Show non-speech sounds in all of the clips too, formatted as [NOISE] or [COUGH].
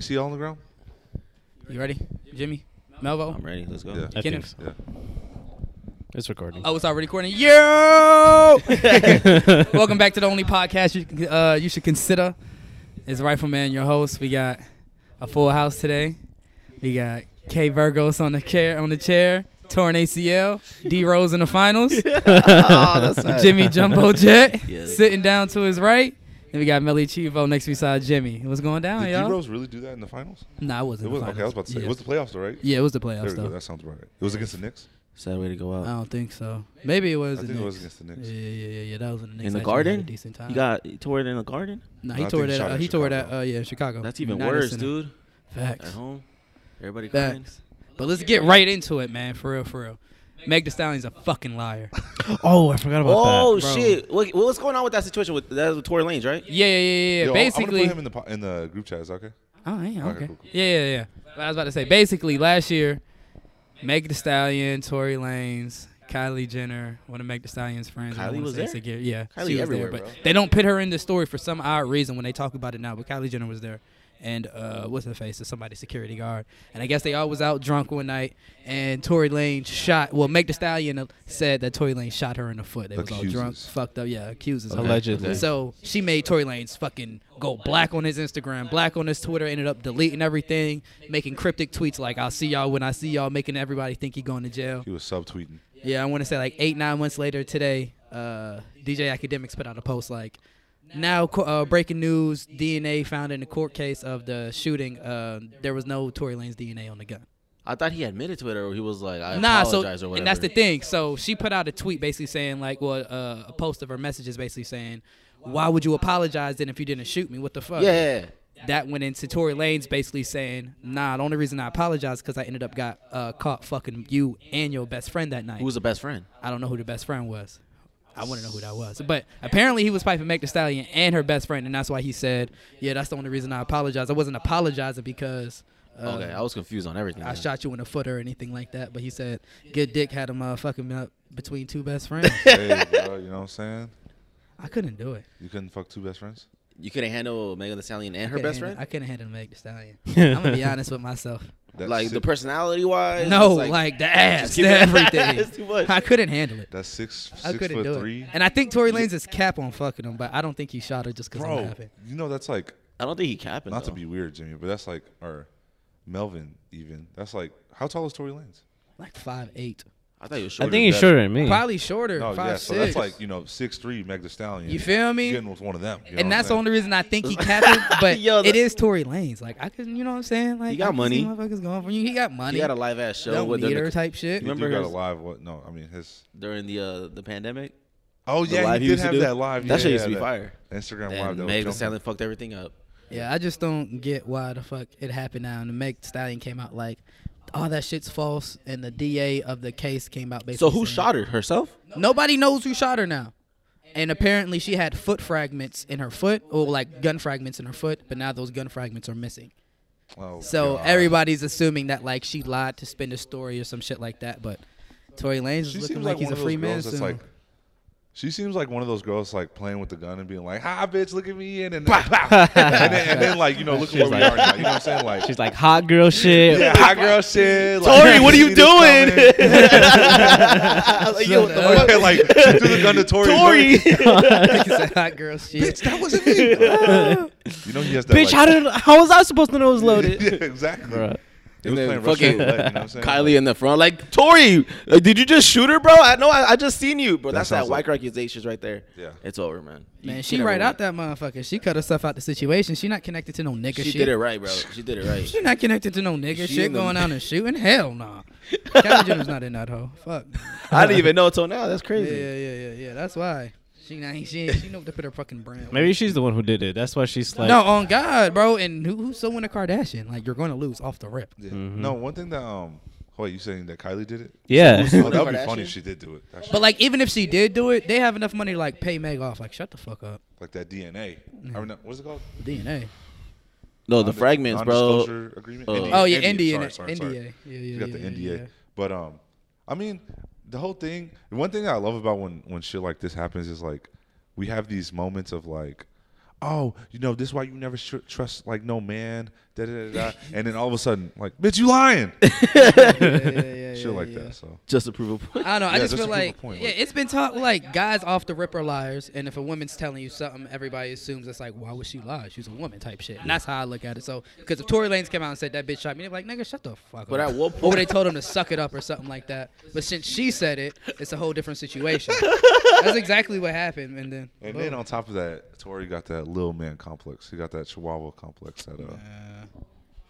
You see all on the ground? You ready, Jimmy? Melvo? I'm ready. Let's go. Yeah. I Get think him. so. Yeah. It's recording. Oh, [LAUGHS] it's [LAUGHS] already recording. [LAUGHS] Yo! Welcome back to the only podcast you can, uh, you should consider. It's Rifle Man, your host. We got a full house today. We got K Virgos on the chair on the chair, torn ACL, D Rose in the [LAUGHS] finals, Oh, Jimmy Jumbo Jet Yes. sitting down to his right. Then we got Melly Chivo next beside Jimmy. What's going down, Did y'all? D Rose really do that in the finals? Nah, it It wasn't. the was okay. I was finals. about to say yeah. it was the playoffs, though, right? Yeah, it was the There we playoffs go. though. That sounds right. It was against the Knicks. Sad way to go I out. don't think so. Maybe it was. I the think it was against Knicks. the Knicks. Yeah, yeah, yeah, yeah. That was in the Knicks. In actually the had garden? a decent time. You got you tore it in the garden. No, Nah, he I tore think that. shot Uh, at he tore that. Chicago. Uh, yeah, Chicago. That's even United worse, Center. dude. At Facts. home, everybody crying. Facts. But let's get right into it, man. For real, for real. Meg Thee Stallion's a [LAUGHS] fucking liar. [LAUGHS] Oh, I forgot about Oh that. Bro. shit! What, what's going on with that situation? With that was with Tory Lanez, right? Yeah, yeah, yeah, yeah. Yo, I- Basically, I'm gonna put him in the po- in the group chat. Is that okay? Oh yeah, Okay, okay. cool, cool. Yeah, yeah, yeah. But I was about to say, basically, last year, Meg The Stallion, Tory Lanez, Kylie Jenner, one of Meg The Stallion's friends. I Kylie wanna was say there? Sagira- yeah, Kylie she was everywhere, there, but bro. they don't put her in the story for some odd reason when they talk about it now. But Kylie Jenner was there, and uh, what's her face? Is somebody security guard? And I guess they all was out drunk one night, and Tory Lanez shot. Well, Meg The Stallion uh, said that Tory Lanez shot her in the foot. They was all drunk, Accuses. fucked up. Yeah, accuses. her. Allegedly. So she made Tory Lanez fucking go black on his Instagram, black on his Twitter, ended up deleting everything, making cryptic tweets like "I'll see y'all when I see y'all," making everybody think he going to jail. He was subtweeting. Yeah, I want to say like eight nine months later today, uh, DJ Academics put out a post like, "Now co- uh, breaking news: DNA found in the court case of the shooting. Uh, there was no Tory Lanez DNA on the gun." I thought he admitted to it, or he was like, I nah, so apologize, or whatever. and that's the thing. So she put out a tweet basically saying like, well, uh, a post of her messages basically saying, why would you apologize then if you didn't shoot me? What the fuck? Yeah, yeah, yeah. That went into Tory Lanez basically saying, nah, the only reason I apologize because I ended up got uh, caught fucking you and your best friend that night. who was the best friend? I don't know who the best friend was. I wouldn't know who that was. But apparently he was piping Meg Thee Stallion and her best friend, and that's why he said, yeah, that's the only reason I apologize. I wasn't apologizing because. Uh, okay, I was confused on everything. I then. shot you in the foot or anything like that. But he said, good dick had him uh, fucking up between two best [LAUGHS] friends. [LAUGHS] hey, bro, you know what I'm saying? I couldn't do it. You couldn't fuck two best friends. You couldn't handle Megan Thee Stallion and her Couldn't best handle- friend. I couldn't handle Meg [LAUGHS] Thee Stallion. I'm gonna be honest with myself. That's like six, the personality wise. No, like, the ass, keep the it- [LAUGHS] It's too everything. much. I couldn't handle it. that's six I six couldn't foot do three. it. And I think Tory Lanez is cap on fucking him, but I don't think he shot her just because I'm Bro, laughing. you know that's like I don't think he capping. not to though. be weird, Jimmy, but that's like or Melvin even. That's like how tall is Tory Lanez? Like five eight, I thought you was I shorter. think he's than- shorter than me. probably shorter, No, five Hmm. Oh, yeah. six. So that's like you know six three Meg Thee Stallion. you feel me? Getting with one of them. you know and what I'm that's the saying? only reason I think he capping, [LAUGHS] but Yo, it that- is Tory Lanez. Like I can, you know what I'm saying? Like He I can got see money. Motherfuckers going for you. He got money. he had a live ass show don't with need her the, type shit. He Remember do got a his- live. What? No, I mean his. during the uh, the pandemic. Oh The yeah, live he he did used to have do? that live. That yeah, shit used to yeah, be that fire. Instagram live. And that was Megan Thee jumping. Stallion fucked everything up. Yeah, I just don't get why the fuck it happened now. And the Meg Thee Stallion came out like, all that shit's false. And the DA of the case came out basically. So who saying- shot her? Herself? Nobody knows who shot her now. And apparently she had foot fragments in her foot, or like gun fragments in her foot, but now those gun fragments are missing. Oh, So God. everybody's assuming that like she lied to spin a story or some shit like that. But Tory Lanez is She looking seems like, like, he's one a of free those man girls that's soon. like. She seems like one of those girls like playing with the gun and being like, "Hi, bitch, look at me," [LAUGHS] and then and then, and then like you know, look at where She's we like- are now. You know what I'm saying? Like, She's like [LAUGHS] hot girl shit. [LAUGHS] yeah, hot girl shit. like, Tori, what are you see this doing? coming. [LAUGHS] Okay, like she threw the gun to Tori. [LAUGHS] Tori. It's a [LAUGHS] hot girl shit. bitch, that wasn't me. you know he has that. Bitch, like, how did how was I supposed to know it was loaded? [LAUGHS] yeah, exactly. Bruh. It was And playing then Russian fucking roulette, you know what I'm saying? Kylie in the front, like Tori, like, did you just shoot her, bro? I know, I, I just seen you, bro. That That's that sounds white like- accusations right there. Yeah. it's over, man. You Man, can she never right win. out that motherfucker. She cut herself out the situation. She not connected to no nigga She shit. did it [LAUGHS] right, bro. She did it right. She not connected to no nigga She shit in the- going out and shooting. Hell no. Nah. Kylie Jenner's not in that hoe. Fuck. [LAUGHS] I didn't even know until now. That's Yeah, crazy. yeah, yeah, yeah, yeah. That's why. She not she ain't- she know what to put her fucking brand. Maybe she's the one who did it. That's why she's like. no, on God, bro. And who, who's so into Kardashian? Like you're going to lose off the rip. Yeah. No, one thing that um, wait, you saying that Kylie did it? [LAUGHS] Yeah. Oh, that would be Kardashian? funny if she did do it. That shit- But like even if she did do it, they have enough money to like pay Meg off. Like shut the fuck up. like that DNA. I mean, what's it called? DNA. No, the fragments, bro. Non-disclosure Agreement? Uh, NDA. Oh yeah, NDA, NDA. sorry, sorry, sorry. NDA. Yeah, yeah, You got yeah, the yeah, NDA. yeah. But um, I mean, the whole thing. One thing I love about when when shit like this happens is like we have these moments of like, oh, you know, this is why you never sh- trust like no man. Da, da, da, da. and then all of a sudden, like, bitch, you lying. Shit like that. So Just to prove a point. I don't know. I Yeah, just that's feel a good like point. yeah, Like- it's been taught like guys off the rip are liars, and if a woman's telling you something, everybody assumes it's like, why would she lie? She's a woman type shit, and that's how I look at it. So because if Tory Lanez came out and said that bitch shot me, they're like, nigga, shut the fuck up. But at what Or point- they told him to suck it up or something like that. But since she said it, it's a whole different [LAUGHS] situation. that's exactly what happened, and then. and then on top of that, Tori got that little man complex. He got that Chihuahua complex. That uh,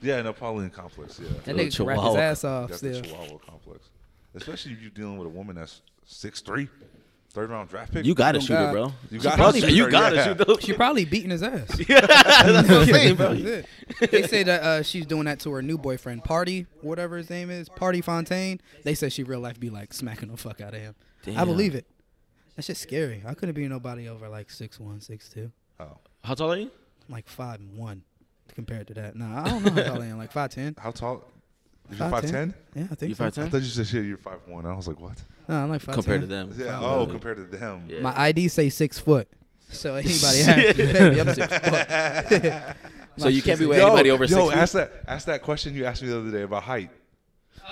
yeah, Napoleon complex. Yeah, that Little nigga can rap his chihuahua. ass got off the still. Chihuahua complex. Especially if you're dealing with a woman that's 6'3", third round draft pick. You gotta Oh, shoot God. it, bro. You gotta Probably- shoot her, you gotta yeah. shoot [LAUGHS] those. She probably beating his ass. [LAUGHS] That's what I'm saying, bro. That's it. They say that uh, she's doing that to her new boyfriend, Party, whatever his name is, Party Fontaine. They said she real life be like smacking the fuck out of him. I Damn. believe it. That shit's scary. I couldn't be nobody over like six one, six two. Oh. How tall are you? I'm like five and one compared to that. Nah, I don't know how tall I am. Like [LAUGHS] five ten. How tall? If you're five ten? Yeah, I think You so. five I ten? thought you said shit. You're five one. I was like, what? No, I'm like five Compared to them. Yeah. Five Oh, eleven. compared to them. Yeah. My ID say six foot. So [LAUGHS] anybody has to baby, I'm six foot. [LAUGHS] So you can't be with Yo, anybody over six yo, feet. ask that ask that question you asked me the other day about height.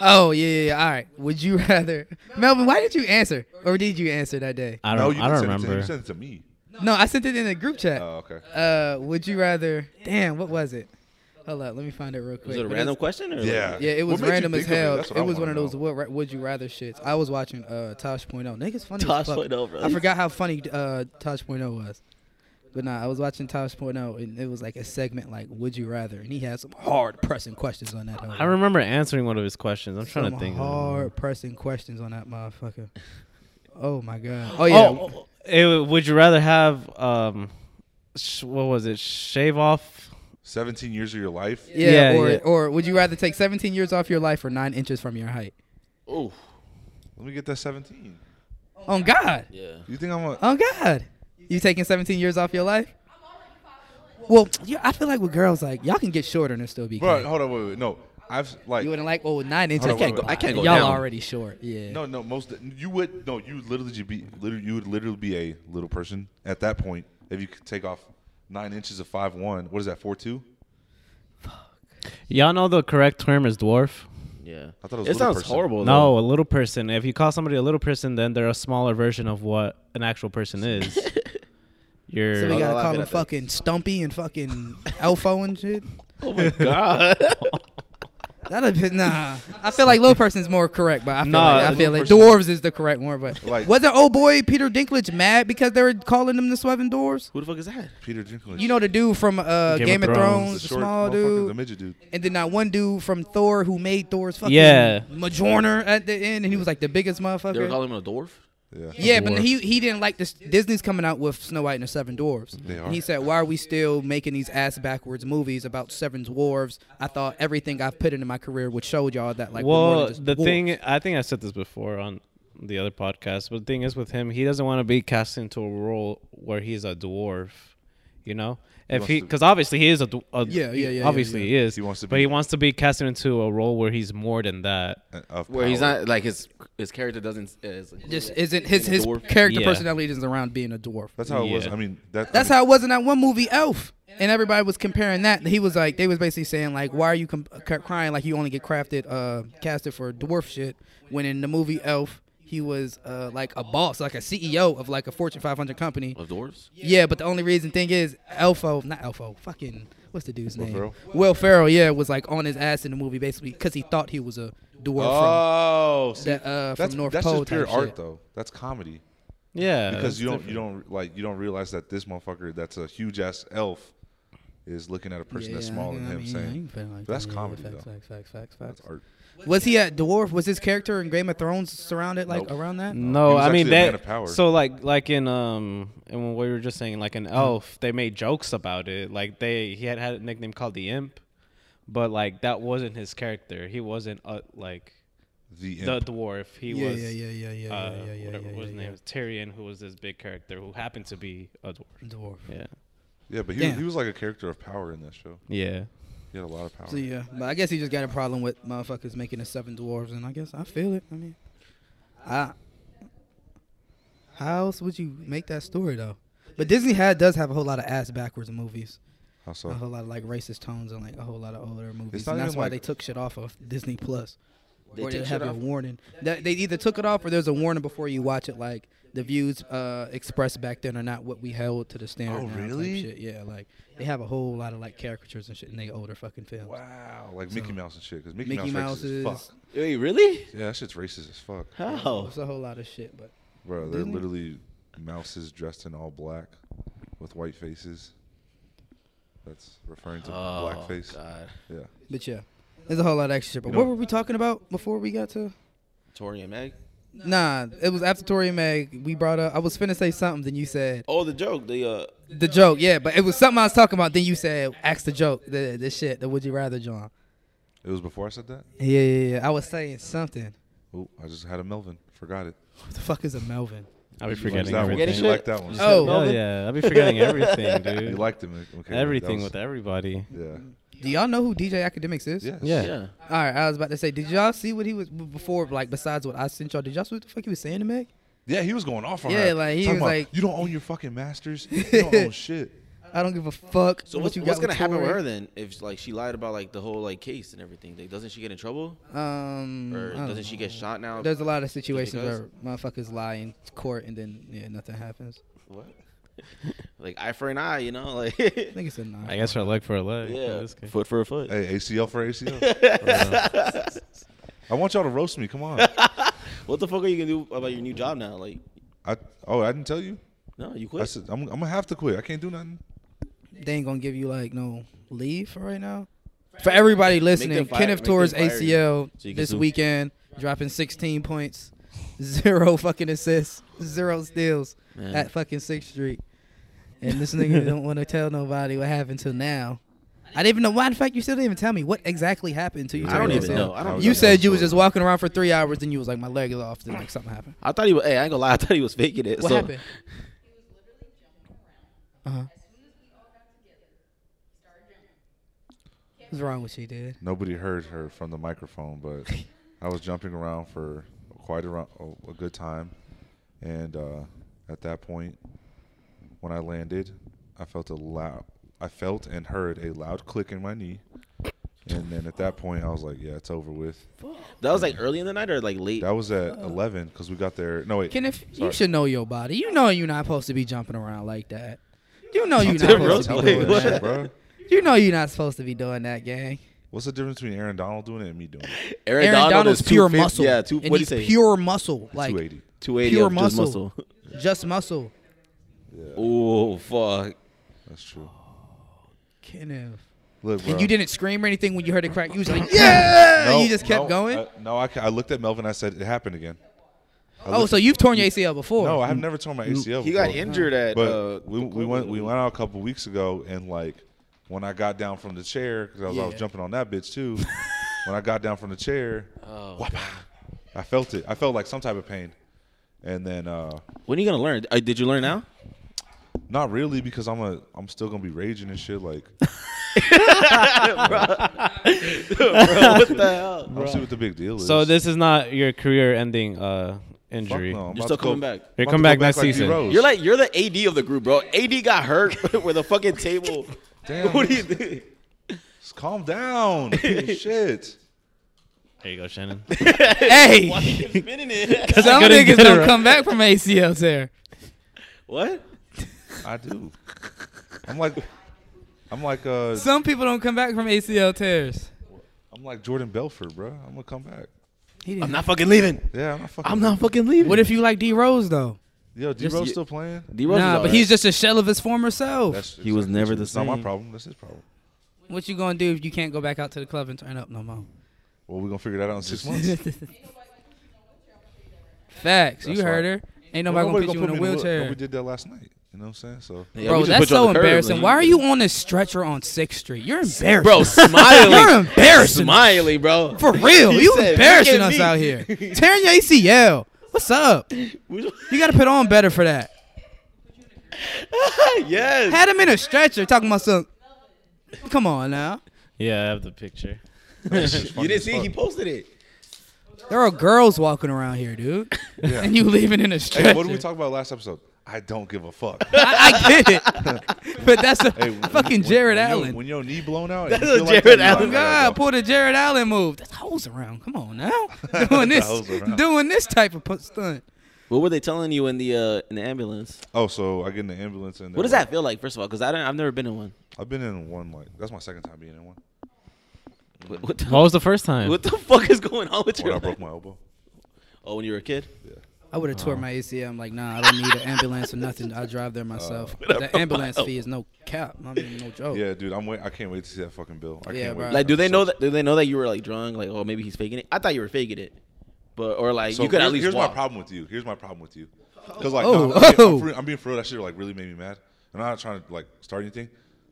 Oh yeah, yeah, yeah. All right. Would you [LAUGHS] rather Melvin, why did you answer? Or did you answer that day? I no, don't. you I didn't send don't It to, you remember. sent it to me. No, I sent it in the group chat. Oh, okay. Uh, would you rather? Damn, what was it? Hold up, let me find it real quick. Was it a But random it's- question? Or Yeah. Yeah, it What was made you random think as of it? hell. That's It what I was wanna one of those know. what ra- would you rather shits. I was watching uh Tosh.0. Niggas funny. as Tosh fuck. 0, oh, bro. I forgot how funny uh Tosh.0 was. But nah, I was watching Tosh.0 and it was like a segment like would you rather and he had some hard pressing questions on that. hoe. I remember answering one of his questions. I'm some trying to think. hard pressing questions on that motherfucker. Oh my god. Oh yeah. Oh, oh, it, w- would you rather have um, sh- what was it? Shave off? Seventeen years of your life. Yeah, Yeah, or, yeah. or would you rather take 17 years off your life or nine inches from your height? Oh, Let me get that seventeen. On Oh God. yeah. You think I'm a? On God. You taking 17 years off your life? Well, yeah, I feel like with girls, like, y'all can get shorter and still be Bro, clean. hold on, wait, wait, no. I've like You wouldn't like, oh, nine inches. I can't go- I can't go Y'all down. already short. Yeah. No, no, most you would no, you would literally be literally you would literally be a little person at that point if you could take off nine inches of five one. What is that four two? Y'all know the correct term is dwarf. Yeah. I thought it was It little sounds person. horrible. No, a little person. If you call somebody a little person, then they're a smaller version of what an actual [LAUGHS] person is. You're So we I'll gotta laugh call at him that. fucking Stumpy and fucking Elfo and shit. though. Oh my [LAUGHS] god. That'd be, nah. I feel like little person's more correct, but I feel Nah, like, I little feel like person- dwarves is the correct one. But Like- wasn't old boy Peter Dinklage mad because they were calling them the Sweven dwarves? Who the fuck is that? Peter Dinklage. You know the dude from uh, Game, Game of of Thrones, the the short small motherfucker, dude, the midget dude. and then that one dude from Thor who made Thor's fucking Yeah. Majorner at the end, and he was like the biggest They were motherfucker. calling him a dwarf. Yeah. Yeah, Dwarf. but he he didn't like this. Disney's coming out with Snow White and the Seven Dwarfs. They And he are. said, "Why are we still making these ass backwards movies about seven dwarves? I thought everything I've put into my career would show y'all that like we're more well, than just the dwarves." thing I think I said this before on the other podcast, but the thing is with him, he doesn't want to be cast into a role where he's a dwarf. You know, if wants he to- because obviously he is a, dw- a Yeah, yeah, yeah, obviously yeah, he is. He wants to but be- Uh, he wants to be cast into a role where he's more than that. Of Where he's power. not like his his character doesn't is like, just isn't his his Dwarf. character Yeah. personality isn't around being a dwarf. That's how it was. Yeah. I mean, that, That's I mean, how it was in that one movie Elf, and everybody was comparing that. He was like, they was basically saying like, why are you com- c- crying like you only get crafted, uh, casted for dwarf shit? When in the movie Elf, he was uh like a boss, like a CEO of like a Fortune 500 company. of dwarves. Yeah, but the only reason thing is Elfo, not Elfo, fucking what's the dude's name? Ferrell? Will Ferrell, yeah, was like on his ass in the movie basically because he thought he was a dwarf. Oh, see, that, uh, from that's North that's Pole just pure type art, shit. though. That's comedy Yeah, because that's you don't different. you don't like you don't realize that this motherfucker that's a huge ass elf is looking at a from, person that's smaller than him saying that's comedy, though. Facts, facts, facts, that's facts. art. Was he a dwarf? Was his character in Game of Thrones surrounded like Nope. around that? He No, was I actually mean a man that. of power. So like like in um and when we were just saying like Hmm. an elf, they made jokes about it. Like they he had had a nickname called the imp, but like that wasn't his character. He wasn't uh, like The the imp. dwarf. He Yeah, was yeah, yeah, yeah, yeah, uh, yeah, yeah, yeah, whatever yeah, was yeah, his name Tyrion, who was this big character who happened to be a dwarf. yeah. Dwarf. Yeah, yeah, but he, Damn. he was like a character of power in that show. yeah. He had a lot of power. So yeah, but I guess he just got a problem with motherfuckers making the seven dwarves, and I guess I feel it. I mean, I. How else would you make that story though? But Disney had does have a whole lot of ass backwards movies, How a so? whole lot of like racist tones and like a whole lot of older movies. not And that's even, why like- they took shit off of Disney Plus. They or took they shit have a off? warning. That they either took it off or there's a warning before you watch it. Like the views uh, expressed back then are not what we held to the standard. Oh, now type really? Shit. Yeah, like they have a whole lot of like caricatures and shit in their older fucking films. Wow, like Mickey Mouse and shit. Because Mickey, Mickey Mouse, Mouse racist as is- fuck. Wait, really? Yeah, that shit's racist as fuck, How? It's a whole lot of shit, but bro. They're Disney- literally mouses dressed in all black with white faces. That's referring to blackface. God. Yeah. but yeah, there's a whole lot of extra shit. But You know- what were we talking about before we got to? Tori and Meg. Nah, it was after Tori and Meg. We brought up. I was finna say something, then you said Oh, the joke. The uh, the joke. Yeah, but it was something I was talking about. Then you said ask the joke. The the shit. The would you rather, John? It was before I said that. Yeah, yeah, yeah. I was saying something. Oh, I just had a Melvin. Forgot it. What the fuck is a Melvin? You I'll be liked forgetting that everything. one. You liked that one. Oh. Oh yeah, I'll be [LAUGHS] forgetting everything, dude. You liked him. Okay. everything that. with everybody. was- Yeah. Do y'all know who DJ Academics is? Yes. Yeah. yeah. All right, I was about to say, did y'all see what he was before? Like, besides what I sent y'all, did y'all see what the fuck he was saying to Meg? Yeah, he was going off on her. Yeah, like, he Talking was about, like- "You don't own your fucking masters. You [LAUGHS] don't own shit." I don't give a fuck. So what what's, you got what's gonna with happen with Tory. her then? If like she lied about like the whole like case and everything, like, doesn't she get in trouble? Um, Or I don't doesn't she know. get shot now? There's a lot of situations because- where motherfuckers lie in court and then yeah, nothing happens. what? [LAUGHS] like eye for an eye, you know, [LAUGHS] like I think it's a nine. I guess her leg for a leg. yeah, This kid. foot for a foot. Hey, ACL for [LAUGHS] ACL. Uh, I want y'all to roast me. Come on. What the fuck are you gonna do about your new job now? Like, I oh I didn't tell you. no, you I quit. said I'm, I'm gonna have to quit. I can't do nothing. they ain't gonna give you like no leave for right now. For everybody listening, fire- Kenneth make Torres them fire you ACL so you can this sue. weekend, dropping 16 points, zero fucking assists, zero steals Man. at fucking Sixth Street, and this nigga don't want to [LAUGHS] tell nobody what happened till now. I didn't even know. Why? In fact, you still didn't even tell me what exactly happened to you. I don't told even yourself. know. I don't. You was said you was absolutely- just walking around for three hours, and you was like, "My leg is off," and like something happened. I thought he was. Hey, I ain't gonna lie. I thought he was faking it. What so, happened? Uh huh. What's wrong with you, dude? Nobody heard her from the microphone, [LAUGHS] but I was jumping around for quite a, ro- a good time, and uh, at that point, when I landed, I felt a loud, I felt and heard a loud click in my knee, and then at that point, I was like, "Yeah, it's over with." That was like early in the night or like late. That was Uh. at eleven because we got there. No wait, Kenneth, Sorry. you should know your body. You know you're not supposed to be jumping around like that. You [LAUGHS] know you're not Tim supposed to Tell be me doing Rosen, that like, shit, that. bro. You know you're not supposed to be doing that, gang. What's the difference between Aaron Donald doing it and me doing it? Aaron, Aaron Donald Donald's is pure 250 muscle. Yeah, two. and What do you he's say? pure muscle, like 280. 280 pure of just muscle. just muscle. Oh fuck. That's true. Kenneth. Look, bro. And you didn't scream or anything when you heard it crack. You [LAUGHS] was like, yeah. No, you just kept no, going. I- no, I, ca- I looked at Melvin. I said it happened again. I oh, looked- so you've torn your ACL before? no, I have never torn my ACL. He got before. injured at. But uh, we, we went we went out a couple weeks ago, and like when I got down from the chair because I, was I was Yeah. jumping on that bitch too. when I got down from the chair, whapa, I felt it. I felt like some type of pain, and then uh, When are you gonna learn? Uh, did you learn now? not really because I'm a I'm still gonna be raging and shit. Like [LAUGHS] what the hell? I don't see what the big deal is. So this is not your career-ending uh, Fuck injury. no, I'm You're about still to go- coming back. I'm Here about to go come back next like season. D-Rose. You're like you're the AD of the group, bro. AD got hurt [LAUGHS] with a fucking table. Damn. What do you do? Just calm [LAUGHS] down. shit. There you go, [LAUGHS] Shannon. Hey, Spinning it. some couldn't niggas get don't her up. come back from ACL tear. What? I do. I'm like, I'm like, uh, Some people don't come back from ACL tears. I'm like Jordan Belfort, bro. I'm gonna come back. He didn't. not fucking leaving. Yeah, I'm not fucking. fucking leaving. What if you like D Rose though? Yo, D Rose you- still playing? D-Rose Nah, was but alright. he's just a shell of his former self. That's He was never the It's Not my same. problem. That's his problem. what you gonna do if you can't go back out to the club and turn up no more? Well, we're gonna figure that out in six months. Facts. That's you heard right. her. Ain't nobody gonna Nobody put you in a put me the wheel- wheelchair. We did that last night. You know what I'm saying? So Yeah, we Bro, just that's put you on so the curb, embarrassing. like- Why are you on a stretcher on 6th Street? You're embarrassing. [LAUGHS] Bro, smiley. You're embarrassing. Smiley, bro. For real. He you said, embarrassing "Look at us me." out here. Tearing your ACL. What's up? You gotta put on better for that. yes. Had him in a stretcher talking about some. Come on now. yeah, I have the picture. You didn't see it? he posted it. There are girls walking around here, dude. [LAUGHS] Yeah. And you leaving in a stretcher. Hey, what did we talk about last episode? I don't give a fuck. I, I [LAUGHS] get it, but that's a Hey, when- fucking when- Jared when your- Allen. when your knee blown out, That's you a feel like Jared that, you're Allen. like, God, "Oh, pull the Jared Allen move. That's hose around. Come [LAUGHS] on [LAUGHS] now, doing Hose this, around. doing this type of pu- stunt. What were they telling you in the uh, in the ambulance? Oh, so I get in the ambulance and What does they're that feel like? First of all, because I don't, I've never been in one. like- I've been in one like that's my second time being in one. What, what, the, What was the first time? what the fuck is going on with When your? I broke life? my elbow. Oh, when you were a kid. I would have Uh-huh. tore my ACL. I'm like, nah, I don't need an ambulance or nothing. I drive there myself. that ambulance fee is no cap. I mean, [LAUGHS] no joke. Uh, Yeah, dude, I'm wait. I can't wait to see that fucking bill. I Yeah, can't bro. wait. Like, do they know that? Do they know that you were like drunk? Like, oh, maybe he's faking it. I thought you were faking it, but or like So you could here- at least here's walk. my problem with you. Here's my problem with you. Because like, Oh, no, I'm, being- oh. I'm, for- I'm being for real. That shit like really made me mad. I'm not trying to like start anything,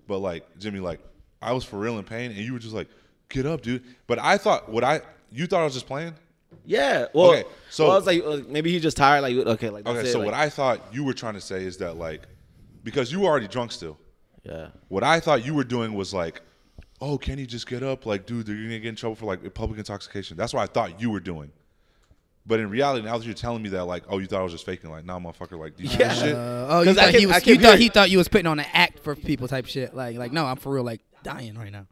but like Jimmy, like I was for real in pain, and you were just like, "Get up, dude." But I thought what I you thought I was just playing. Yeah. Well, Okay, so- well, I was like, uh, maybe he's just tired. Like, okay, like that's Okay, it, so like- what I thought you were trying to say is that like, because you were already drunk still. Yeah. What I thought you were doing was like, oh, can you just get up? Like, dude, you're gonna get in trouble for like public intoxication. That's what I thought you were doing. But in reality, now that you're telling me that, like, oh, you thought I was just faking, like, nah, motherfucker, like, do you Yeah. yeah. shit? Uh, oh, you 'Cause I thought, can- he, I was, can you thought hear- he thought you was putting on an act for people type shit. Like, like no, I'm for real, like dying right now.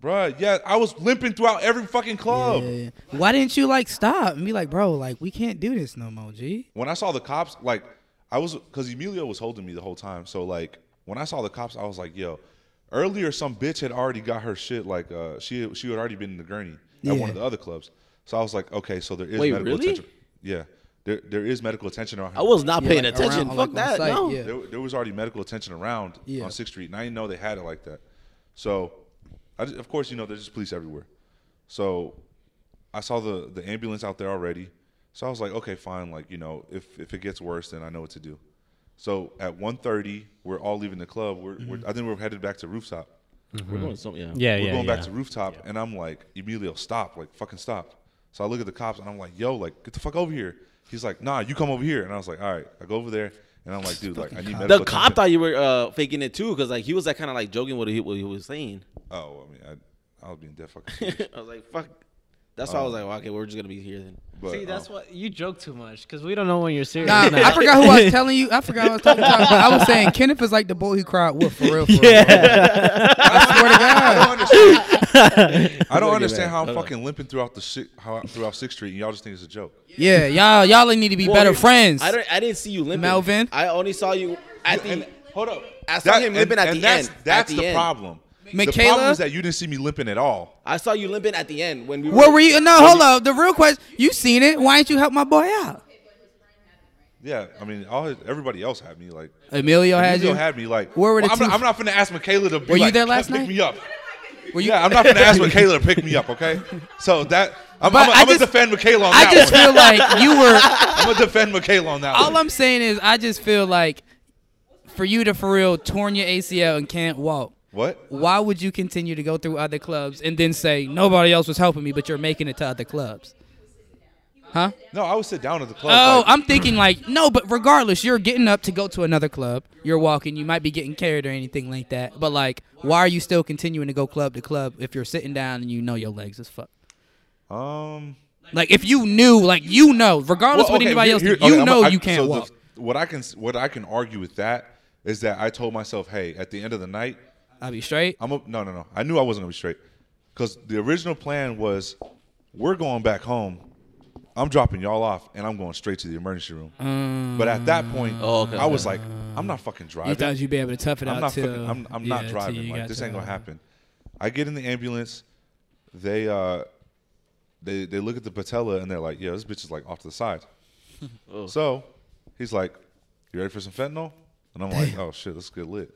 Bruh, yeah, I was limping throughout every fucking club. Yeah. Why didn't you like stop and be like, bro, like we can't do this no more, G? When I saw the cops, like, I was, because Emilio was holding me the whole time. So, like, when I saw the cops, I was like, yo, earlier some bitch had already got her shit, like, uh, she, she had already been in the gurney at one Yeah. of the other clubs. So I was like, okay, so there is Wait, medical really? attention. Yeah, there, there is medical attention around I was not Yeah, paying like, attention. around- Fuck like, on that. site, no. yeah. there, there was already medical attention around Yeah. on Sixth Street, and I didn't know they had it like that. So, I just, of course, you know, there's just police everywhere. So, I saw the the ambulance out there already. So I was like, okay, fine. Like, you know, if if it gets worse, then I know what to do. So at 1.30, we're all leaving the club. We're, we're I think we're headed back to rooftop. Mm-hmm. We're going to some- yeah. yeah, We're yeah, going yeah. back to rooftop, and I'm like, Emilio, stop! Like, fucking stop! So I look at the cops, and I'm like, yo, like, get the fuck over here. He's like, nah, you come over here, and I was like, all right, I go over there, and I'm like, dude, like, I need medical The cop attention. thought you were uh, faking it too, because like he was like kind of like joking what he, what he was saying. [LAUGHS] Oh, I mean, I, I was being dead fucking serious. I was like, fuck. That's Oh. why I was like, well, okay, we're just gonna be here then. But, See, that's um, what you joke too much because we don't know when you're serious. Nah, [LAUGHS] Nah. I forgot who I was telling you. I forgot what I was talking about. I was saying Kenneth is like the boy who cried wolf for real. For real. [LAUGHS] I swear to I God. don't understand. [LAUGHS] I don't understand back. how I'm Hold on. fucking limping throughout the si- how, throughout Sixth Street, and y'all just think it's a joke. Yeah, y'all, y'all need to be better friends. I don't. I didn't see you limping. Melvin? I only saw you at the. And- hold up. I saw him limping at the that's, end. That's at the end. problem. the Michaela? problem is that you didn't see me limping at all. I saw you limping at the end when we. Where were you? No, hold up. The real question: You seen it? Why didn't you help my boy out? Yeah, I mean, all his, everybody else had me like. Emilio Oh, had Emilio you. had me like. Where were the well, I'm, two- not, I'm not finna ask Michaela to. Be Were you like, there last pick night? me up. Were you- yeah, I'm not finna ask Michaela to pick me up. [LAUGHS] Okay, so that I'm, But I'm, I I'm gonna just- defend Michaela on I that just one. feel like you were. [LAUGHS] I'm gonna defend Michaela on that All one. I'm saying is, I just feel like for you to for real torn your ACL and can't walk. What? Why would you continue to go through other clubs and then say nobody else was helping me, but you're making it to other clubs? Huh? No, I would sit down at the club. Oh, like, I'm thinking like no, but regardless, you're getting up to go to another club. You're walking. You might be getting carried or anything like that. But like, why are you still continuing to go club to club if you're sitting down and you know your legs is fucked? Um. Like if you knew, like you know, regardless Well, what okay, anybody here- else, here- did, you okay, I'm- know I- you can't so the- walk. what I can what I can argue with that is that I told myself, hey, at the end of the night, I'll be straight. I'm a, no no no. I knew I wasn't gonna be straight because the original plan was we're going back home. I'm dropping y'all off and I'm going straight to the emergency room. but at that point, Mm. Oh, okay, I was okay. like, I'm not fucking You driving. thought you'd be able to tough it I'm out not till- fucking, I'm, I'm yeah, not till driving. you Like got this to- ain't gonna happen. I get in the ambulance. They uh, they they look at the patella and they're like, "Yo, this bitch is like off to the [LAUGHS] side." So he's like, "You ready for some fentanyl?" And I'm like, "Oh shit, let's get lit."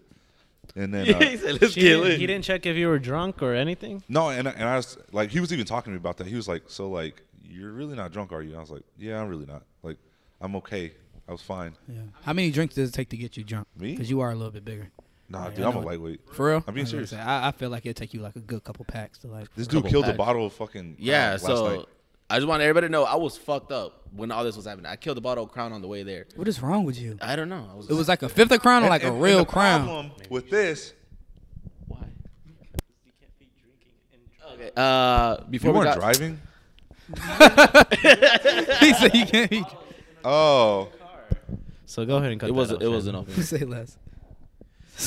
And [LAUGHS] then he uh, said, "Let's She get didn't- lit." he didn't check if you were drunk or anything. no, and I- and I was like, he was even talking to me about that. He was like, "So like, you're really not drunk, are you?" And I was like, "Yeah, I'm really not. Like, I'm okay. I was fine. How many drinks does it take to get you drunk? Me? Because you are a little bit bigger. Nah, dude, I I'm a know. lightweight." For real? I'm being I was gonna serious. say, I, I feel like it'll take you like a good couple packs to like. This dude Couple killed a packs. bottle of fucking Yeah, Crown last so night. I just want everybody to know I was fucked up when all this was happening. I killed a bottle of Crown on the way there. What is wrong with you? I don't know. I was, It was like a fifth of crown or And- [LAUGHS] like and- a and real the [LAUGHS] crown. problem with this why? Okay. Uh, before You we weren't got, driving? He said you can't be- Oh. So go ahead and cut. It that was out, it was an Shannon. open. Say less.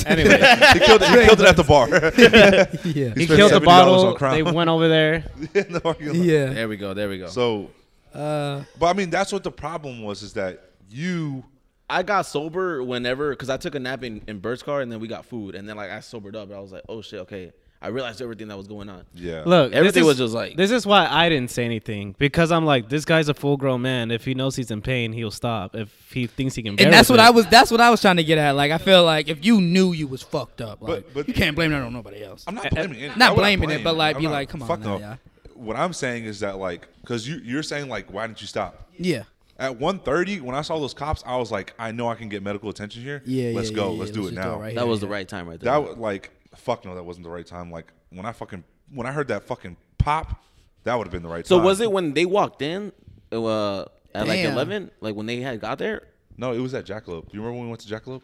Anyway, [LAUGHS] he killed it, he killed it at the [LAUGHS] bar. Yeah. he spent killed the $70 bottle. on Crown. They went over there. In the parking lot. Yeah. There we go. There we go. So So, Uh, but I mean, that's what the problem was is that you I got sober whenever because I took a nap in in Bert's car and then we got food and then like I sobered up. I was like, oh shit, okay. I realized everything that was going on. yeah. Look, this Everything is- was just like- this is why I didn't say anything because I'm like this guy's a full grown man. If he knows he's in pain, he'll stop. If he thinks he can, bear and that's with what I it. was. That's what I was trying to get at. Like, I feel like if you knew you was fucked up, like, but- you can't blame that on nobody else. I'm not blaming it. eh, not I wouldn't blaming it, blame but, like, I'm be not- like, come on fuck now, no. yeah. What I'm saying is that like, cause you you're saying like, why didn't you stop? yeah. At 1:30, when I saw those cops, I was like, I know I can get medical attention here. Yeah, let's yeah, go. yeah, yeah, let's do let's it just do it now. right That was the right time right there. That would like, fuck no, that wasn't the right time. Like when I fucking when I heard that fucking pop, that would have been the right so time. was it when they walked in uh, at like Damn. eleven? Like when they had got there? No, it was at Jackalope. You remember when we went to Jackalope?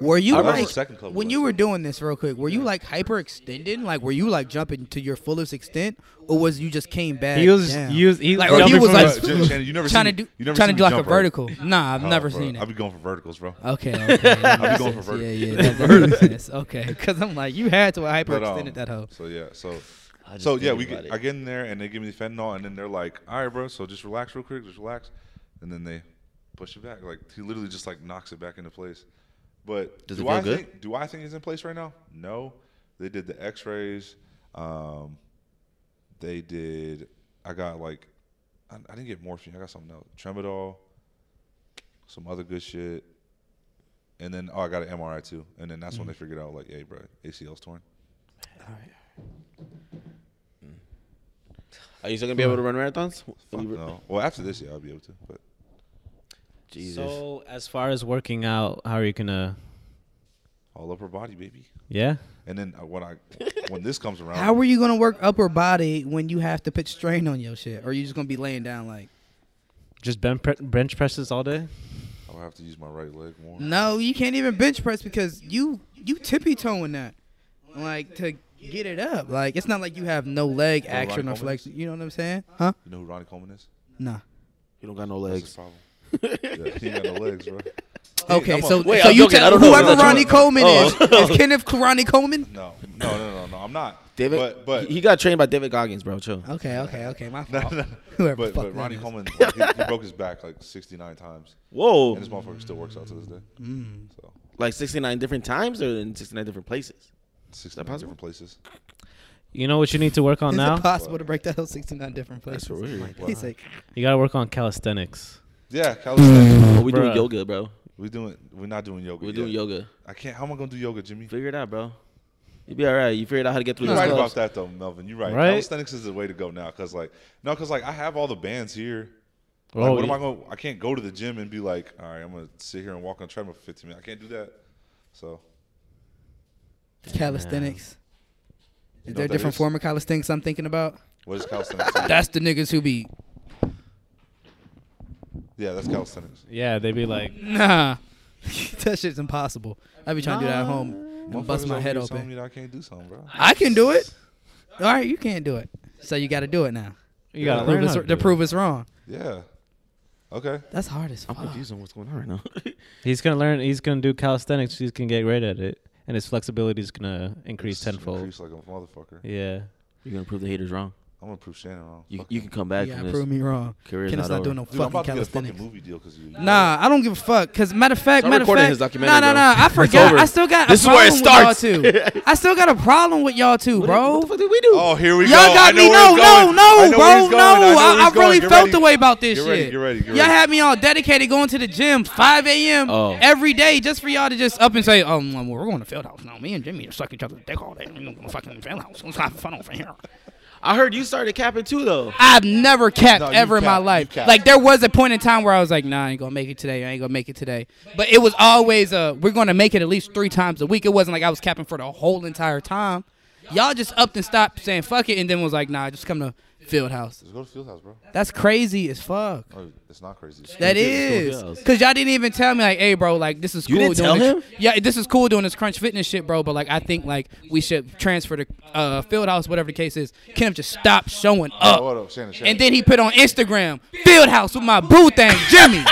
Were you I remember like the second club we when went you to. were doing this real quick? Were you like hyperextended? Like, were you like jumping to your fullest extent, or was you just came back? He was down? he was he Like, was or he jumping was from like the- Jen- Shannon, you never trying seen- to do you never trying to seen do me like a jump, right? Oh, vertical. Nah, I've never seen I'll it. be going for verticals, bro. Okay, okay. [LAUGHS] I'll be going for yeah, [LAUGHS] vertical. yeah, that, that makes sense. Okay, because I'm like, you had to But, um, hyperextended that hoe. So yeah, so just so yeah, think we about get, it. I get in there and they give me the fentanyl and then they're like, all right, bro, so just relax real quick, just relax, and then they push it back. Like he literally just like knocks it back into place. But Does do it feel I good? think do I think it's in place right now? No. They did the X-rays. Um, they did. I got like, I, I didn't get morphine. I got something else, tramadol, some other good shit. And then oh, I got an MRI too. And then that's Mm. when they figured out like, hey, bro, ACL's torn. Are you still gonna be able to run marathons? Fuck no. Well, after this, yeah, I'll be able to. But Jesus. So as far as working out, how are you gonna? all upper body, baby. Yeah, And then uh, [LAUGHS] when I when this comes around, How are you gonna work upper body when you have to put strain on your shit? Or are you just gonna be laying down like? just bench pre- bench presses all day. I'll have to use my right leg more. No, you can't even bench press because you you tippy toeing that, like to get it up. Like it's not like you have no leg Ronnie action or Coleman? flexion. You know what I'm saying? Huh? You know who Ronnie Coleman is? Nah. You don't got no That's legs. the problem. yeah, he ain't got no legs, bro. Okay, I'm so a- Wait, so I'm you joking. I tell don't know. whoever That's what- Ronnie Coleman Oh. is is Kenneth Ronnie Coleman. No, no, no, no, no. I'm not. David, but but he, he got trained by David Goggins, bro. Chill. Okay, okay, [LAUGHS] okay. My no, fault. no. [LAUGHS] Whoever but, fuck but that Ronnie is. [LAUGHS] Coleman, like, he, he broke his back like 69 times, Whoa, and this motherfucker still works out to this day. Mm. So like sixty nine different times or in sixty nine different places. 69 possible? different places. You know what you need to work on Is now? it possible to break that whole 69 different places? That's weird. He's like, You gotta work on calisthenics. Yeah, calisthenics. Oh, we doing Bruh. yoga, bro. we doing. We're not doing yoga. We're yet. doing yoga. I can't. How am I gonna do yoga, Jimmy? Figure it out, bro. You be all right. You figured out how to get through You're this right club. about that though, Melvin. You're right. Right? Calisthenics is the way to go now, cause like no, cause like I have all the bands here. Like, Oh, what am you- I going? to I can't go to the gym and be like, all right, I'm gonna sit here and walk on a treadmill for 15 minutes. I can't do that. So calisthenics. You know Is there a what that different is? form of calisthenics I'm thinking about? what is calisthenics? [LAUGHS] That's the niggas who be, yeah, that's calisthenics. Oh, Yeah, they'd be like, nah. [LAUGHS] that shit's impossible. I be trying to do that at home and bust Motherfuckers my over head here Telling open. me that I can't do something, bro. I can do it. All right, you can't do it. So you got to do it now. you gotta To learn prove, how us, to to do prove us wrong. Yeah. Okay. That's hard as I'm fuck. confused on what's going on right now. [LAUGHS] it. He's gonna learn. He's gonna do calisthenics. He's gonna get great at it, and his flexibility is gonna increase Just tenfold. Increase like a motherfucker. Yeah. You're gonna prove the haters wrong. I'm gonna prove Shannon wrong. You, Fuck you it. can come back Yeah, from prove this. me wrong. Career's Kenneth's not not over. doing no Dude, I'm fucking about to get a fucking calisthenics. movie deal because you. Nah, I don't give a fuck. Cause matter of fact, Start matter of recording fact, his documentary, nah, nah, bro. nah. I forgot. over. I still got. This a is where it problem starts. with y'all [LAUGHS] too. I still got a problem with y'all too, bro. What the fuck did we do? Oh, here we go. Y'all I got know me. where No, he's going. I no, no, know where bro, he's no. going. know where I, he's I going. really Get felt ready. the way about this Get shit. ready, get ready, get y'all ready. had me all dedicated going to the gym 5 a.m. Oh. every day just for y'all to just up and say, "Oh, well, we're going to field house now." Me and Jimmy just suck each other's dick all day. We're going to fucking field house. Let's have fun over here. I heard you started capping too, though. I've never capped No, you ever in my capped. You life. capped. Like there was a point in time where I was like, "Nah, I ain't gonna make it today. I ain't gonna make it today." But it was always uh, we're gonna make it at least three times a week. It wasn't like I was capping for the whole entire time. Y'all just upped and stopped saying "fuck it" and then was like, "Nah, just come to field house." Just go to Fieldhouse, bro. That's crazy as fuck. Oh, it's not crazy. That Field- it's is Field House. because y'all didn't even tell me like, "Hey, bro, like this is cool." You didn't doing tell this- him? Yeah, this is cool doing this crunch fitness shit, bro. But like, I think like we should transfer to uh, field house, whatever the case is. Kenneth just stopped showing up. Hold up, Oh, Shannon. Shannon. [LAUGHS] And then he put on Instagram, Fieldhouse with my boo thing, Jimmy.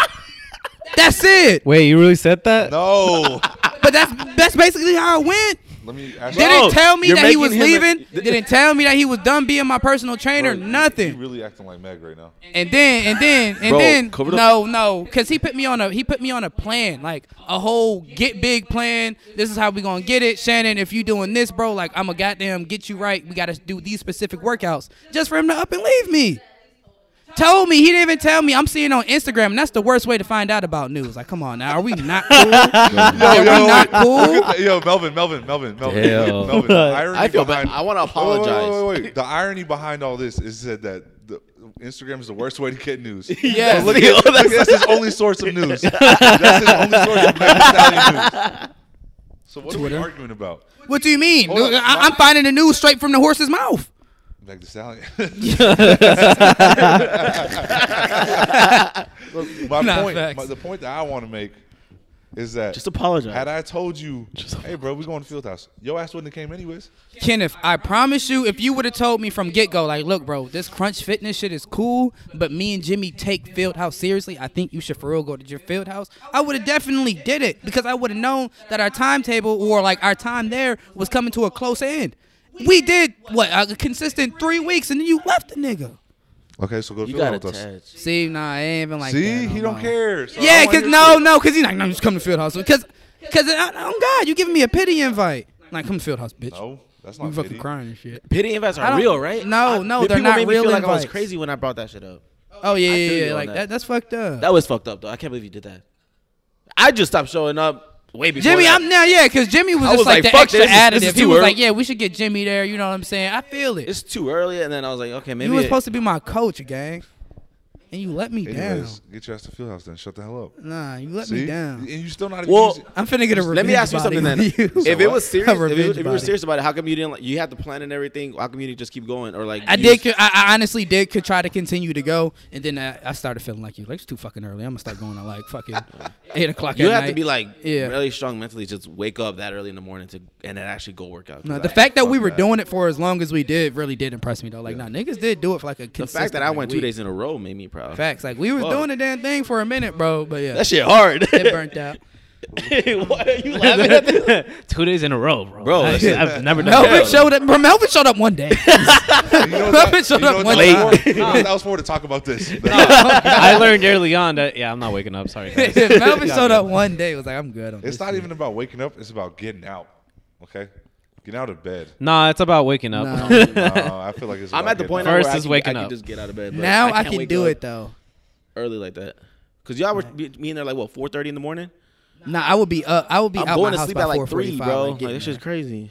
That's it. Wait, you really said that? [LAUGHS] No. But that's that's basically how it went. Let me ask you. Didn't tell me you're that he making was him a- leaving. [LAUGHS] didn't tell me that he was done being my personal trainer. Bro, you- You nothing. really acting like Meg right now. And then and then and Bro, then cover it up. no no because he put me on a he put me on a plan like a whole get big plan. This is how we gonna get it, Shannon. If you doing this, bro, like I'm a goddamn get you right. We gotta do these specific workouts just for him to up and leave me. Told me he didn't even tell me. I'm seeing on Instagram, and that's the worst way to find out about news. Like, come on now, are we not cool? Yo, Are we not cool? [LAUGHS] yo, Melvin, Melvin, Melvin, Melvin, Damn. Melvin. the irony [LAUGHS] I feel bad. behind- I want to Wait, wait, wait, apologize. Wait, wait, wait. The irony behind all this is that that the, Instagram is the worst way to get [LAUGHS] news. Yes. But look, at, Oh, look at- that's his only source of news. that's his only source of Meg Thee Stallion [LAUGHS] news. So what are we arguing about? What do you mean? Hold on. I, I'm finding the news straight from the horse's mouth. Meg Thee [LAUGHS] [LAUGHS] Stallion. Look, my Nah, point, facts. my, the point that I want to make is that Just apologize. had I told you, hey, bro, we going to Fieldhouse, your ass wouldn't have came anyways. Kenneth, I promise you, if you would have told me from get go, like, look, bro, this crunch fitness shit is cool, but me and Jimmy take Fieldhouse seriously. I think you should for real go to your Fieldhouse. I would have definitely did it because I would have known that our timetable or like our time there was coming to a close end. We did what a consistent three weeks, and then you left the nigga. Okay, so go to you Fieldhouse got with us. attached. See, nah, I ain't even like that See, no he don't more. care. So I Yeah, don't wanna cause hear no, shit. no, cause he's like, no, I'm just coming to Fieldhouse because, cause I, oh God, you giving me a pity invite. Like, come to Fieldhouse, bitch. No, that's you not fucking pity. crying and shit. Pity invites I are don't- real, right? No, no, the they're people not made me real feel like I was invites. crazy when I brought that shit up. Oh yeah, feel yeah, you yeah. on Like that. that. That's fucked up. That was fucked up, though. I can't believe you did that. I just stopped showing up way before. Jimmy, that. I'm now, yeah, because Jimmy was I just was like, like, the fuck extra this, this additive. is he too was early. like, yeah, we should get Jimmy there. You know what I'm saying? I feel it. It's too early, and then I was like, okay, maybe. you were it- supposed to be my coach, gang, and you let me Anyways, get your ass to Fieldhouse then. Shut the hell up. down. Nah, you let See, me down. and you still not. Well, using- I'm finna get a revenge Let me ask you body something then. on [LAUGHS] you. If it was serious, A if, it, revenge if you were body. serious about it, how come you didn't? Like, you had the plan and everything. How come you didn't just keep going? Or like, I you did. just- co- I, I honestly did could try to continue to go, and then I, I started feeling like you. Like it's too fucking early. I'm gonna start going at like fucking [LAUGHS] eight o'clock. You at have to night. be like Yeah. really strong mentally. Just wake up that early in the morning to and then actually go work out. 'Cause No, I- the fact that we fuck were that. doing it for as long as we did really did impress me though. Like, nah, niggas did do it for like a the fact that I went two days in a row made me proud. Facts. Like we was Fuck. doing the damn thing for a minute, bro. But yeah, That shit hard. it burnt out. Why are [LAUGHS] you laughing at this? Two days in a row, bro. Bro, I, listen. have never done Melvin that. showed up. Bro, Melvin showed up one [LAUGHS] day. [LAUGHS] you [LAUGHS] know That what bitch showed you know up what late. That was [LAUGHS] for? You know what that was for to talk about this. [LAUGHS] I learned early on that yeah, I'm not waking up. Sorry, guys. Melvin showed up one day. Was like, I'm good. On it's this not shit. even about waking up. It's about getting out. Okay, getting out of bed. Nah, it's about waking up. [LAUGHS] Nah. Uh, I feel like it's. [LAUGHS] [LAUGHS] I'm about at the getting point out. now First where I is can, waking I up. can just get out of bed. but Now I, can't can wake do up it though. early like that. Cause y'all were be- being there like what 4:30 in the morning. Nah, I would be up. I would be I'm out going my to house sleep by at like 4:45, three, bro. Like, Like, getting this shit's there. crazy.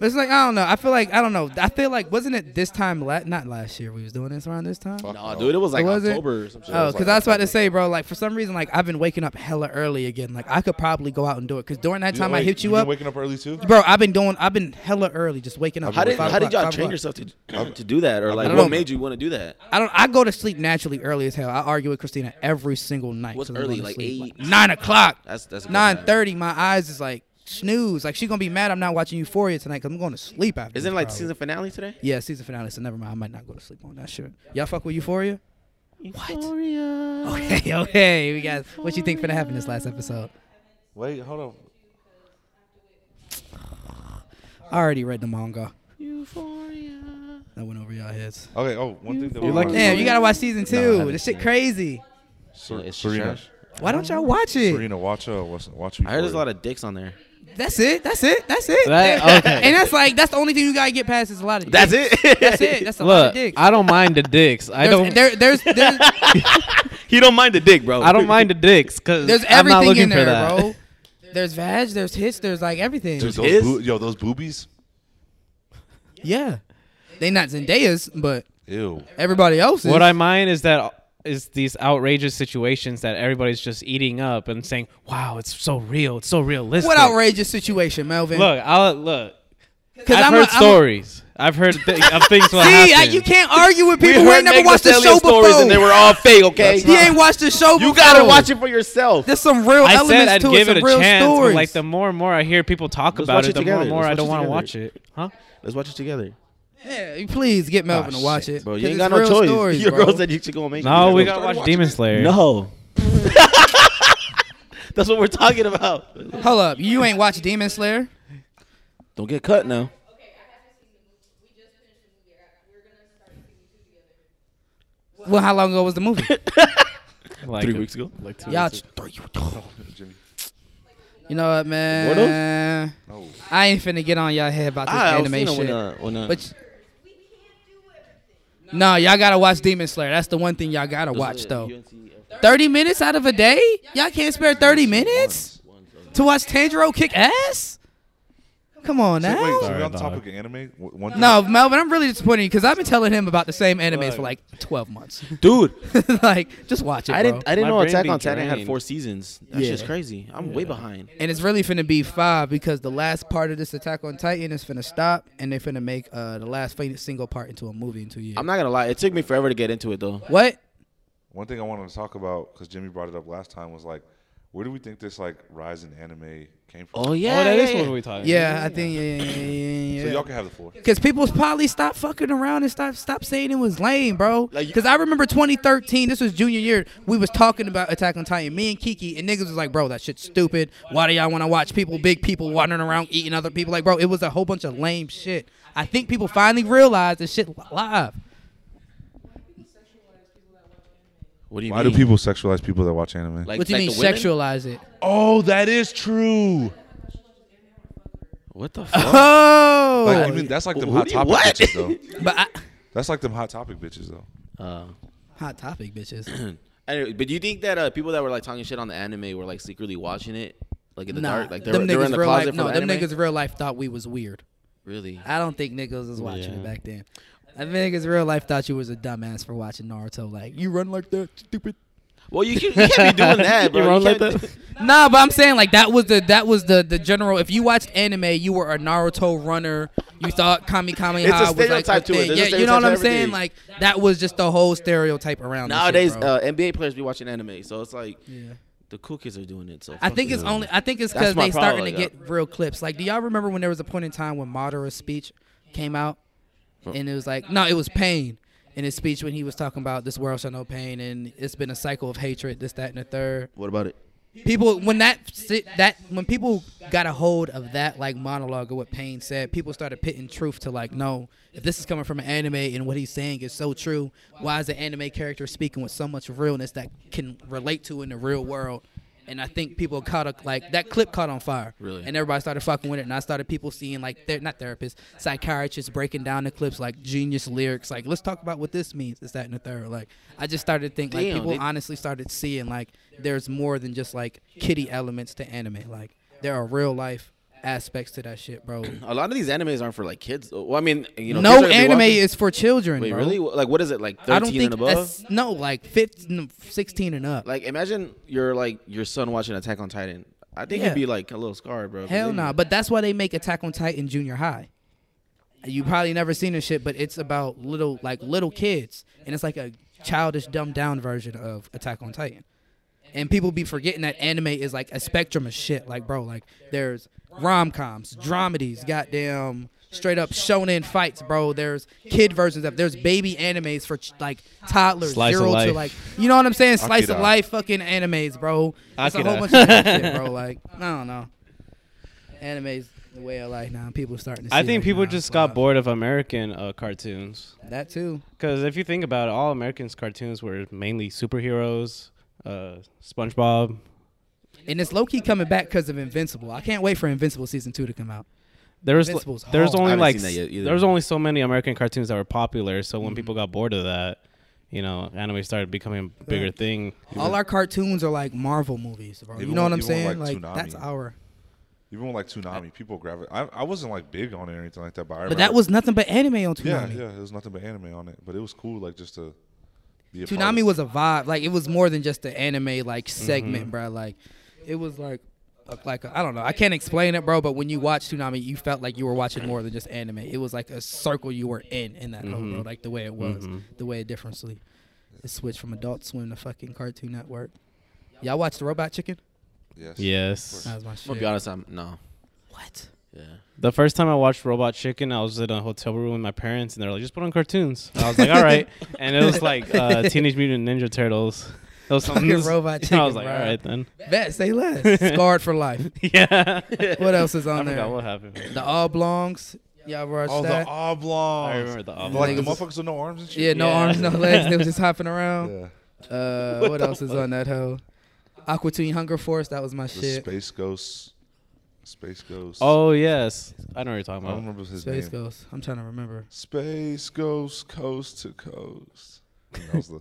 But it's like I don't know. I feel like I don't know. I feel like wasn't it this time? La- not last year. We was doing this around this time. Fuck Nah, no. dude, it was like Was it? October or some shit. Oh, because I was about to say, bro. Like for some reason, like I've been waking up hella early again. Like I could probably go out and do it. Because during that You- time I wait, hit you been up, Waking up early too. bro. I've been doing. I've been hella early, just waking up. How did Five how did o'clock, y'all five train o'clock. yourself to to do that, or like don't what know. made you want to do that? I don't. I go to sleep naturally early as hell. I argue with Christina every single night. What's 'cause I early? wanna Like sleep. eight? nine o'clock. That's that's a good Nine time. thirty. My eyes is like snooze. Like she gonna be mad. I'm not watching Euphoria tonight because I'm going to sleep after. Isn't this, it like probably. season finale today? Yeah, season finale. So never mind. I might not go to sleep on that shit. Y'all fuck with Euphoria? What? Okay, [LAUGHS] okay. We got. What you think finna happen this last episode? Wait, hold on. I already read the manga. Euphoria. That went over y'all heads. Okay. Oh, one thing that we like- learned- Damn, you gotta watch season two. haven't this shit seen it. crazy. Ser- It's Serena. trash. Why don't y'all watch it? Serena, watch her. Watch, watch I heard there's a lot of dicks on there. That's it. That's it. That's it. [LAUGHS] That- okay. and that's like that's the only thing you gotta get past is a lot of. That's dicks. it. That's it. That's a lot of Look, dicks. I don't mind the dicks. I there's, don't. there, there's there's He don't mind the dick, bro. I don't mind the dicks because there's [LAUGHS] I'm not everything looking in for there, that. bro. There's vag. There's hits. There's like everything. Dude, His? those boo- yo, those boobies. yeah, they not Zendaya's, but Ew. everybody else's. [LAUGHS] What I mind is that is these outrageous situations that everybody's just eating up and saying, "Wow, it's so real, it's so realistic." what outrageous situation, Melvin? Look, I'll look. because I've heard stories. i I've heard th- of [LAUGHS] things will See, I, happen. you can't argue with people who ain't never watched the show before. stories and they were all fake. Okay, he ain't watched the show. you before. gotta watch it for yourself. There's some real I elements said I'd to give it. it Some a real chance, stories. but like the more and more I hear people talk about watch it, it the more together. and more Let's I don't watch want it to watch it. Huh? Let's watch it together, yeah, please get Melvin to watch it. bro. You 'cause ain't got it's no real choice. Stories, Your bro. girl said you should go and make. No, it. we Go. gotta started watch watching Demon it? Slayer. no. That's what we're talking about. Hold up, you ain't watch Demon Slayer? Don't get cut now. Well, how long ago was the movie? Like Three weeks ago. Like two Y'all, weeks ago. Jimmy. you know what, man? Oh, I ain't finna get on y'all head about this I, I was anime seeing it when, shit. uh, when, uh, But no, y'all gotta watch Demon Slayer. That's the one thing y'all gotta watch though. Thirty minutes out of a day? Y'all can't spare thirty minutes to watch Tanjiro kick ass? Come on Wait, now. so Sorry, we're on the dog. topic of anime? W- One No, Melvin, I'm really disappointed because I've been telling him about the same anime for like 12 months. [LAUGHS] dude, like, just watch it, I didn't. bro. I didn't My know brain Attack be on Titan had drained. four seasons. That's Yeah. just crazy. I'm way behind. and it's really finna be five because the last part of this Attack on Titan is finna stop, and they're finna make uh, the last fin- single part into a movie in two years. I'm not gonna lie. It took me forever to get into it though. what? One thing I wanted to talk about because Jimmy brought it up last time was like, where do we think this like rise in anime came from? Oh yeah. Oh, that yeah, is yeah. what we talking. Yeah, I think yeah, yeah, yeah, yeah, So yeah. y'all can have the floor. Cause people probably stopped fucking around and stop stop saying it was lame, bro. Like, you- Cause I remember 2013, this was junior year, we was talking about Attack on Titan. Me and Kiki and niggas was like, bro, that shit's stupid. Why do y'all want to watch people, big people, wandering around eating other people? Like, bro, it was a whole bunch of lame shit. I think people finally realized this shit li- live. What do you Why do mean? people sexualize people that watch anime? Like, What do you like mean the women? sexualize it? oh, that is true. What the fuck? Oh, Like, I mean, that's like them Who hot do you- topic what? bitches though. but I, That's like them hot topic bitches though. uh, hot topic, bitches. anyway, but do you think that uh, people that were like talking shit on the anime were like secretly watching it, like in [CLEARS THROAT] the Nah, dark, like they them were, they were niggas in the real closet life, for no, the them anime? niggas real life thought we was weird. Really? I don't think niggas was watching it back then. I think niggas real life thought you was a dumbass for watching Naruto. Like you run like that, stupid. Well, you can't, you can't be doing that, bro. You wrong like can't- that? Nah, but I'm saying like that was the that was the the general. If you watched anime, you were a Naruto runner. You thought Kami Kami It's a was like stereotype to it. thing. There's a Yeah, you know stereotype what I'm to saying? everything. Like that was just the whole stereotype around. this shit, Nowadays, bro. uh, NBA players be watching anime, so it's like yeah. the cool kids are doing it. So I fuck think it. it's only. I think it's That's because my they starting to problem, get real clips. Like, do y'all remember when there was a point in time when Madara's speech came out, and it was like, no, it was pain in his speech when he was talking about this world shall know pain, and it's been a cycle of hatred, this, that, and the third. What about it? People, when that si- that when people got a hold of that like monologue of what Pain said, people started pitting truth to like, no, if this is coming from an anime and what he's saying is so true, why is an anime character speaking with so much realness that can relate to in the real world? And I think people caught a, like that clip caught on fire, Really? and everybody started fucking with it. And I started people seeing like they're not therapists, psychiatrists breaking down the clips like genius lyrics, like let's talk about what this means. Is that in the third? Like I just started thinking like Damn, people they- honestly started seeing like there's more than just like kitty elements to anime. Like there are real life aspects to that shit, bro. A lot of these animes aren't for like kids. Well, I mean, [CLEARS THROAT] you know, kids no are gonna be anime watching- is for children, Wait, bro. really? Like, what is it? Like I don't thirteen think and above? that's- no, like 15, 16 and up. Like, imagine you're like your son watching Attack on Titan. I think Yeah. he'd be like a little scarred, bro. 'cause Hell they- no, but that's why they make Attack on Titan junior high. You probably never seen this shit, but it's about little like little kids, and it's like a childish, dumbed down version of Attack on Titan. And people be forgetting that anime is like a spectrum of shit. Like, bro, like there's rom coms, dramedies, goddamn straight up shonen fights, bro. There's kid versions of there's baby animes for ch- like toddlers, Slice of zero to life. like you know what I'm saying? Slice of Akira. life fucking animes, bro. It's a whole Akira. bunch of dumb shit, bro. Like, I don't know anime's the way of life now. People starting to. See I think like, people nah, just fuck got up. bored of American uh, cartoons. That too. Because if you think about it, all Americans' cartoons were mainly superheroes, uh, SpongeBob. And it's low key coming back because of Invincible. I can't wait for Invincible season two to come out. There was Invincible's there was hard. only haven't like seen that yet s- either. there was only so many American cartoons that were popular. So Mm-hmm. when people got bored of that, you know, anime started becoming a bigger thing. All our cartoons are like Marvel movies, bro. Even you know what when- I'm even when, saying? like, Like, that's Toonami. our. Even with like Tsunami, people grab it. I, I wasn't like big on it or anything like that, but I But remember- that was nothing but anime on yeah, Toonami. yeah. It was nothing but anime on it, but it was cool, like just to. Be a part of Toonami it. was a vibe. Like it was more than just an anime like segment, bro. Like it was like a- like I I don't know. I can't explain it, bro. But when you watched Toonami, you felt like you were watching more than just anime. It was like a circle you were in in that whole world, like the way it was, the way it differently. It switched from Adult Swim to fucking Cartoon Network. Y'all watch the Robot Chicken? Yes. Yes, That was my shit. I'm gonna be honest. I'm no. What? Yeah. the first time I watched Robot Chicken, I was in a hotel room with my [LAUGHS] parents, and they're like, "Just put on cartoons." And I was like, "All right," and it was like uh, Teenage Mutant Ninja Turtles. Those Fucking songs. robot [LAUGHS] I was chicken, like, bro. all [LAUGHS] right then. Bet, say less. Scarred for life. Yeah. What else is I on forgot there? what happened. The oblongs. Y'all watch Oh, that? the oblongs. I remember the But, Like the Niggas- motherfuckers with no arms and shit. yeah, no Yeah. arms, no legs. They was just hopping Yeah. around. Uh, what, else is on that hoe? Aqua Teen Hunger Force. That was my The shit. Space Ghost. Space Ghost. Oh yes, I know what you're I talking don't about. remember his Space name. Ghost. I'm trying to remember. [LAUGHS] Space Ghost, coast to coast. That was the.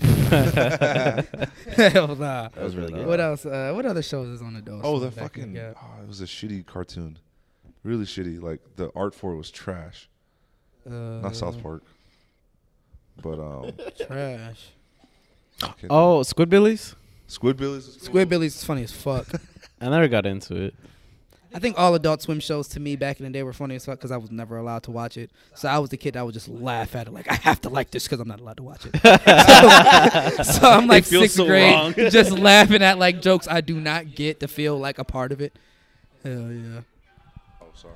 [LAUGHS] Hell nah. That was really good. What else? Uh, what other shows is on the door? Oh, that Back in- fucking. yeah. Oh, it was a shitty cartoon. Really shitty. Like the art for it was trash. Uh, Not South Park. But [LAUGHS] um. Trash. fucking- Oh, Squidbillies. Squidbillies. was cool. Squidbillies is funny as fuck. I never got into it. I think all Adult Swim shows to me back in the day were funny as fuck because I was never allowed to watch it. So I was the kid that would just laugh at it, like I have to like this because I'm not allowed to watch it. [LAUGHS] so, so I'm like feels sixth so grade, wrong. just laughing at like jokes I do not get to feel like a part of it. Hell yeah! Oh, sorry.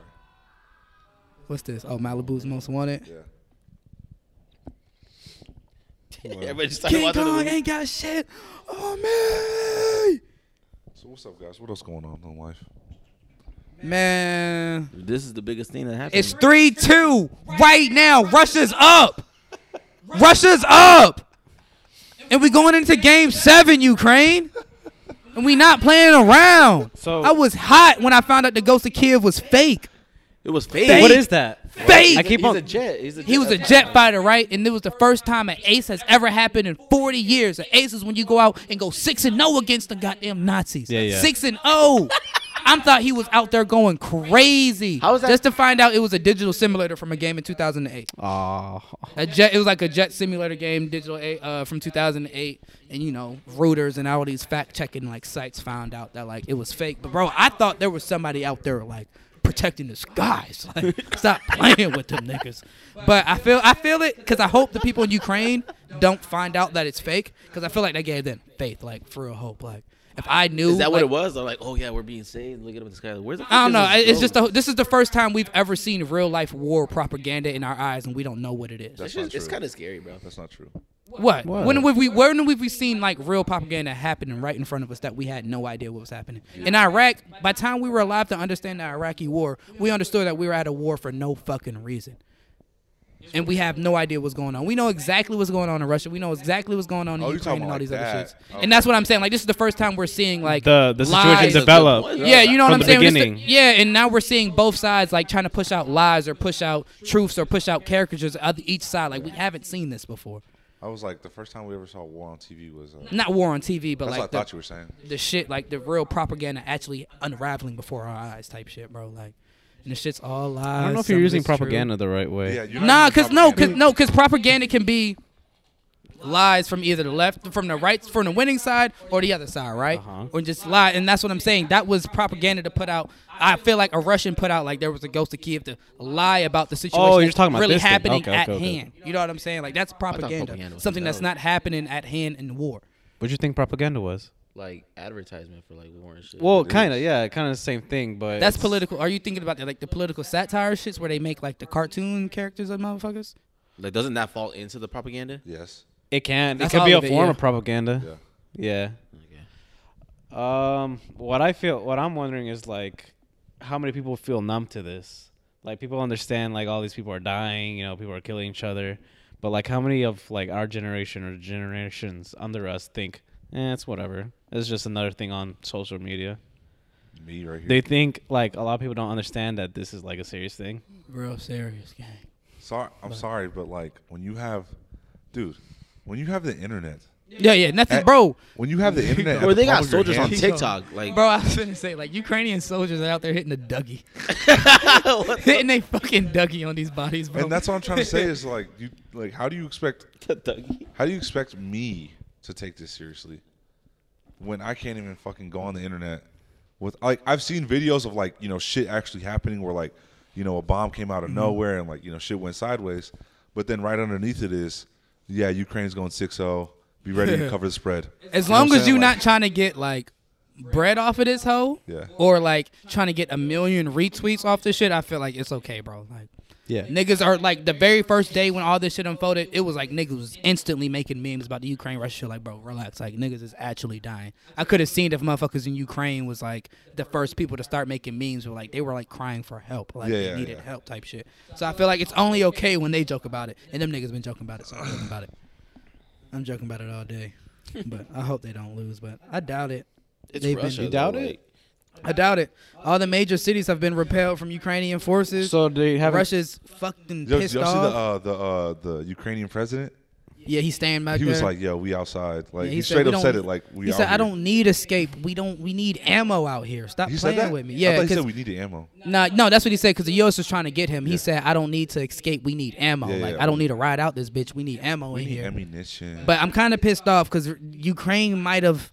What's this? Oh, Malibu's Most Wanted. Yeah. Everybody just started King watching Kong the ain't got shit on So what's up, guys? What else going on in life? me, man. This is the biggest thing that happened. It's 3 2 right now. Russia's up. Russia's up. And we going into game seven, Ukraine. And we not playing around. So- I was hot when I found out the ghost of Kiev was fake. it was fake. Fake. What is that? Fake. I keep He's on. a jet. He's a jet. He was a jet fighter, right? And it was the first time an ace has ever happened in 40 years. An ace is when you go out and go 6 and 0 against the goddamn Nazis. Yeah, yeah. 6 and [LAUGHS] 0. I thought he was out there going crazy. How is that- Just to find out it was a digital simulator from a game in 2008. Aw. A jet. It was like a jet simulator game, digital eight, uh, from 2008, and you know, rooters and all these fact checking like sites found out that like it was fake. But bro, I thought there was somebody out there like protecting the skies. [LAUGHS] Like, stop playing with them niggas. But I feel I feel it because I hope the people in Ukraine don't find out that it's fake because I feel like that gave them faith, like for real hope. Like if I knew, Is that what like- it was? I'm like, oh yeah, we're being saved. Look at him in the sky. Where's the? I don't know. fuck is It's just drone? the, this is the first time we've ever seen real life war propaganda in our eyes, and we don't know what it is. That's It's, just- not it's true. kind of scary, bro. That's not true. What? What? When have we when have we seen like real propaganda happening right in front of us that we had no idea what was happening? In Iraq, by the time we were alive to understand the Iraqi war, we understood that we were at a war for no fucking reason. And we have no idea what's going on. We know exactly what's going on in Russia. We know exactly what's going on in Oh, you Ukraine talking and all like these other that. shits. Okay. And that's what I'm saying. Like this is the first time we're seeing like The the lies. situation developed. developed. Yeah. Yeah, you know what From I'm the saying. We're beginning. sti- yeah, and now we're seeing both sides like trying to push out lies or push out truths or push out caricatures of each side. Like we haven't seen this before. I was like, the first time we ever saw war on TV was. Uh, Not war on TV, but that's what I Mm, like the- thought you were saying. the shit like the real propaganda actually unraveling before our eyes type shit, bro. Like, and the shit's all lies. I don't know if some you're of using it's true. propaganda the right way. Yeah, you're not Nah, using cause no, cause propaganda. no, cause propaganda can be lies from either the left, from the right, from the winning side, or the other side, right? Uh-huh. Or just lie, and that's what I'm saying. That was propaganda to put out. I feel like a Russian put out like there was a ghost of Kiev to lie about the situation. Oh, you're that's talking about really this thing. happening Okay, at okay, okay. hand. You know what I'm saying? Like that's propaganda, propaganda was something that's another- not happening at hand in war. What do you think propaganda was? Like advertisement for like war and shit. Well, kind of. Yeah, kind of the same thing, but That's it's- political. Are you thinking about the, like the political satire shits where they make like the cartoon characters of motherfuckers? like doesn't that fall into the propaganda? Yes. It can. That's it can be all a of it, form yeah. of propaganda. Yeah. Yeah. Um, what I feel, what I'm wondering is like, how many people feel numb to this? Like, people understand like all these people are dying, you know, people are killing each other, but like, how many of like our generation or generations under us think, eh, it's whatever. It's just another thing on social media. Me right here. They think like a lot of people don't understand that this is like a serious thing. Real serious gang. sorry, I'm sorry, but like when you have, dude, when you have the internet, Yeah, yeah, nothing, At- bro. when you [LAUGHS] have the internet, at Or the they palm got of your soldiers on hand- [LAUGHS] TikTok. Like, [LAUGHS] Bro, I was gonna say like Ukrainian soldiers are out there hitting [LAUGHS] the dougie, [LAUGHS] hitting they fucking dougie on these bodies, bro. and that's what I'm trying to [LAUGHS] say is like, you like, how do you expect, Dougie. how do you expect me to take this seriously when I can't even fucking go on the internet with like I've seen videos of like you know shit actually happening where like you know a bomb came out of Mm-hmm. nowhere and like you know shit went sideways, but then right underneath it is, yeah, Ukraine's going 6-0. Be ready [LAUGHS] to cover the spread. as know what long I'm as saying? you're Like- not trying to get like bread off of this hoe, Yeah. or like trying to get a million retweets off this shit, I feel like it's okay, bro. Like Yeah. Niggas are like the very first day when all this shit unfolded, it was like niggas was instantly making memes about the Ukraine Russia shit. Like, bro, relax. Like niggas is actually dying. I could have seen if motherfuckers in Ukraine was like the first people to start making memes were like they were like crying for help. Like Yeah, they yeah, needed yeah. help type shit. So I feel like it's only okay when they joke about it. And them niggas been joking about it, so I'm joking about it. I'm joking about it all day. But I hope they don't lose, but I doubt it. It's They've been- Russia. You doubt though, it? like- I doubt it. All the major cities have been repelled from Ukrainian forces. So they have Russia's fucking Yo, did pissed y'all see off. the uh, the uh, the Ukrainian president? yeah, he's staying back He there. was like, "Yo, we outside." Like Yeah, he, said, straight "We up don't- said it. Like we. He out said, "I here." don't need escape. We don't. We need ammo out here. Stop He said playing that with me." I Yeah, thought he said because we needed ammo. nah, no, that's what he said. Because the U.S. was trying to get him. He said, "I don't need to escape. We need ammo. Yeah, like yeah. I don't need to ride out this bitch. We need ammo We in need here." ammunition. But I'm kind of pissed off because Ukraine might have.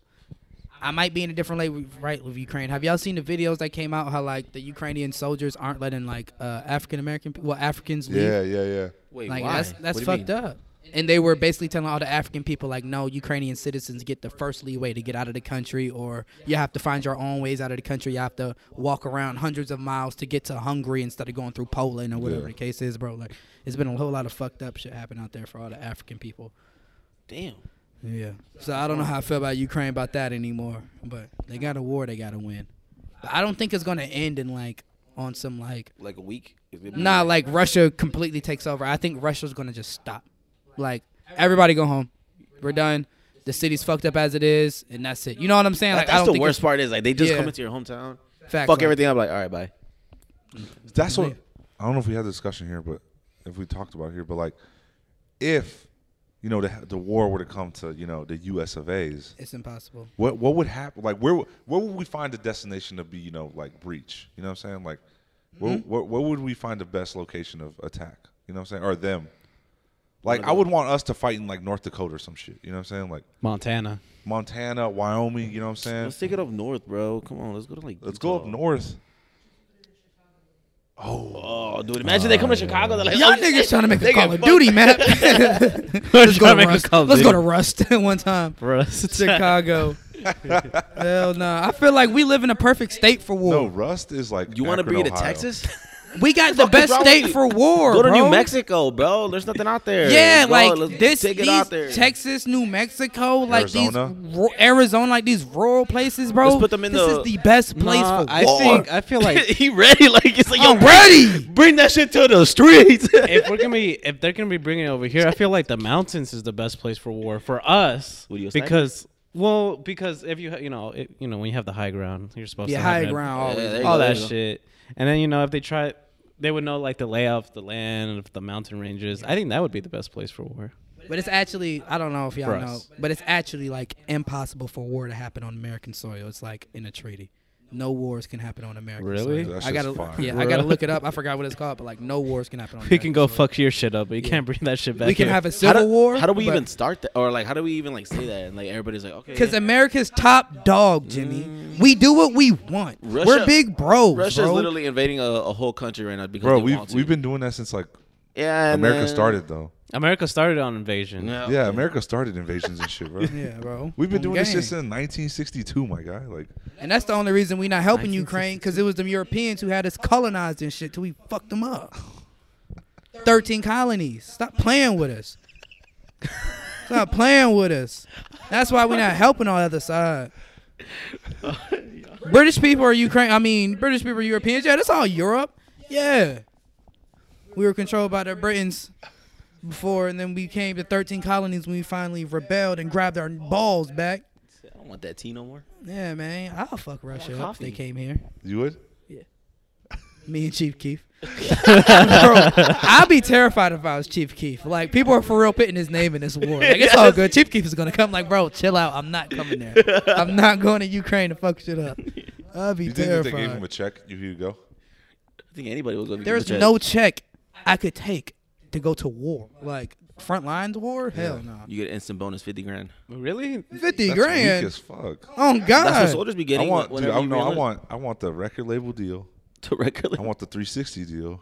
I might be in a different lane, with- right, with Ukraine. Have y'all seen the videos that came out how like the Ukrainian soldiers aren't letting like uh, African American, well Africans leave? yeah, yeah, yeah. Wait, Like why? that's that's What do you fucked mean? up. And they were basically telling all the African people like, no, Ukrainian citizens get the first leeway to get out of the country, or you have to find your own ways out of the country. You have to walk around hundreds of miles to get to Hungary instead of going through Poland or whatever Yeah. the case is, bro. Like, it's been a whole lot of fucked up shit happening out there for all the African people. Damn. Yeah. So I don't know how I feel about Ukraine about that anymore, but they got a war they got to win. But I don't think it's gonna end in like on some like Like a week? Nah, like Russia completely takes over. I think Russia's gonna just stop. Like everybody go home. We're done. The city's fucked up as it is, and that's it. You know what I'm saying? Like I that's don't the think worst part is like they just Yeah. come into your hometown, it's facts, fuck like- everything. I'm like, all right, bye. That's what I don't know if we had a discussion here, but if we talked about it here, but like if you know the the war were to come to you know the U.S. of A's, It's impossible. what what would happen? Like where would- where would we find a destination to be you know like breach? You know what I'm saying? Like where, Mm-hmm. where where would we find the best location of attack? You know what I'm saying? Or them? Like I would want us to fight in like North Dakota or some shit. You know what I'm saying? Like Montana. Montana, Wyoming. You know what I'm saying? Let's take it up north, bro. Come on, let's go to like. Let's go up Utah. north. Oh, dude, imagine they come to Chicago. They're like, Y'all oh, shit, niggas trying to make a nigga, Call of fuck. Duty map. [LAUGHS] [LAUGHS] Let's go Trying to to make a Rust. [LAUGHS] Call of Let's go Duty. to Rust [LAUGHS] one time. [LAUGHS] Rust. Chicago. Hell no. I feel like we live in a perfect state for war. No, Rust is like You want to Akron, breed a Ohio. Texas? We got [LAUGHS] the fuck is best wrong state with you? for war. Go to bro. New Mexico, bro. There's nothing out there. Yeah, Bro, like let's this, Take these it out there. [LAUGHS] Texas, New Mexico, like Arizona? these ru- Arizona, like these rural places, bro. Let's put them in this the- is the best place Nah, for I war. [LAUGHS] think I feel like he ready like it's like yo, I'm ready. bring that shit to [LAUGHS] the streets. if we're gonna be if they're gonna be bringing it over here, I feel like the mountains is the best place for war for us What do you think? because well because if you ha- you know it, you know when you have the high ground you're supposed Yeah, to high have it. ground Yeah, always. there you all go, there that you go. shit and then you know if they try they would know like the layout of the land of the mountain ranges. I think that would be the best place for war. But it's actually, I don't know if y'all For know, us. but it's actually like impossible for war to happen on American soil. It's like in a treaty. No wars can happen on American Really? soil. That's I just gotta, fire. yeah, I gotta look it up. [LAUGHS] I forgot what it's called, but like no wars can happen on. We can American go soil. fuck your shit up, but you can't bring that shit back. We can here. have a how civil do, war. How do we but- even start that? Or like, how do we even like say that? And like everybody's like, okay, Because America's top dog, Jimmy. Mm. We do what we want. Russia- We're big bros, Russia's bro. literally invading a, a whole country right now because Bro, they we've want to. we've been doing that since like yeah, and America then- started though. America started on invasion. No. Yeah, America started invasions and shit, bro. Oh, [LAUGHS] Yeah, bro. We've been On doing this gang. shit since 1962, my guy. Like, and that's the only reason we not helping Ukraine because it was them Europeans who had us colonized and shit till we fucked them up. Thirteen colonies. Stop playing with us. Stop playing with us. That's why we're not helping on the other side. British people are Ukraine. I mean, British people are Europeans. Yeah, that's all Europe. Yeah, we were controlled by the Britons before, and then we came to thirteen colonies when we finally rebelled and grabbed our balls back. I don't want that tea no more. Yeah, man. I'll fuck Russia up if coffee. they came here. you would? Me and Chief Keef. Bro, I'd be terrified if I was Chief Keef. Like, people are for real putting his name in this war. Like, it's all good. Chief Keef is going to come. Like, bro, chill out. I'm not coming there. I'm not going to Ukraine to fuck shit up. I'd be You think if they gave him terrified. a check, you could go? I think anybody was going. There's no check I could take to go to war. Like, front lines war? Hell no. You get instant bonus fifty grand. Really? 50 That's grand. weak as fuck. Oh, God. That's what soldiers be I getting. want, dude, whenever I, you no, I realize- [LAUGHS] want, I want the record label deal. to record. I want the 360 deal.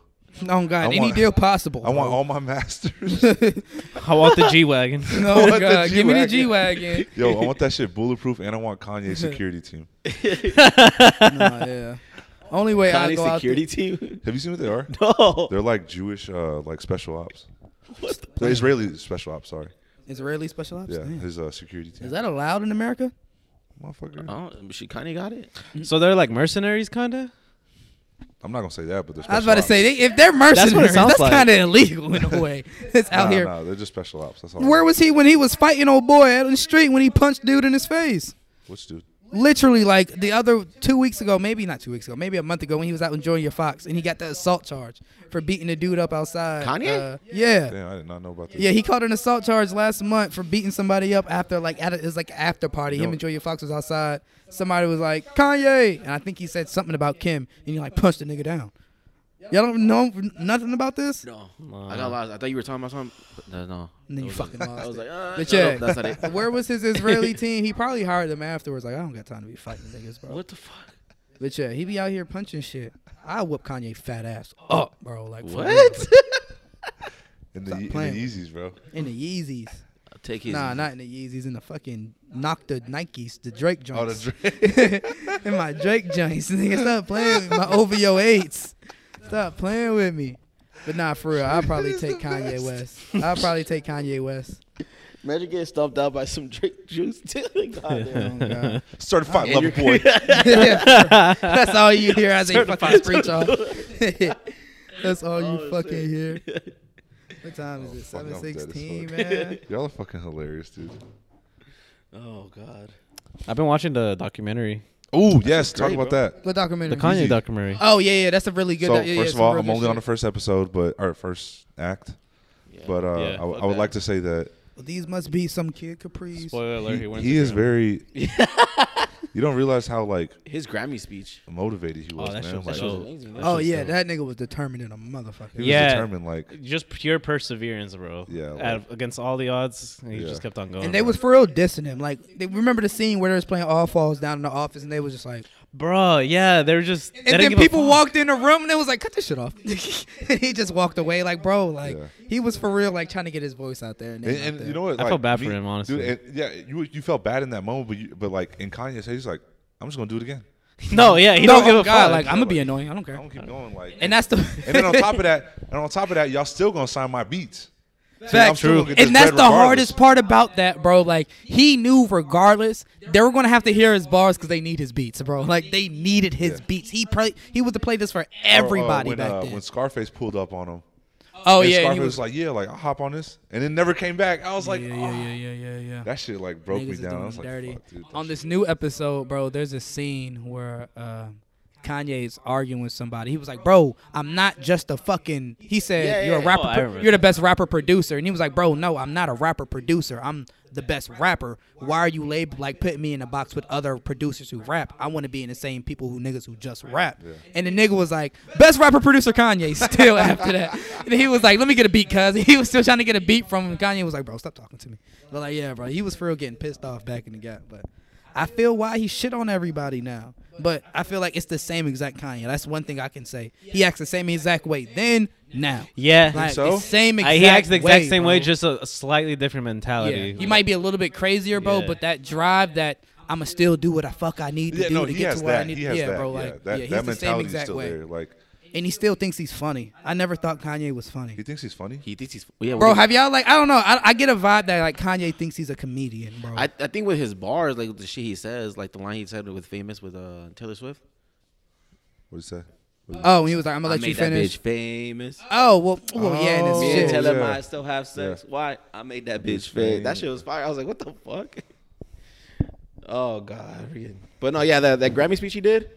oh, God. I Any want- deal possible. I want bro. all my [LAUGHS] masters. I want the G wagon. I want [LAUGHS] No, the God. Give me the G G-Wagon. Wagon. [LAUGHS] Yo, I want that shit bulletproof, and I want Kanye's security team. Nah, yeah. Only way I Connie's go out. security team. [LAUGHS] Have you seen what they are? no. They're like Jewish, uh, like special ops. What the- They're Israeli special ops. Sorry. there- Israeli special ops. Yeah, Damn. his uh, security team. Is that allowed in America? Motherfucker. I don't- she kind of got it. So they're like mercenaries, kinda. I'm not gonna say that, but they're. Special I was about to ops. say they, if they're mercenaries, sounds that's like. kind of illegal in a way. [LAUGHS] It's out Nah, here. nah, they're just special ops. That's all. Where was he when he was fighting old boy out on the street when he punched dude in his face? Which dude? Literally, like the other two weeks ago, maybe not two weeks ago, maybe a month ago, when he was out enjoying your fox and he got the assault charge for beating the dude up outside. Kanye? Uh, yeah. Damn, I did not know about this. Yeah, he caught an assault charge last month for beating somebody up after like at a, it was like an after party. Him No. and Julia Fox was outside. Somebody was like Kanye, and I think he said something about Kim, and he like punched the nigga down. Y'all don't know nothing about this. No, I got lost. I thought you were talking about something. but No, no. And then you That was fucking it. lost I was it. [LAUGHS] like, uh, But no, yeah, no, that's not [LAUGHS] it. Where was his [LAUGHS] Israeli team? He probably hired them afterwards. Like I don't got time to be fighting niggas, bro. What the fuck? But yeah, he be out here punching shit. I whoop Kanye fat ass up, bro. Like for real. What? in the, Stop in the playing. Yeezys, bro. in the Yeezys? I'll take his. Nah, not in the Yeezys. In the fucking knock the Nikes, the Drake Oh, joints. the [LAUGHS] Drake. in my Drake joints. Nigga, stop playing with me. My OVO eights. Stop playing with me. But nah, for real, I'll probably take Kanye West. I'll probably take Kanye [LAUGHS] West. Imagine getting stomped out by some [LAUGHS] Drake juice. Oh, [LAUGHS] God. Certified lover boy. [LAUGHS] That's all you hear as a fucking screech off. [LAUGHS] That's all you Oh, fucking shit. [LAUGHS] hear. What time is it? Oh, fuck, I'm Seven dead as [LAUGHS] sixteen, fuck. man. Y'all are fucking hilarious, dude. [LAUGHS] Oh God. I've been watching the documentary, Oh yes, talk great, about bro. that. What documentary? the Kanye Yeezy. documentary. Oh yeah, yeah. That's a really good. so yeah, yeah, first it's of a all, real I'm good only on the shit. first episode, but or first act. Yeah. But uh, Yeah, I, w- fuck I would that. like to say that These must be some kid capris. Spoiler alert: He, he, wins. he the is Grammy. very. [LAUGHS] you don't realize how like His Grammy speech. motivated he was, that shit man. was Like, he That shit dope. was was amazing. man. Oh shit's yeah, dope. that nigga was determined in a motherfucker. Yeah. determined. Like just pure perseverance, bro. Yeah, like- Out of- against all the odds, he Yeah. just kept on going. And they was for real dissing him. Like they remember the scene where they was playing All Falls Down in the office, and they was just like. bro. Yeah, they were just. they And didn't then give a people fuck. walked in the room, and they was like, "Cut this shit off." [LAUGHS] and he just walked away, like, bro, like Yeah. he was for real, like trying to get his voice out there. And, And, it's not and there. you know what? I like, felt bad for me- him, honestly. Dude, and, yeah, you you felt bad in that moment, but you, but like in Kanye's head, he's like, I'm just gonna do it again. No, yeah, he No, don't give oh a God, fuck. like I'm gonna be annoying. I don't I'm care. gonna keep going. Like, And that's the and then on top [LAUGHS] of that, and on top of that, y'all still gonna sign my beats. So I'm Fact. still gonna get this And that's bread the regardless. hardest part about that, bro. Like he knew, regardless, they were gonna have to hear his bars because they need his beats, bro. Like they needed his Yeah. beats. He play, he was to play this Or, for uh, everybody when, back uh, then. When Scarface pulled up on him, oh and yeah, and Scarface he was, was like, "Yeah, like I'll hop on this," and it never came back. I was like, yeah, "Oh." yeah, yeah, yeah, yeah, yeah. that shit like broke "Ah." Niggas me is down. doing I was like, dirty. Fuck, dude, that on shit- this new episode, bro, there's a scene where uh, Kanye is arguing with somebody. He was like, "Bro, I'm not just a fucking." He said, Yeah, "You're a yeah. rapper. Oh, I pro- remember you're the best rapper producer." And he was like, "Bro, no, I'm not a rapper producer. I'm the best rapper. Why are you labeled like putting me in a box with other producers who rap? I want to be in the same people who niggas who just rap." And the nigga was like, "Best rapper producer Kanye." [LAUGHS] Still after that, and he was like, "Let me get a beat, cuz." [LAUGHS] He was still trying to get a beat from him. Kanye was like, "Bro, stop talking to me." But like, yeah, bro, he was for real getting pissed off back in the gap, but. I feel why he shit on everybody now. But I feel like it's the same exact Kanye. That's one thing I can say. He acts the same exact way then, now. yeah. Like so? the same exact I- he acts the exact way, same way, bro. just a, a slightly different yeah. mentality. He might be a little bit crazier, bro, Yeah. but that drive that I'ma still do what I fuck I need to Yeah, do no, to he get has to where I that. need He to has yeah, that. bro. yeah, Like that, yeah, he's that the same mentality's exact still way. there. Like, And he still thinks he's funny. I never thought Kanye was funny. he thinks he's funny. He thinks he's. Yeah, Bro, what- have y'all like I don't know. I, I get a vibe that like Kanye thinks he's a comedian, bro. I, I think with his bars, like the shit he says, like the line he said with famous with uh, Taylor Swift. What'd he say? oh, and he was like, I'm gonna I let made you that finish. bitch famous. Oh well, well yeah, and Oh, it's Me and shit. yeah. Taylor might still have sex. Yeah. Why? I made that Bitch bitch famous. That famous. shit was fire. I was like, what the [LAUGHS] fuck? Oh God. freaking- But no, yeah, that, that Grammy speech he did.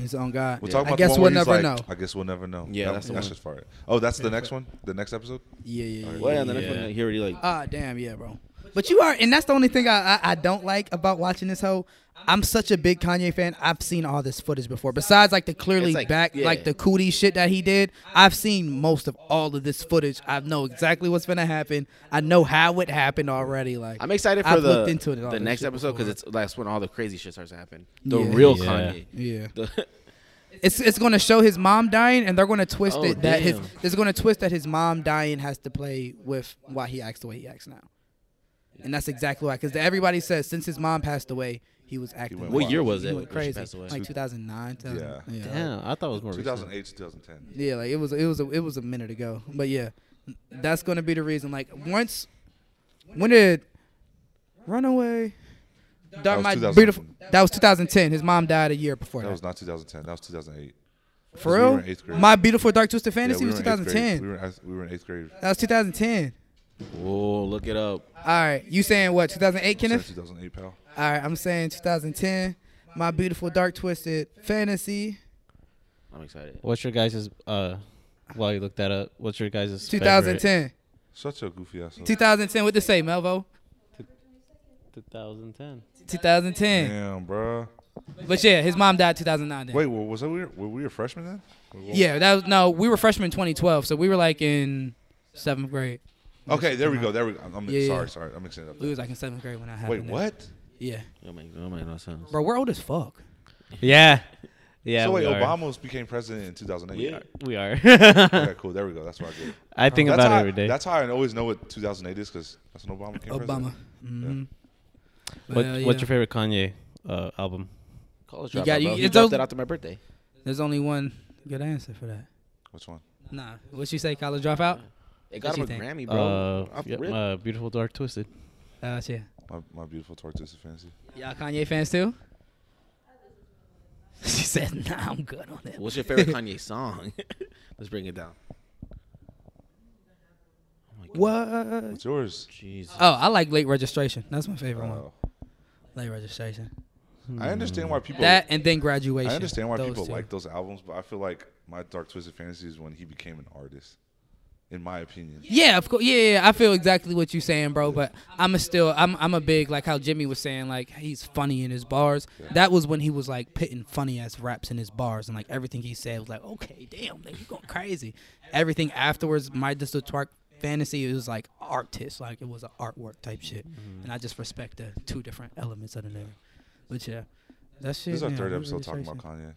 His own God. We'll talk I about guess the we'll one where never he's know. like, I guess we'll never know. Yeah, That- that's the that's one. just fire. Oh, that's the next one. The next episode. Yeah, yeah, yeah. Well, yeah, the next Yeah. one he already like. Ah, damn, yeah, bro. But you are, and that's the only thing I, I, I don't like about watching this whole. I'm such a big Kanye fan. I've seen all this footage before. Besides, like the clearly It's like- back, yeah. like the cootie shit that he did. I've seen most of all of this footage. I know exactly what's gonna happen. I know how it happened already. Like I'm excited for I've the looked into it and all the this next shit episode because before. it's that's when all the crazy shit starts to happen. The Yeah. real Yeah. Kanye. yeah. The- [LAUGHS] It's it's gonna show his mom dying, and they're gonna twist Oh, it that his damn. it's gonna twist that his mom dying has to play with why he acts the way he acts now, and that's exactly why. Because everybody says since his mom passed away, he was acting. went like- What year was he it Went when she crazy. passed away? Like 2009. 2000, Yeah. yeah. Damn, I thought it was more. recent. 2008 to 2010. Yeah, like it was it was a, it was a minute ago. But yeah, that's gonna be the reason. Like once, when did Runaway? That Dark was My 2000. Beautiful. That was 2010. His mom died a year before That that. was not 2010. That was 2008. For we were real, in eighth grade. My Beautiful Dark Twisted Yeah, Fantasy we was were in eighth grade. 2010. We were, in- we were in eighth grade. that was 2010. Whoa, look it up. All right, you saying what? 2008, Since Kenneth? 2008, pal. All right, I'm saying 2010. My Beautiful Dark Twisted Fantasy. I'm excited. What's your guys' uh? While you look that up, what's your guys' 2010. Such a goofy ass. 2010. What to say, Melvo? 2010. 2010. Damn, bruh. But yeah, his mom died 2009. Then. Wait, well, was that we were, were we a freshman then? Or what? Yeah, that was, no, we were freshmen in 2012, so we were like in seventh grade. Okay, there we go. There we go. I'm, I'm- Yeah, yeah. sorry, sorry. I'm mixing it We up. was like in seventh grade when I happened. Wait, that. what? Yeah, Don't make, don't make no sense. bro, we're old as fuck. Yeah, yeah. so we wait, are. Obama became president in 2008. We are. We are. [LAUGHS] Okay, cool. There we go. That's what I get. [LAUGHS] I think That's about how, it every day. That's how I always know what 2008 is because that's when Obama became Obama. president. hmm What, What's your favorite Kanye uh, album? College You dropout, got- you- bro. He it's dropped those- that after my birthday. There's only one good answer for that. Which one? Nah, what you say? College dropout? It got you him a think? Grammy, Uh, bro. Off yep, rip. uh, Beautiful Dark Twisted. Uh, yeah. My, my beautiful tortoise fancy. Y'all Kanye fans too? [LAUGHS] she said, Nah, I'm good on it. What's your favorite Kanye song? [LAUGHS] Let's bring it down. What? What's yours? Jesus. Oh, I like late registration. That's my favorite one. Oh. Late registration. I understand why people. That and then graduation. I understand why Those people two. like those albums, but I feel like my dark twisted fantasy is when he became an artist, in my opinion. Yeah, of course. Yeah, yeah, yeah, I feel exactly what you're saying, bro. But I'm a still, I'm, I'm a big like how Jimmy was saying, like he's funny in his bars. That was when he was like putting funny ass raps in his bars, and like everything he said was like, okay, damn, like, you going crazy. Everything afterwards, my just a twerk fantasy it was like artist, like it was an artwork type shit, Mm-hmm. and I just respect the two different elements of the name. But yeah, that shit. This is our man, third really episode talking about crazy. Kanye.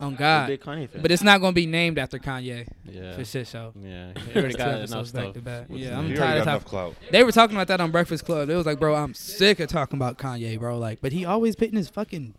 Oh I'm a God, big Kanye fan. but it's not gonna be named after Kanye Yeah. for shit show. [LAUGHS] Yeah. First He already two got episodes enough back stuff. to back. with Yeah, his I'm He name. tired already of got how- enough clout. They were talking about that on Breakfast Club. It was like, bro, I'm sick of talking about Kanye, bro. Like, but he always putting his fucking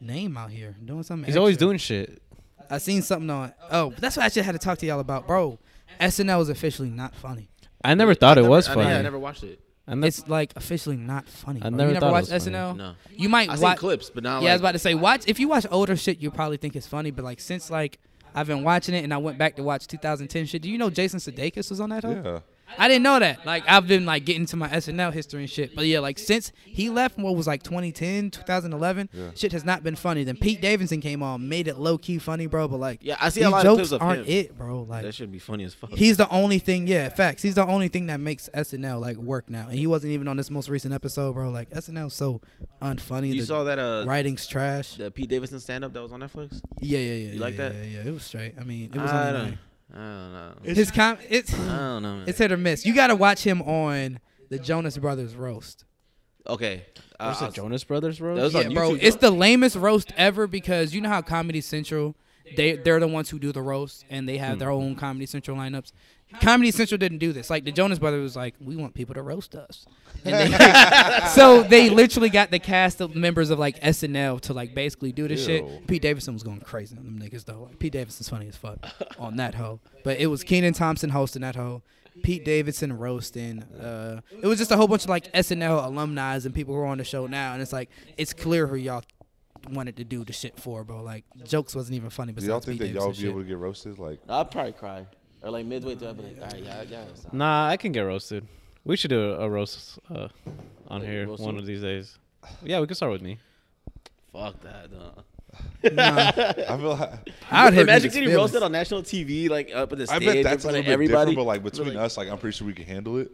name out here, doing something. He's always extra. doing shit. I seen something on. Oh, that's what I should had to talk to y'all about, bro. SNL is officially not funny. I never thought I it never- was I funny. never- I never watched it. And that's- It's like officially not funny. I bro. never you never thought it watched was funny. SNL. No. You might I seen watch. clips, but not Yeah, I was like about to say watch. If you watch older shit, you probably think it's funny. But like since like I've been watching it, and I went back to watch 2010 shit. Do you know Jason Sudeikis was on that? hoe? Yeah. I didn't know that. Like I've been like getting to my SNL history and shit. But yeah, like since he left, what was like 2010, 2011, Yeah. shit has not been funny. Then Pete Davidson came on, made it low key funny, bro. But like, Yeah, I see these a lot of jokes clips of aren't him. it, bro. Like That should be funny as fuck. he's the only thing. Yeah, facts. He's the only thing that makes SNL like work now. And he wasn't even on this most recent episode, bro. Like SNL's so unfunny. you the saw that uh writing's trash. the Pete Davidson stand up that was on Netflix? yeah, yeah, yeah. You like yeah, that? Yeah, yeah. It was straight. I mean, it was. I only don't like- I don't know. His com. It's I don't know. man. it's hit or miss. You got to watch him on the Jonas Brothers roast. Okay. Uh, What's the I'll- Jonas Brothers, bro? That was yeah, on bro, YouTube, it's the lamest roast ever because you know how Comedy Central they they're the ones who do the roast and they have their own Comedy Central lineups. Comedy Central didn't do this. Like the Jonas Brothers was like, we want people to roast us, And they- [LAUGHS] so they literally got the cast of members of like SNL to like basically do Ew. this shit. Pete Davidson was going crazy on them niggas though. Like Pete Davidson's funny as fuck on that hoe, but it was Keenan Thompson hosting that hoe. Pete Davidson roasting. Uh, it was just a whole bunch of like SNL alumni and people who are on the show now, and it's like it's clear who y'all wanted to do the shit for, bro. Like jokes wasn't even funny. Do Besides y'all think Pete that y'all Davidson would be shit. able to get roasted? Like, I'll probably cry. Or like midway through, I'll be like, all right, yeah, yeah. it's Mm. not- Nah, I can get roasted. We should do a, a roast uh, on here roast one him? of these days. Yeah, we can start with me. Fuck that. Nah. I feel like I would hurt Imagine niggas' getting feelings. roasted on national TV, like up at the I bet stage that's a in little bit front of everybody. different, but like between us, like I'm pretty sure we can handle it.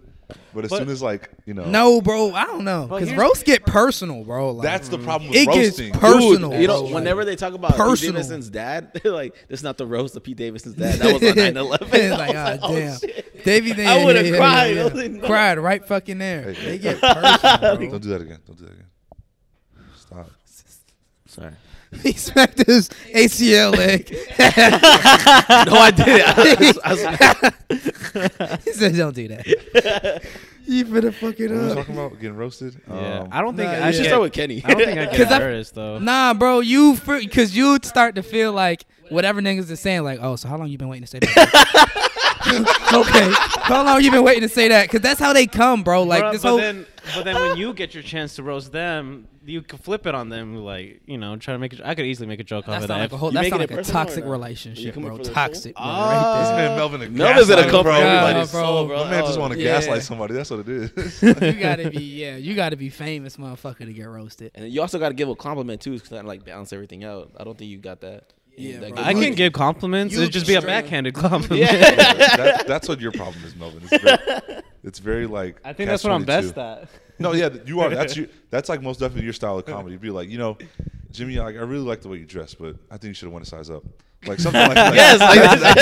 But as soon as like you know, No, bro. I don't know. But Cause here's- roasts get personal, bro. Like, that's the problem with it gets roasting. personal. Dude, you know, bro. whenever they talk about Pete Personal. Davidson's dad, [LAUGHS] they're like, this is not the roast of Pete Davidson's dad. [LAUGHS] That was on 9 11. It's [LAUGHS] like, ah, damn. oh, shit. Davey, then- I would've yeah, yeah, cried. yeah, yeah. I would've- Cried right fucking there. [LAUGHS] Hey, They hey. get personal, bro. Don't do that again. Don't do that again. Stop. Sorry. [LAUGHS] he smacked his ACL [LAUGHS] leg. [LAUGHS] No, I did. I, I, I, [LAUGHS] he said, "Don't do that." You finna fuck it What were we up. talking about? Getting roasted? Yeah, Um, I don't think Nah, I yeah. should [LAUGHS] should. start with Kenny. I don't [LAUGHS] think I get 'Cause I- embarrassed though. Nah, bro, you because you start to feel like whatever niggas is saying, like, oh, so how long you been waiting to say that? [LAUGHS] okay, how long you been waiting to say that? Because that's how they come, bro. Like but, this but whole then, but then when you get your chance to roast them, you can flip it on them, like you know, try to make. A, I could easily make a joke off that's of not that. like a whole You that's making not it like a personal or toxic not? Are you relationship, coming bro. for the soul? Toxic. one Ah. right This there. man Melvin to Melvin's gonna gaslight come for bro. everybody's Yeah, bro. soul, bro. That man just Oh, want to yeah. gaslight somebody. That's what it is. [LAUGHS] [LAUGHS] you gotta be yeah, you gotta be famous, motherfucker, to get [LAUGHS] roasted. And you also got to give a compliment too, because that like balance everything out. I don't think you got that. Yeah, that bro. I can give compliments. You It'd just be a straight up- [LAUGHS] backhanded compliment. that, that's what your problem is, Melvin. It's very, it's very like. I think that's what I'm best at. [LAUGHS] No, yeah, you are. That's you. That's like most definitely your style of comedy. Be like, you know, Jimmy, like, I really like the way you dress, but I think you should have went a size up. Like something like that. Yes, like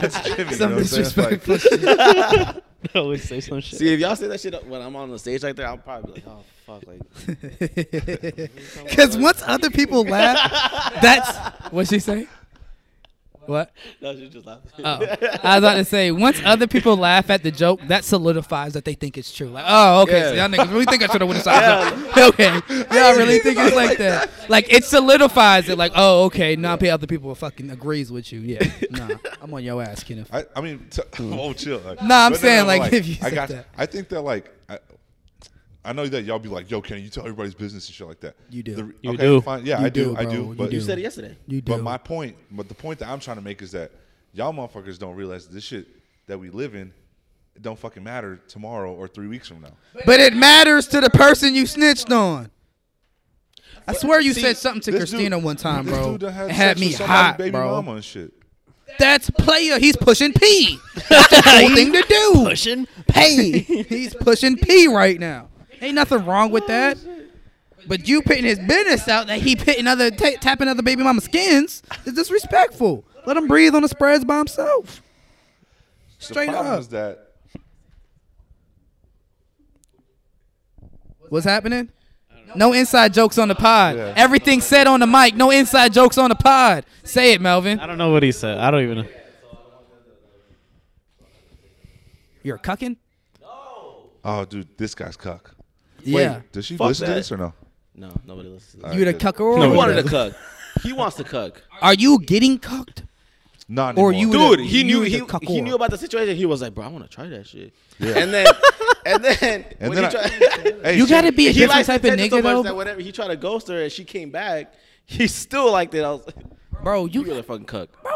that's, that's Jimmy. Some you know what I'm saying? It's like, disrespectful shit. always say some shit. See, if y'all say that shit up when I'm on the stage like that, I'll probably be like, oh fuck, like [LAUGHS] Because once other people laugh, that's what she say. What? no, she's just laughing. Oh, I was about to say once other people laugh at the joke, that solidifies that they think it's true. Like, oh, okay, so Yeah. y'all niggas really think I should have went inside. [LAUGHS] Okay, y'all really think it's like that. Like it solidifies it. Like, oh, okay, now other people fucking agrees with you. [LAUGHS] Yeah, nah, I'm on your ass, Kenneth. I, I mean, t- [LAUGHS] oh, chill. Like, Nah, I'm but saying, like, if you I said got, that. I think that like, I, I know that y'all be like, yo, Kenny, you tell everybody's business and shit like that. You do. The- You okay, do. Fine. Yeah, You I do. do, I bro, do. you But do. you said it yesterday. You do. But my point, but the point that I'm trying to make is that y'all motherfuckers don't realize this shit that we live in it don't fucking matter tomorrow or three weeks from now. but it matters to the person you snitched on. I swear you See, said something to this Christina dude- one time, this bro. dude done It sex had with me somebody's hot, baby bro. mama and shit. That's player. He's pushing P. That's the [LAUGHS] cool thing to do. Pushing. P. He's pushing P right now. Ain't nothing wrong with that. But you putting his business out that he putting other ta tapping other baby mama skins is disrespectful. Let him breathe on the spreads by himself. Straight the problem up. is that What's happening? No inside jokes on the pod. Yeah. Everything said on the mic. No inside jokes on the pod. Say it, Melvin. I don't know what he said. I don't even know. You're cucking. oh, dude, this guy's cuck. Yeah. Wait, does she Fuck listen to that. this or no? No, nobody listens. to All that. right, You the good. cucker or He what? wanted to cuck. He wants to cuck. Are you getting cucked? Not anymore. Or you- [LAUGHS] Dude, the- he knew the he, cuck he whore. knew about the situation. He was like, bro, I want to try that shit. Yeah. And [LAUGHS] then, and then, And when then he I- tried- [LAUGHS] Hey, You she- gotta be a he different likes type of attention nigga so much though. that whenever he tried to ghost her and she came back, he still liked it. I was like, [LAUGHS] Bro, you you really fucking cuck. bro,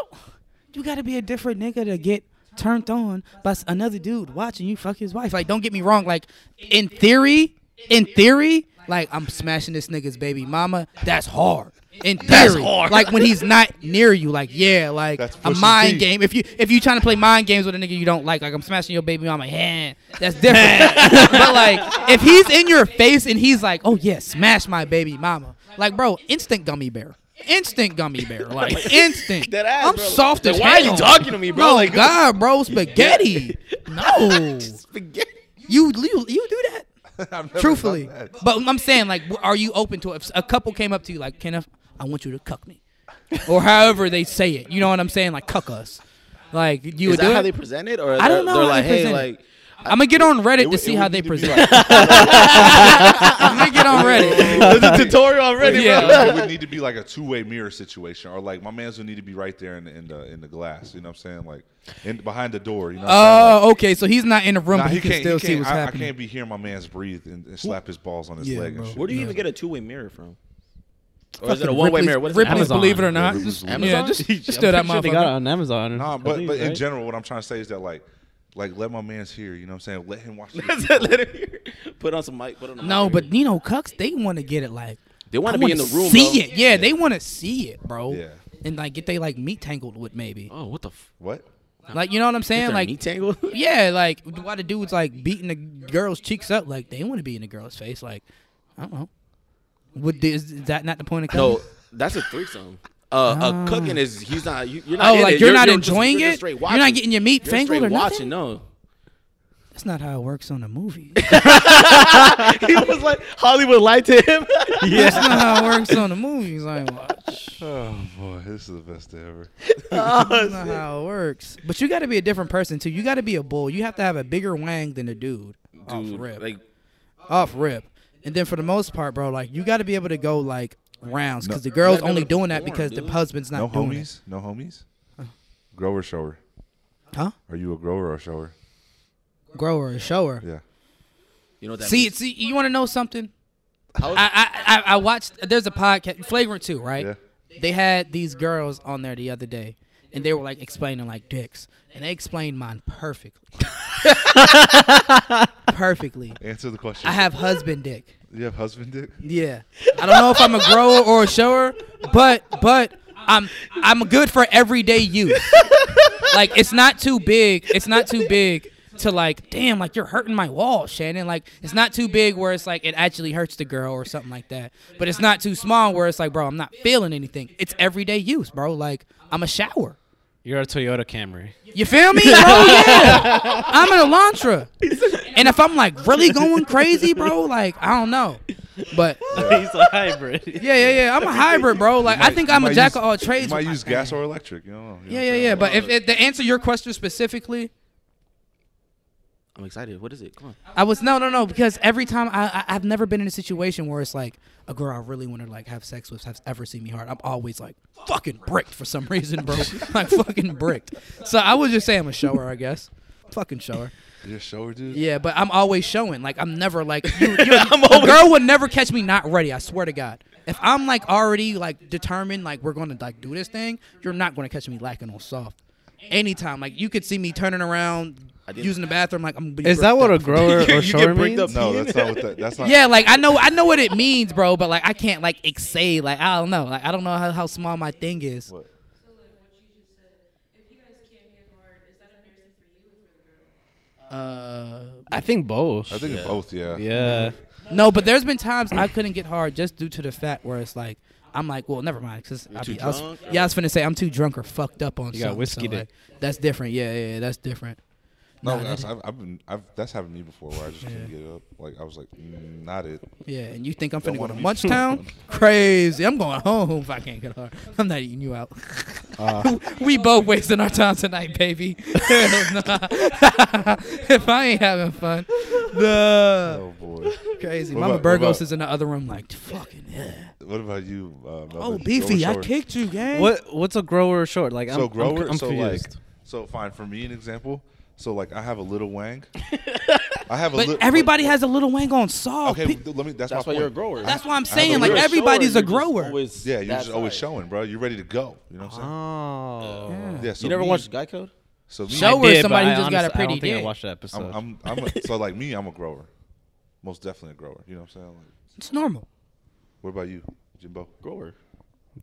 you gotta be a different nigga to get turned on by s- another dude watching you fuck his wife. Like, don't get me wrong. Like, in theory, in theory, like I'm smashing this nigga's baby mama. That's hard. In theory, hard. like when he's not near you, like yeah, like That's a pushing mind P. game. If you if you trying to play mind games with a nigga you don't like, like I'm smashing your baby mama, yeah, that's [LAUGHS] different. [LAUGHS] but like if he's in your face and he's like, oh yeah, smash my baby mama, like bro, instant gummy bear, instant gummy [LAUGHS] bear, like instant. That ass, I'm bro. soft Then as why are you hell. talking to me, bro? Oh Like- God, bro, [LAUGHS] spaghetti. no, Spaghetti. you you you do that. [LAUGHS] I've never done Truthfully, that. but I'm saying like, w- are you open to it? If a couple came up to you like, Kenneth, I want you to cuck [LAUGHS] me, or however they say it. You know what I'm saying? Like cuck us. Like you Is would do that how it? they present it? Or I don't know They're how like, they hey, present it. like, I'm gonna get on Reddit It to would- see it how would they need to be [LAUGHS] present. like- I'm gonna get [LAUGHS] on [LAUGHS] Reddit. [LAUGHS] there's a tutorial already, Yeah. bro. it would need to be like a two-way mirror situation, or like my man's would need to be right there in the in the, in the glass. You know what I'm saying? Like in behind the door. You know. What I'm saying? Like, Oh, okay. So he's not in the room, nah, but he, can can't- still he see can't- what's I, happening. I can't be hearing my man's breathe and, and slap his balls on his Yeah, leg bro. and shit. Where do you Yeah. even get a two-way mirror from? Or is it a Fucking one way Ripley's- mirror? What is Ripley's [LAUGHS] it? Amazon. Believe It or Not. Ripley's Just- Believe It or [LAUGHS] yeah, Not. just, just I'm still that pretty sure they got it motherfucker. on Amazon. Nah, I but believe, but in right? general, what I'm trying to say is that like like let my man's hear. You know what I'm saying? Let him watch. [LAUGHS] the- That's it, let him hear. [LAUGHS] Put on some mic. Put on a mic No, right but here. you know, cucks, they want to get it like. they want I to be in wanna the room. See bro. it, yeah. They want to see it, bro. Yeah. And like get they like meat tangled with maybe, Oh, what the f? what? like you know what I'm saying, Like, knee like [LAUGHS] tangle? yeah, like why the dudes like beating the girl's cheeks up, like they want to be in the girl's face, like I don't know. Would is, is that not the point of No, cucking? that's a threesome. Uh, A cooking is he's not. You, you're not. Oh, in like it. you're, not just- enjoying you're just it. You're straight not watching. getting your meat [LAUGHS] You're fangled straight or watching. nothing. No. That's not how it works on a [LAUGHS] movie. he was like Hollywood lied to [LAUGHS] him. That's not how it works on a movie. He's like, well, Oh boy, this is the best day ever. that's not how it works. But you got to be a different person too. You got to be a bull. You have to have a bigger wang than the dude. off Dude, Oh, rip. Um, like off rip. And then for the most part, bro, like you got to be able to go like rounds because the girl's gotta be only able to doing that perform, because the dude. husband's not No doing homies? No homies? Grower shower. it. Huh? Are you a grower or shower? Grower and shower. Yeah. you know what that See, means? see, you want to know something? How is- I, I, I, I watched. There's a podcast, Flagrant Two, right? Yeah. They had these girls on there the other day, and they were like explaining like dicks, and they explained mine perfectly. [LAUGHS] perfectly. Answer the question. I have husband dick. you have husband dick? Yeah. I don't know if I'm a grower or a shower, but but I'm I'm good for everyday use. like it's not too big. It's not too big to like, damn, like you're hurting my wall, Shannon. Like it's not too big where it's like it actually hurts the girl or something like that. But it's not too small where it's like, bro, I'm not feeling anything. It's everyday use, bro. Like I'm a shower. You're a Toyota Camry. You feel me, bro? Yeah. [LAUGHS] I'm an Elantra. And if I'm like really going crazy, bro, like I don't know. But [LAUGHS] He's a [LAUGHS] hybrid. yeah, yeah, yeah. I'm a hybrid, bro. Like I think You I'm a might jack use- of all You trades. might with my use thing. gas or electric. You know, you know Yeah, what yeah, I'm yeah. saying? But if, if to answer your question specifically, I'm excited. What is it? Come on. I was no, no, no. Because every time I, I I've never been in a situation where it's like a girl I really want to like have sex with has ever seen me hard. I'm always like fucking bricked for some reason, bro. [LAUGHS] like fucking bricked. So I would just say I'm a shower, I guess. Fucking shower. You're a shower dude? Yeah, but I'm always showing. Like I'm never like you, you, a girl would never catch me not ready. I swear to God. If I'm like already like determined, like we're gonna like do this thing, you're not gonna catch me lacking on soft. Anytime, like you could see me turning around, didn't- using the bathroom, like I'm. Gonna be Is that bricked what [LAUGHS] a up. [LAUGHS] grower You- or you shower get bricked means? up. No, that's not what that, that's not. Yeah, like I know, I know what it means, bro. But like I can't like ex- say like I don't know, like I don't know how, how small my thing is. What? Uh, I think both. I think it's both, yeah. yeah. no, but there's been times I couldn't get hard just due to the fact where it's like I'm like, well, never mind, because I, too be- I was, drunk? yeah, I was finna say I'm too drunk or fucked up on. You got something, whiskeyed so, it. like, That's different. Yeah, yeah, yeah, that's different. No, Nah, that's, that- I've, I've been, I've, that's happened to me before where I just couldn't get up. Like, I was like, mm, not it. Yeah, and you think I'm finna go wanna to be- Munchtown? [LAUGHS] Crazy. I'm going home if I can't get hard. [LAUGHS] I'm not eating you out. Uh. [LAUGHS] we both wasting our time tonight, baby. [LAUGHS] Hell nah. [LAUGHS] if I ain't having fun, the Oh, boy. crazy. What Mama about- what Burgos about- is in the other room, like fucking yeah. [LAUGHS] What about you, uh, Melvin? Oh, Grower, beefy, I shower? kicked you, gang. What What's a grower or short? Like I'm, so grower, I'm, I'm so confused. like, so fine for me an example. So like, I have a little [LAUGHS] wang. I have a But little. everybody has a little wang on soft. Okay, th- let me. That's, That's my why you're a point. grower. That's why I'm I have a saying, like little- You're a everybody's a shower, you're just grower. always Yeah, you're that just always size. showing, bro. You're ready to go. You know what I'm Ah. saying? Oh. Yeah. So You never me, watched Guy Code? So me, Show- Grower is somebody who just got a I pretty don't think dick. I watched that episode. I'm, I'm, I'm a, so like me, I'm a grower. Most definitely a grower. You know what I'm saying? Like, It's normal. what about you, Jimbo? Grower.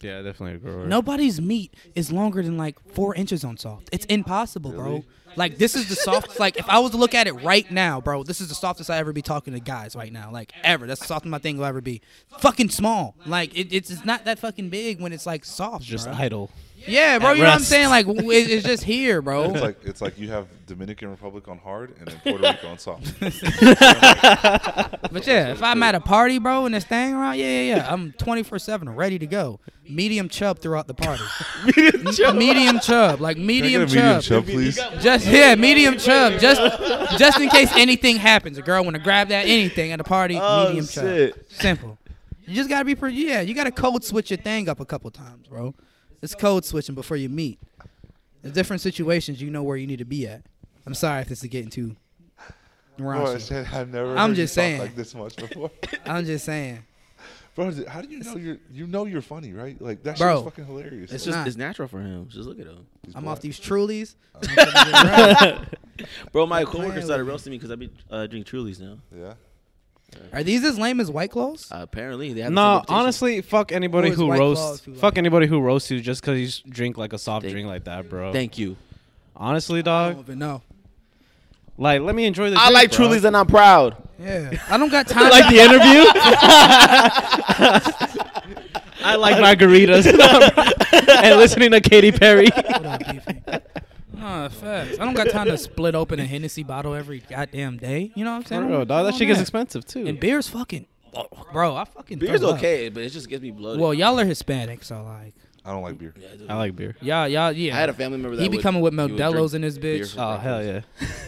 yeah, definitely a grower. Nobody's meat is longer than like four inches on soft. It's impossible, bro. Really? Like this is the softest. like if I was to look at it right now, bro, this is the softest I ever be talking to guys right now. Like ever. That's the softest my thing will ever be. Fucking small. Like it, it's it's not that fucking big when it's like soft. Just bro. idle. yeah, bro. at You know what I'm rest. saying? Like w- it, it's just here, [LAUGHS] bro. It's like it's like you have Dominican Republic on hard and then Puerto Rico on soft. But yeah, if I'm at a party, bro, and this thing around, yeah, yeah, yeah, I'm 24 seven, ready to go. Medium chub throughout the party. [LAUGHS] medium chub, medium chub, like medium chub. please. Just yeah, medium chub. Just just in case anything happens, a girl want to grab that anything at a party. medium chub. shit. Simple. You just gotta be pretty. Yeah, you gotta code switch your thing up a couple times, bro. It's code switching before you meet. In different situations, you know where you need to be at. I'm sorry if this is getting too. Bro, I raunchy. said I've never. heard I'm you just talk saying. like this much before. I'm just saying. Bro, is it- how do you know you're you know you're funny, right? Like that Bro, shit's fucking hilarious. It's Like, just Nah. it's natural for him. Just look at him. he's I'm black. off these Trulies. Oh, Bro, my playing coworker with started me. roasting me because I be uh, drink Trulies now. Yeah. [LAUGHS] Are these as lame as White Claws? Uh, apparently, they have the same No, reputation. honestly, fuck anybody Or is who White Claws roasts. too Fuck light? anybody who roasts you just because you s- drink like a soft Thank- drink like that, bro. Thank you. Honestly, I don't dog. even know. Like, let me enjoy the. I drink, like bro. [LAUGHS] Trulies and I'm proud. Yeah, I don't got time. like the [LAUGHS] interview. [LAUGHS] I like margaritas and listening to Katy Perry. [LAUGHS] Hold on, Beefy. Nah, facts. I don't got time to split open a Hennessy bottle every goddamn day. You know what I'm saying? For real, dog. That Come shit on gets now. expensive too. And beer's fucking, bro. I fucking Beer's throw up. okay, but it just gets me bloated. Well, y'all are Hispanic, so like, I don't like beer. Yeah, dude. I like beer. y'all, y'all, yeah. I had a family member that He be would- coming with he would drink Modelo's in his beer bitch. for Oh breakfast. hell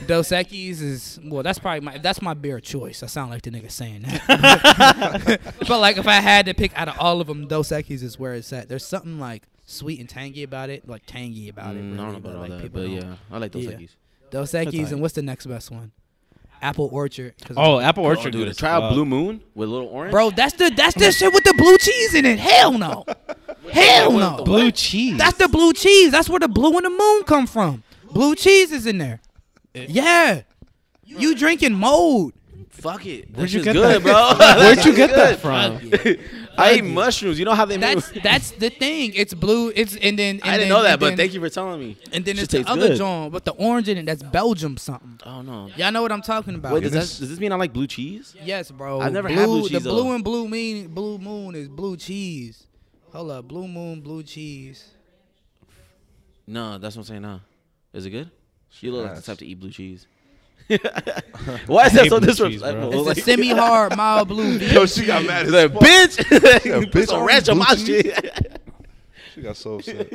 yeah. Dos Equis is well. That's probably my that's my beer of choice. I sound like the nigga saying that, but like if I had to pick out of all of them, Dos Equis is where it's at. There's something like sweet and tangy about it, like tangy about it. Really, Mm, I don't know but, about all like, that, people but don't. yeah, I like those Yeah. Equis. Dos That's Equis aight. and what's the next best one? Apple Orchard. 'cause Oh, apple Oh, orchard. dude, good try out fuck. Blue Moon with little orange. bro, that's the that's the shit with the blue cheese in it. Hell [LAUGHS] no, hell no. Blue cheese. That's the blue cheese. That's where the blue and the moon come from. Blue cheese is in there. Yeah, you drinking mold. fuck it. Where'd That you shit's get good, that? bro. Where'd you get that from? [LAUGHS] I ate mushrooms. You know how they make. That's that's the thing. It's blue. It's and then and I didn't then- know that, and but then- thank you for telling me. And then Shit it's the tastes other good. joint with the orange in it. That's Belgium something. Oh no. Y'all know what I'm talking about. Wait, does, that, goodness. does this mean I like blue cheese? yes, bro. I've never blue, had blue cheese, The though. blue and blue mean blue moon is blue cheese. Hold up, blue moon, blue cheese. No, that's what I'm saying. Nah. Is it good? You look like the Yes. type to eat blue cheese. Why is that hate so blue cheese, bro. disrespectful? It's Like- a [LAUGHS] semi-hard, mild [LAUGHS] blue. Yo, she got mad as Like, fuck. [LAUGHS] bitch, you put bitch, some I'm ranch on my blue cheese. shit. She got so upset.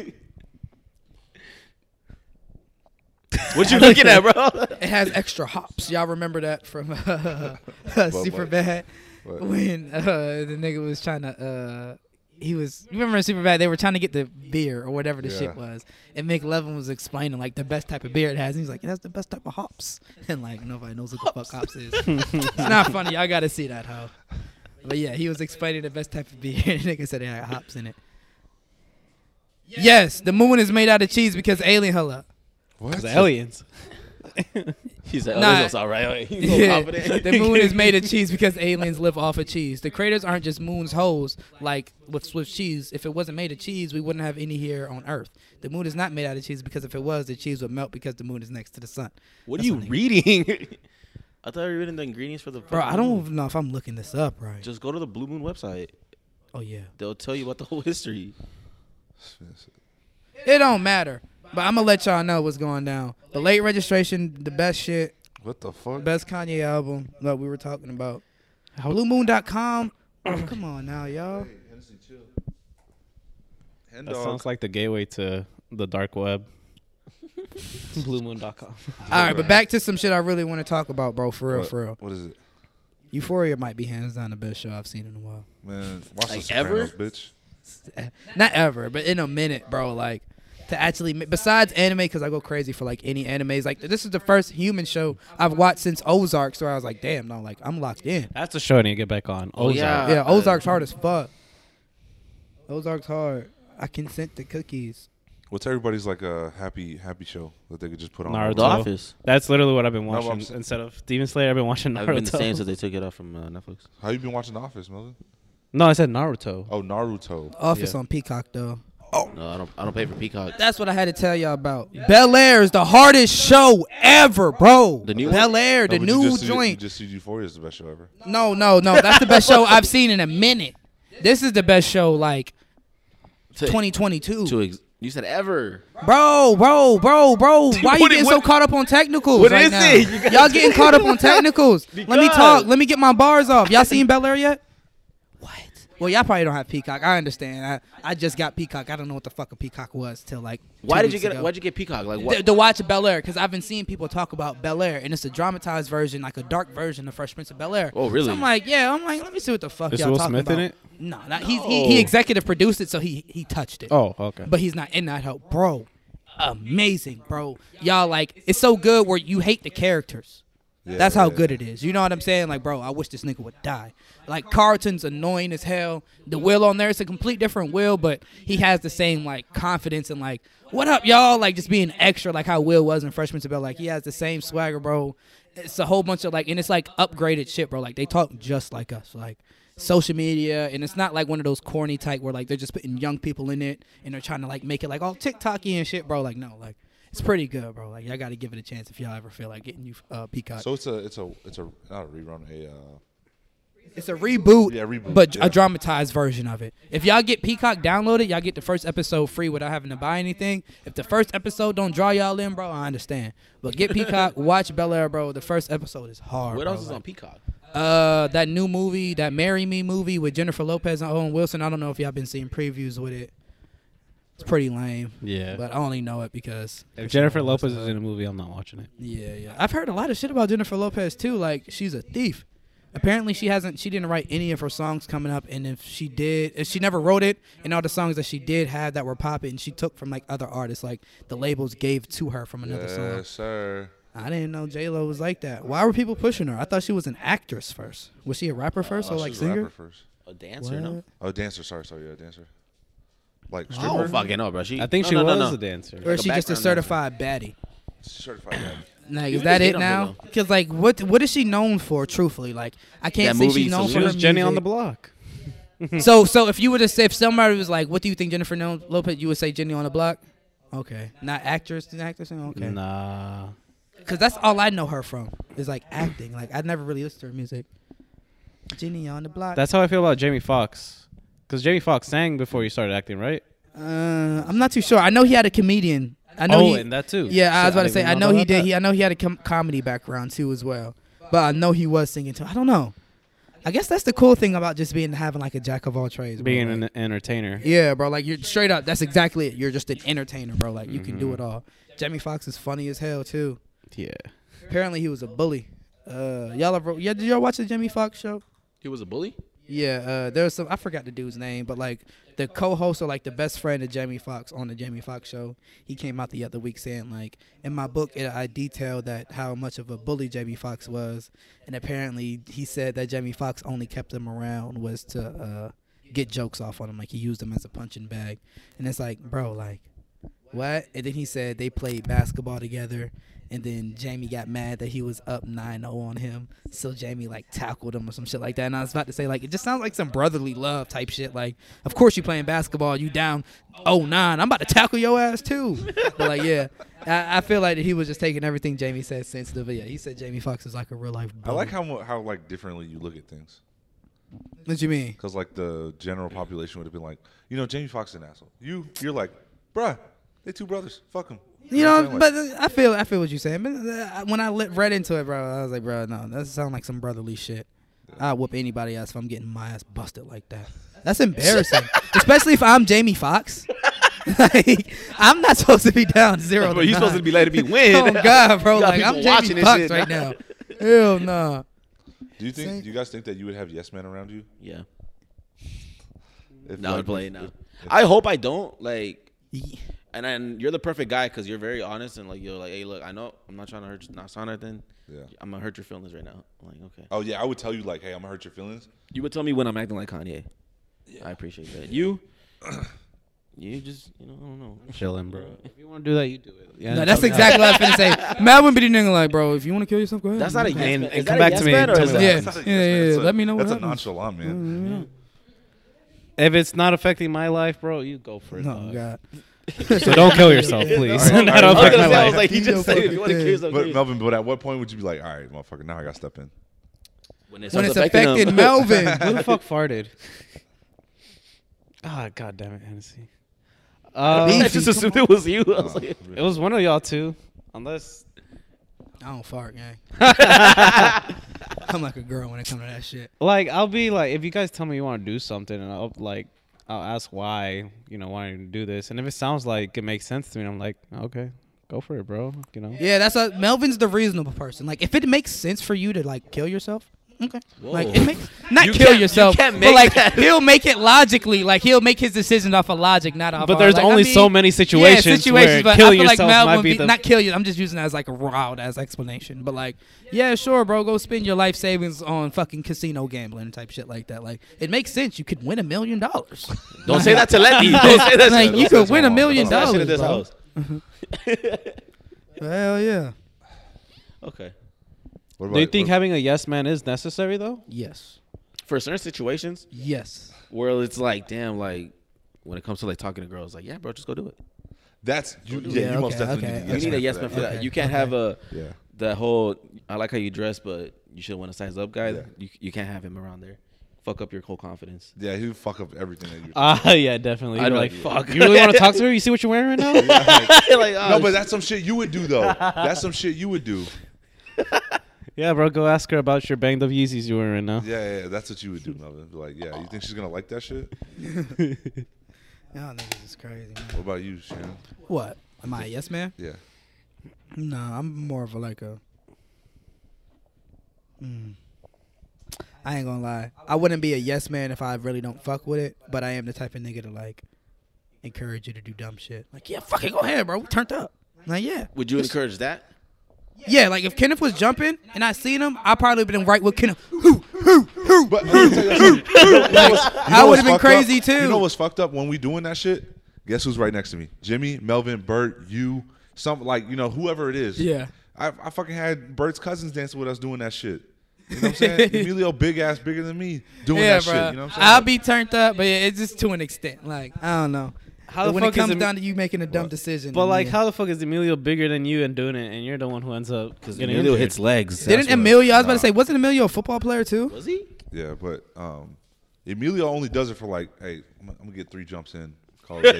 what you looking at, bro? [LAUGHS] It has extra hops. Y'all remember that from [LAUGHS] uh, Super Light. Bad What? when [LAUGHS] uh, the nigga was trying to. Uh, he was you remember in Super Bad they were trying to get the beer or whatever the Yeah. shit was, and Mick Levin was explaining like the best type of beer it has. And he's like, that's the best type of hops, [LAUGHS] and like nobody knows what the fuck hops is. it's not funny. Y'all got to see that hoe. But yeah, he was explaining the best type of beer. [LAUGHS] and the nigga said it had hops in it. Yes, the moon is made out of cheese because alien hella. What? It's aliens. He's like, oh, Nah. that's all right. [LAUGHS] He's so Yeah. confident. the moon is made of cheese because aliens live off of cheese. The craters aren't just moon's holes like with Swift cheese. If it wasn't made of cheese, we wouldn't have any here on Earth. The moon is not made out of cheese because if it was, the cheese would melt because the moon is next to the sun. [LAUGHS] What are That's you what they- reading? [LAUGHS] I thought you were reading the ingredients for the. Bro, fucking I moon. don't even know if I'm looking this up right. Just go to the Blue Moon website. oh yeah, They'll tell you about the [LAUGHS] whole history. it don't matter. But I'm gonna let y'all know what's going down. The late registration, the best shit, What the fuck? best Kanye album that we were talking about. How- BlueMoon.com. Oh, [CLEARS THROAT] come on now, y'all. Hen That dog. sounds like the gateway to the [LAUGHS] dark web. BlueMoon.com. All right, but back to some shit I really want to talk about, bro. For real, What- for real. What is it, Euphoria might be hands down the best show I've seen in a while. man? Watch the Like, ever? Sopranos, bitch. Not ever, but in a minute, bro. Like to actually, ma- besides anime, because I go crazy for like any animes. Like this is the first human show I've watched since Ozark, so I was like, damn, no, like I'm locked in. That's a show I need to get back on. Oh, Ozark. yeah. Yeah, Uh, Ozark's hard as fuck. Ozark's hard. I consent to cookies. What's everybody's like a happy happy show that they could just put on? Naruto. The Office. That's literally what I've been but I'm watching. s- Instead of Demon Slayer, I've been watching Naruto. I've been the same [LAUGHS] since they took it off from uh, Netflix. How you been watching The Office, Melvin? no, I said Naruto. Oh, Naruto. Office Yeah. on Peacock though. No, I don't. I don't pay for Peacock. [LAUGHS] That's what I had to tell y'all about. Bel Air is the hardest show ever, bro. The new one? Oh, Bel Air, the No, but you new just see- joint. You just see Euphoria is the best show ever. No, no, no. That's the best show I've seen in a minute. This is the best show, like To- To 2022. ex- you said ever. Bro, bro, bro, [LAUGHS] bro. Why you What it- getting so what- caught up on technicals What right is now? it? [LAUGHS] You guys- Y'all getting caught [LAUGHS] up on technicals. Let me Because- talk. Let me get my bars off. Y'all seen Bel Air yet? What? Well, y'all probably don't have Peacock. I understand. I, I just got Peacock. I don't know what the fuck a Peacock was till like. two Why did you weeks get? ago. Why'd you get Peacock? Like The what? to watch Bel Air because I've been seeing people talk about Bel Air and it's a dramatized version, like a dark version of Fresh Prince of Bel Air. Oh, really? So I'm like, yeah. I'm like, let me see what the fuck Is y'all Will talking Smith about. in it? No, not, he's, he he executive produced it, so he he touched it. Oh, okay. but he's not in that help, bro. Amazing, bro. Y'all like it's so good where you hate the characters. That's how good it is. You know what I'm saying? Like, bro, I wish this nigga would die. Like Carlton's annoying as hell. The will on there, it's a complete different will, but he has the same like confidence and like, what up, y'all? Like just being extra, like how Will was in Freshman to Bell. Like he has the same swagger, bro. It's a whole bunch of like, and it's like upgraded shit, bro. Like they talk just like us, like social media, and it's not like one of those corny type where like they're just putting young people in it and they're trying to like make it like all TikToky and shit, bro. Like no, like. It's pretty good, bro. Like y'all got to give it a chance if y'all ever feel like getting you uh, Peacock. So it's a it's a it's a not a rerun a uh, It's a reboot, Yeah, reboot, but yeah. a dramatized version of it. If y'all get Peacock downloaded, y'all get the first episode free without having to buy anything. If the first episode don't draw y'all in, bro, I understand. But get Peacock, watch Bel Air, bro. The first episode is hard. What bro. else is Like, on Peacock? Uh, that new movie, that "Marry Me" movie with Jennifer Lopez and Owen Wilson. I don't know if y'all been seeing previews with it. It's pretty lame, Yeah. but I only know it because if Jennifer Lopez is in a movie, I'm not watching it. yeah, yeah. I've heard a lot of shit about Jennifer Lopez too. Like she's a thief. Apparently she hasn't she didn't write any of her songs coming up and if she did if she never wrote it and all the songs that she did have that were popping she took from like other artists like the labels gave to her from another song. Yes, sir. I didn't know J Lo was like that. Why were people pushing her? I thought she was an actress first. Was she a rapper first Oh, or like she's a singer? rapper first. A dancer? No. Oh, dancer. Sorry, sorry. Yeah, dancer. Oh. Like I stripper. don't fucking know, bro. She, I think no, she no, no, was no. a dancer. Or is Like a she just a background certified baddie? Certified. daddy. Like, You is can that just hit it on her, now? Because like, what what is she known for? Truthfully, like, I can't That say movie, she's known Salute. for She her was Jenny on the music. block. So so if you were to say if somebody was like, what do you think Jennifer Lo- Lopez? You would say Jenny on the Block. Okay, not actress, an actress. Okay, Nah. because that's all I know her from is like acting. Like I never really listened to her music. Jenny on the Block. That's how I feel about Jamie Foxx. Because Jamie Foxx sang before you started acting, right? uh, I'm not too sure. I know he had a comedian. I know oh, he, and that too. Yeah, I Shit, was about to didn't say. even I know he about did. that. He, I know he had a com- comedy background too as well. But I know he was singing too. I don't know. I guess that's the cool thing about just being having like a jack of all trades. Bro. Being like, an entertainer. yeah, bro. Like you're straight up. That's exactly it. You're just an entertainer, bro. Like you can do it all. Jamie Foxx is funny as hell too. Yeah. Apparently he was a bully. Uh, y'all ever? Yeah, did y'all watch the Jamie Foxx show? He was a bully. Yeah, uh, there was some. I forgot the dude's name, but like the co-host or like the best friend of Jamie Foxx on the Jamie Foxx show, he came out the other week saying like, in my book, it, I detailed that how much of a bully Jamie Foxx was, and apparently he said that Jamie Foxx only kept him around was to uh, get jokes off on him, like he used him as a punching bag, and it's like, bro, like what? And then he said they played basketball together. And then Jamie got mad that he was up 9 0 on him. So Jamie, like, tackled him or some shit like that. And I was about to say, like, it just sounds like some brotherly love type shit. Like, of course you playing basketball. You down 0 9. I'm about to tackle your ass, too. but, like, yeah. I, I feel like that he was just taking everything Jamie said sensitively. Yeah, he said Jamie Foxx is like a real life. I like bully. how mu- how like differently you look at things. What you mean? Because like the general population would have been like, you know, Jamie Foxx is an asshole. You you're like, bruh, they two brothers. Fuck them. You know, but uh, I feel I feel what you're saying. But uh, when I lit, read into it, bro, I was like, bro, no, that sounds like some brotherly shit. I whoop anybody else if I'm getting my ass busted like that. That's [LAUGHS] embarrassing, especially if I'm Jamie Foxx. like, I'm not supposed to be down zero. But you supposed to be let [LAUGHS] it be win. Oh God, bro! [LAUGHS] You got Like I'm people watching Jamie this Foxx shit right now. now. Hell no. do you think Same. do you guys think that you would have yes men around you? [LAUGHS] Yeah. If, No, I'm like, playing now. if- I hope I don't like. And then you're the perfect guy because you're very honest and like you're like, hey, look, I know I'm not trying to hurt, you, not sound nothing. Yeah. I'm gonna hurt your feelings right now. I'm like, okay. Oh yeah, I would tell you like, hey, I'm gonna hurt your feelings. You would tell me when I'm acting like Kanye. I appreciate that. You, [CLEARS THROAT] you just, you know, I don't know. Chilling, bro. If you want to do that, you do it. Yeah. No, that's exactly what I was finna [LAUGHS] say. Matt wouldn't be the nigga like, bro. If you want to kill yourself, go ahead. That's not a yes And- man. and Is that come a back yes to me man and or tell is me that- [LAUGHS] Yeah. That's not a yes Yeah, man. yeah, That's a- let me know what That's a happens. Mm-hmm. nonchalant man. If it's not affecting my life, bro, you go for it. No [LAUGHS] dog. God. So don't kill [LAUGHS] yourself, please. All right, That all I was right. affect gonna my say, I was life. like, he Yo, just said, fucking you want to thing. kill yourself. But please. Melvin, but at what point would you be like, all right, motherfucker, now I gotta step in? When it's affecting affecting him. [LAUGHS] Melvin. Who [LAUGHS] the fuck farted? Ah, god damn it, Hennessy. Uh, I just assumed it was [LAUGHS] you. I was like, it was one of y'all two, unless I don't fart, [LAUGHS] gang. [LAUGHS] I'm like a girl when it comes to that shit. like I'll be like, if you guys tell me you want to do something, and I'll like, I'll ask why, you know, why you do this, and if it sounds like it makes sense to me, I'm like, okay, go for it, bro. You know, Yeah, that's a Melvin's the reasonable person. Like, if it makes sense for you to like kill yourself, okay. Like, Whoa. it makes [LAUGHS] not You kill can't- you yourself, can't but make like [LAUGHS] that. he'll make it logically. Like he'll make his decisions off of logic, not off. but of, there's like, I only mean, so many situations, yeah, situations. where but I killing feel like yourself Melvin might be be- the not kill you. I'm just using that as like a wild as explanation. But like, yeah, sure, bro, go spend your life savings on fucking casino gambling type shit like that. Like, it makes sense. You could win a million dollars. [LAUGHS] don't say that to Letty. [LAUGHS] Don't say that. Like, to you that's- could that's win a wrong. million That's That dollars, shit at this bro. house. Hell yeah. Okay. What about, Do you think what, having a yes man is necessary though? Yes. For certain situations, Yes. where it's like, damn, like when it comes to like talking to girls, like, yeah, bro, just go do it. that's you? Yeah, Yeah, you most okay, definitely okay. need You a need a yes man for that. You can't have a Yeah. that whole I like how you dress, but you should want to size up guy. Yeah. You you can't have him around there. Fuck up your whole confidence. Yeah, he would fuck up everything that you. [LAUGHS] Ah, yeah, definitely. I'd You're be like, like, fuck. "Fuck." You [LAUGHS] really want to talk to her? You see what you're wearing right now? like, oh, no, but that's some shit you would do though. That's some shit you would do. [LAUGHS] Yeah, bro. Go ask her about your banged up Yeezys you're wearing right now. Yeah, yeah, that's what you [LAUGHS] would do, Melvin. Be Like, yeah, you think she's gonna like that shit? Y'all niggas is crazy, man. What about you, Shannon? What? Am I a yes man? Yeah, No, I'm more of a like a. Mm. I ain't gonna lie. I wouldn't be a yes man if I really don't fuck with it, but I am the type of nigga to like encourage you to do dumb shit. Like, yeah, fucking go ahead, bro. We turned up. Like, yeah. [LAUGHS] would you encourage that? Yeah, like if Kenneth was jumping and I seen him, I probably been right with Kenneth. but let me tell you something. You know what's- you know would've what's been fucked crazy, up? too. You know what's fucked up when we doing that shit? Guess who's right next to me? Jimmy, Melvin, Bert, you, some like you know whoever it is. Yeah. I, I fucking had Bert's cousins dancing with us doing that shit. You know what I'm [LAUGHS] saying? Emilio, big ass, bigger than me, doing Yeah, that bro. shit. You know what I'm saying? I'll be turned up, but yeah, it's just to an extent. Like, I don't know. How But the when it fuck is comes Em- down to you making a dumb decision, But like, yeah. how the fuck is Emilio bigger than you and doing it, and you're the one who ends up because Emilio hits legs. didn't That's what- Emilio? I was about to say, wasn't Emilio a football player too? Was he? Yeah, but um, Emilio only does it for like, hey, I'm, gonna- I'm gonna get three jumps in. Call it a day.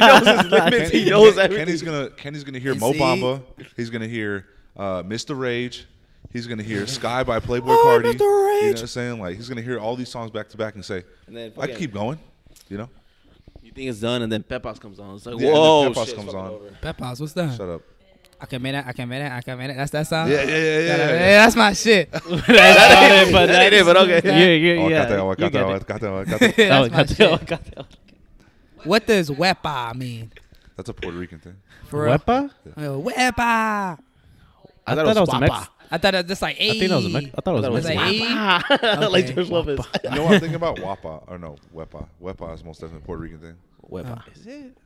[LAUGHS] knows his limits. He knows everything. Kenny's gonna Kenny's gonna hear You Mo see? Bamba. He's gonna hear uh, Mr. Rage. He's gonna hear Sky by Playboy Oh, Cardi. Mr. You know Rage. what I'm saying? Like he's gonna hear all these songs back to back and say, And then I fucking- can keep going. You know? You think it's done, and then Pepas comes on. It's like, Yeah, and then whoa, Pepas shit, comes comes on. on. Over. Pepas, what's that? Shut up. I can make it. I can make it. I can make it. That's that sound. Yeah, yeah, yeah, yeah. Yeah, yeah. that's my shit. [LAUGHS] [LAUGHS] [LAUGHS] That's not it, but That ain't it, that's- but okay. Yeah, yeah, Oh, I yeah. got that. Oh, I you got get that. Oh, I it. got that. Oh, I got that. Oh, I That's my got that. Oh, I shit. got that. What does wepa mean? That's a Puerto Rican thing. For real? Wepa? Uh, Wepa. I thought that was a Mex- Wapa. I thought that that's like. I think that was a Mex- I thought it That was was Mexican. like- Wapa. [LAUGHS] like Okay. George Lopez. [LAUGHS] You know what I'm thinking about? Wapa or no, Wepa. Wepa is most definitely a Puerto Rican thing. Wapa.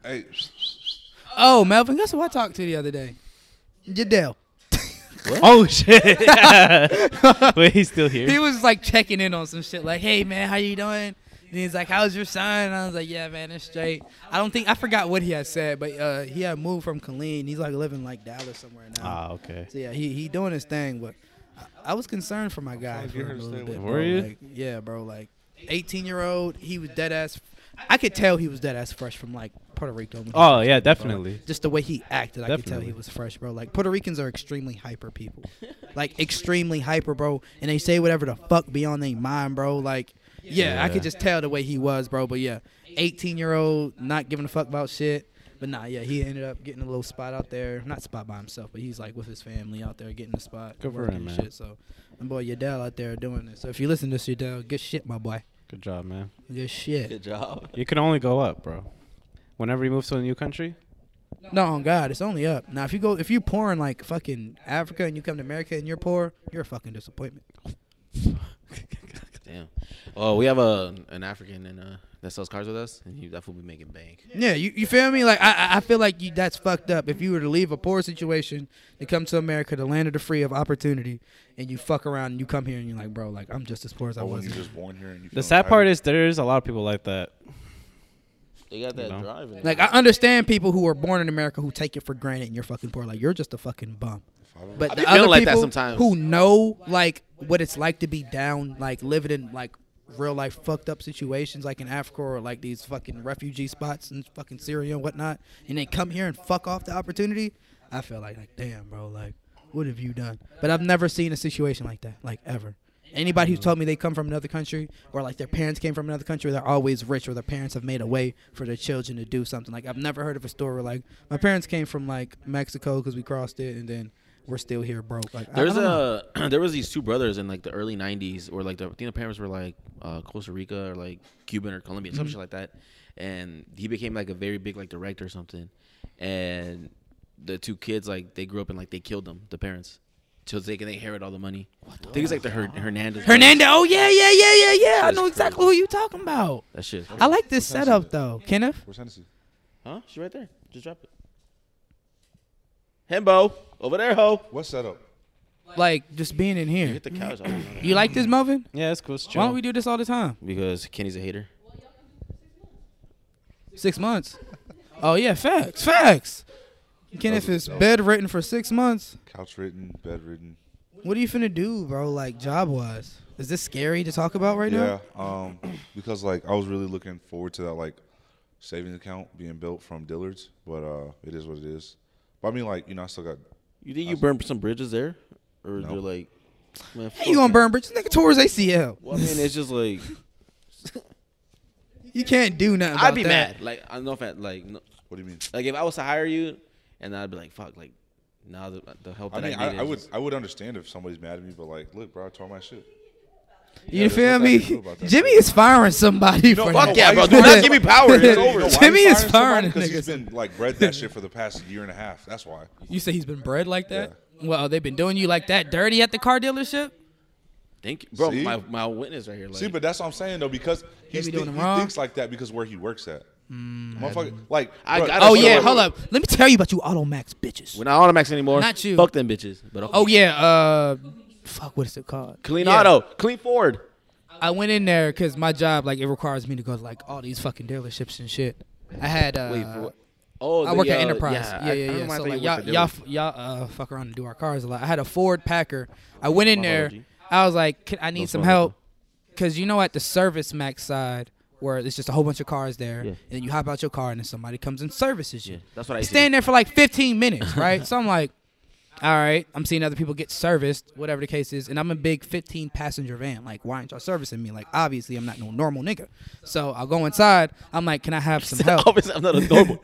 Hey, Oh, Melvin, guess who I talked to the other day? Jadell. Oh [LAUGHS] shit! Wait, he's still He here. was like checking in on some shit, like, "Hey man, how you doing?" And he's like, "How's your son?" And I was like, "Yeah man, it's straight." I don't think I forgot what he had said, but uh, He had moved from Killeen. He's like living like Dallas somewhere now. Ah, okay. So yeah, he he doing his thing, but I, I was concerned for my guy like for you a little understand bit. what- bro. Were you? Like, yeah, bro. Like, eighteen year old, he was dead ass. I could tell he was dead ass fresh from like Puerto Rico. when he Oh yeah, bro. Like, definitely. Just the way he acted, I could tell Definitely. he was fresh, bro. Like Puerto Ricans are extremely hyper people, like extremely hyper, bro. And they say whatever the fuck be on their mind, bro. Like, yeah, I Yeah. could just tell the way he was, bro. But yeah, eighteen year old, not giving a fuck about shit. But nah, yeah, he ended up getting a little spot out there, not spot by himself, but he's like with his family out there getting a spot. Good for working him, and man. Shit, so, my boy Yadel out there doing this. So if you listen to this, Yadel, good shit, my boy. Good job, man. Good shit. Good job. You can only go up, bro. Whenever you move to a new country, No, on God, it's only up. Now, if you go, if you poor in like fucking Africa and you come to America and you're poor, you're a fucking disappointment. [LAUGHS] Damn. Oh, we have a an African and uh, that sells cars with us, and he, that fool be making bank. Yeah, you, you feel me? Like I- I I feel like you that's fucked up. If you were to leave a poor situation to come to America, the land of the free of opportunity, and you fuck around and you come here and you're like, bro, like I'm just as poor as I oh, when was. you just born here and you. the feel sad part entitled? is there's a lot of people like that. They got that You know? drive. in Like I them. understand people who are born in America who take it for granted and you're fucking poor. Like you're just a fucking bum. But I the be feeling other like that people sometimes. who know like what it's like to be down, like living in like real life fucked up situations, like in Africa or like these fucking refugee spots in fucking Syria and whatnot, and they come here and fuck off the opportunity. I feel like like damn, bro, like what have you done? But I've never seen a situation like that, like ever. Anybody who's told me they come from another country or like their parents came from another country, they're always rich or their parents have made a way for their children to do something. Like I've never heard of a story where like my parents came from like Mexico because we crossed it and then we're still here broke. Like I- I There's don't know. a [CLEARS THROAT] there was these two brothers in like the early '90s, or like the, I think the parents were like uh, Costa Rica or like Cuban or Colombian, Mm-hmm. some shit like that. And he became like a very big like director or something. And the two kids like they grew up and like they killed them, the parents, so they can inherit all the money. I think it's like the Her- Hernandez. brothers. Hernando. Oh yeah, yeah, yeah, yeah, yeah. I That's know exactly who you talking about. That shit. I like this What's that setup shit? though, Kenneth. Where's Hennessy? Huh? She right there. Just drop it. Hembo over there, ho. What setup? Like just being in here. Hit the couch. I don't know. You like this, Melvin? Yeah, it's cool. It's Why chill. don't we do this all the time? [CLEARS THROAT] Because Kenny's a hater. Six months. Oh yeah, facts, facts. Kenneth is bedridden for six months. Couch ridden, bedridden. What are you finna do, bro? Like job wise, is this scary to talk about right Yeah, now? um, because like I was really looking forward to that like savings account being built from Dillard's, but uh, it is what it is. But I mean, like you know, I still got You think you burned some bridges there, or No. they're like, man, How you gonna fuck it. burn bridges? Nigga towards ACL. Well, I mean, it's just like You can't do nothing. [LAUGHS] I'd about be that. mad. Like I know if I, like no, what do you mean? like if I was to hire you, and I'd be like, fuck, like now the, the help I that I, mean, I, need I is would just- I would understand if somebody's mad at me, but like, look, bro, I tore my shit. You Yeah, feel there's nothing I can do me? about that. Jimmy is firing somebody for fuck that. yeah, why [LAUGHS] bro. you Do doing not that? give me power. You It's know why over. he's Jimmy is firing because he's niggas. been like bred that shit for the past year and a half. That's why. You say he's been bred like that? Well, they've been doing you like that dirty at the car dealership? Thank you, bro. See? My my witness right here. Like, See, but that's what I'm saying though, because he's be doing thi- him he wrong. thinks like that because where he works at. Motherfucker, like I bro, gotta Oh Wait, wait, yeah, wait, hold wait. up. Let me tell you about you Automax bitches. we're not Automax anymore. Not you. Fuck them bitches. But okay. Oh yeah, uh Fuck, what is it called? clean yeah. auto, clean Ford. I went in there because my job like it requires me to go to like all these fucking dealerships and shit. I had uh, Wait, for what? Oh, I the, work uh, at Enterprise. I- Yeah, yeah, I yeah. don't know why So I thought you like y'all, worked at y'all, Dillard's. f- y'all uh, fuck around and do our cars a lot. I had a Ford Packer. I went in My there. apology. I was like, "Can- I need some small help, because you know at the Service Max side where it's just a whole bunch of cars there, and then you hop out your car and then somebody comes and services you. Yeah, that's what I used to do. Stand there for like 15 [LAUGHS] minutes, right? so I'm like, all right, I'm seeing other people get serviced, whatever the case is, and I'm a big 15 passenger van. Like, why aren't y'all servicing me? Like, obviously, I'm not no normal nigga. So I'll go inside. I'm like, can I [LAUGHS] have some help? Obviously, I'm not a normal.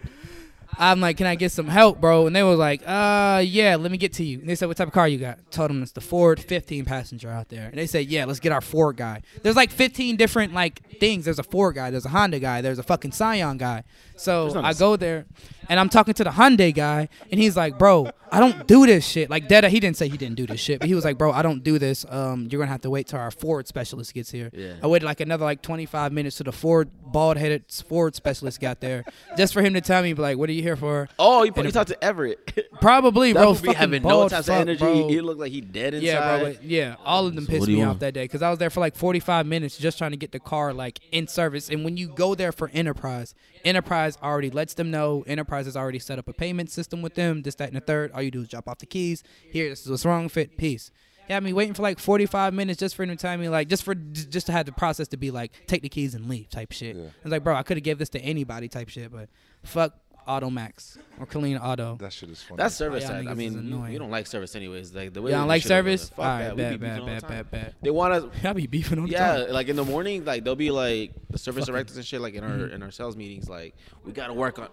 I'm like, can I get some help, bro? And they was like, uh, yeah, let me get to you. And they said, what type of car you got? Told them it's the Ford 15 passenger out there. And they said, yeah, let's get our Ford guy. There's like 15 different like things. There's a Ford guy. There's a Honda guy. There's a fucking Scion guy. So I go there, and I'm talking to the Hyundai guy, and he's like, bro, I don't do this shit. Like Dada, he didn't say he didn't do this shit, but he was like, bro, I don't do this. Um, you're gonna have to wait till our Ford specialist gets here. Yeah. I waited like another like 25 minutes till the Ford bald headed Ford specialist got there, just for him to tell me like, what are you here for? Oh, you, you talked to Everett. [LAUGHS] Probably, that bro. would be Fucking having no bald types fuck, of energy. bro. He looked like he dead inside. Um, Yeah, bro. But yeah, all of them what pissed do you me want? off that day because I was there for like 45 minutes just trying to get the car like in service. And when you go there for Enterprise, Enterprise already lets them know. Enterprise has already set up a payment system with them. This, that, and the third. All you do is drop off the keys. Here, this is what's wrong. Fit peace. Yeah, I mean, waiting for like 45 minutes just for him to tell me, like, just for just to have the process to be like, take the keys and leave type shit. I was like, bro, I could have gave this to anybody type shit, but fuck Automax or Clean Auto. [LAUGHS] That shit is funny. That's service Y'all side. I niggas is mean, you, annoying. you don't like service anyways. Like the way Y'all we do don't like shit over service? there. Fuck All right, that. We be bad, beefing bad, all the bad, time. bad, bad. They want us. Y'all be beefing on the Yeah, time. like in the morning, like they'll be like the service directors and shit, like in Mm-hmm. our in our sales meetings, like we gotta work on.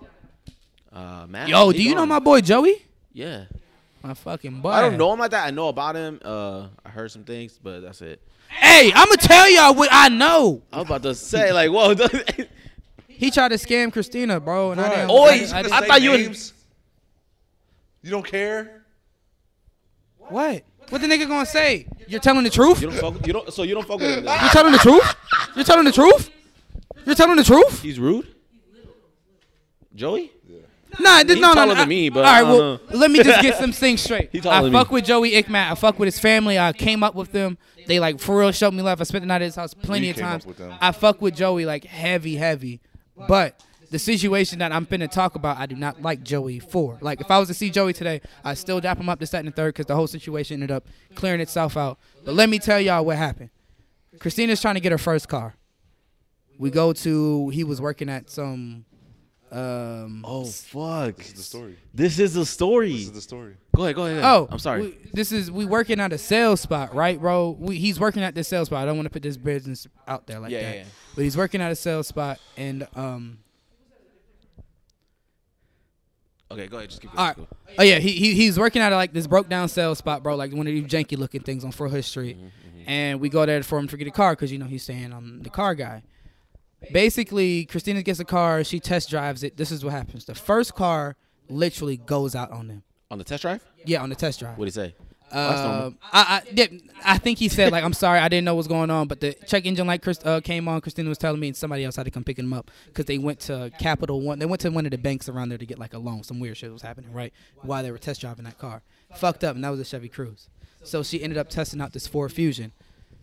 Uh, Matt. Yo, he do you know gone. my boy Joey? Yeah, My fucking boy. I don't know him like that. I know about him. Uh, I heard some things, but [LAUGHS] that's it. Hey, I'm gonna tell y'all what I know. I was about to say like, whoa. [LAUGHS] the- He tried to scam Christina, bro, and I didn't. Oh, I, he's I, gonna I, say- thought you would- You don't care. what? What the nigga gonna say? You're telling the truth? you You're don't fuck. You don't. So you don't fuck with him. then? telling the truth? You're telling the truth? You're telling the truth? He's rude. Joey. Nah, this, He's no, no, taller no. I- than me, but all right, I don't well, know. let me just [LAUGHS] get some things straight. He taller I than me. fuck with Joey Ickman. I fuck with his family. I came up with them. They like for real showed me love. I spent the night at his house plenty We of came up times. with them. I fuck with Joey like heavy, heavy. But the situation that I'm finna talk about, I do not like Joey for. Like if I was to see Joey today, I still dap him up to second and third because the whole situation ended up clearing itself out. But let me tell y'all what happened. Christina's trying to get her first car. We go to he was working at some um Oh fuck. This is the story. This is the story. This is the story. go ahead. Go ahead. Oh, I'm sorry. we- this is we working at a sales spot, right, bro? We, he's working at this sales spot. I don't want to put this business out there like Yeah, that. yeah, yeah. But he's working at a sales spot, and um, okay, go ahead. Just keep all going. right. Oh yeah, he, he he's working at like this broke down sales spot, bro. Like one of these janky looking things on Fort Hood Street, Mm-hmm, and we go there for him to get a car because you know he's saying I'm the car guy. Basically, Christina gets a car. She test drives it. This is what happens. The first car literally goes out on them. On the test drive. Yeah, on the test drive. What did he say? Uh, I, I, yeah, I think he said like I'm sorry I didn't know what was going on, but the check engine light Chris, uh, came on. Christina was telling me, and somebody else had to come pick him up because they went to Capital One. They went to one of the banks around there to get like a loan. Some weird shit was happening, right? While they were test driving that car, fucked up, and that was a Chevy Cruze. So she ended up testing out this Ford Fusion.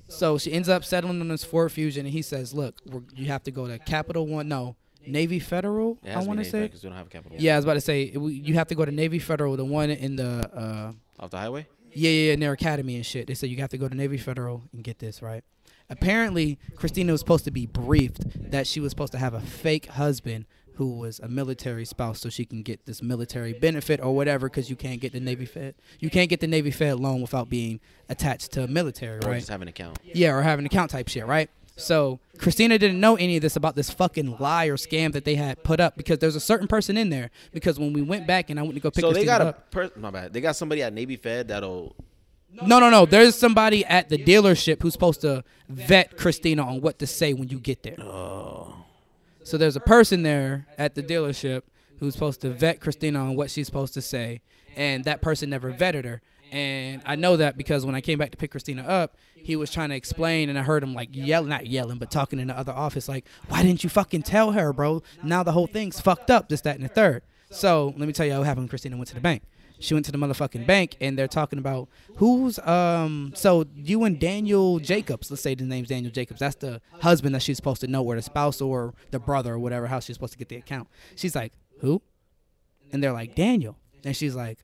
So she ends up settling on this Ford Fusion, and he says, "Look, we're, you have to go to Capital One. No, Navy Federal. It has I be want to named say. because we don't have a capital. Yeah, I was about to say it- we- you have to go to Navy Federal, the one in the uh, Off the highway. yeah, yeah, yeah, in their academy and shit. They said you have to go to Navy Federal and get this right. Apparently, Christina was supposed to be briefed that she was supposed to have a fake husband who was a military spouse, so she can get this military benefit or whatever, because you can't get the Navy Fed, you can't get the Navy Fed loan without being attached to military, Or right? just have an account. Yeah, or have an account type shit, right? So Christina didn't know any of this about this fucking lie or scam that they had put up because there's a certain person in there. Because when we went back and I went to go pick so they Christina got a up, per- my bad. They got somebody at Navy Fed that'll no, no, no. There's somebody at the dealership who's supposed to vet Christina on what to say when you get there. So there's a person there at the dealership who's supposed to vet Christina on what she's supposed to say, and that person never vetted her. And I know that because when I came back to pick Christina up, he was trying to explain, and I heard him like yelling, not yelling, but talking in the other office, like, "Why didn't you fucking tell her, bro? Now the whole thing's fucked up, this, that, and the third. So let me tell you what happened. when Christina went to the bank. She went to the motherfucking bank, and they're talking about who's um. So you and Daniel Jacobs, let's say the name's Daniel Jacobs. That's the husband that she's supposed to know, or the spouse, or the brother, or whatever. How she's supposed to get the account? She's like, who? And they're like, Daniel. And she's like,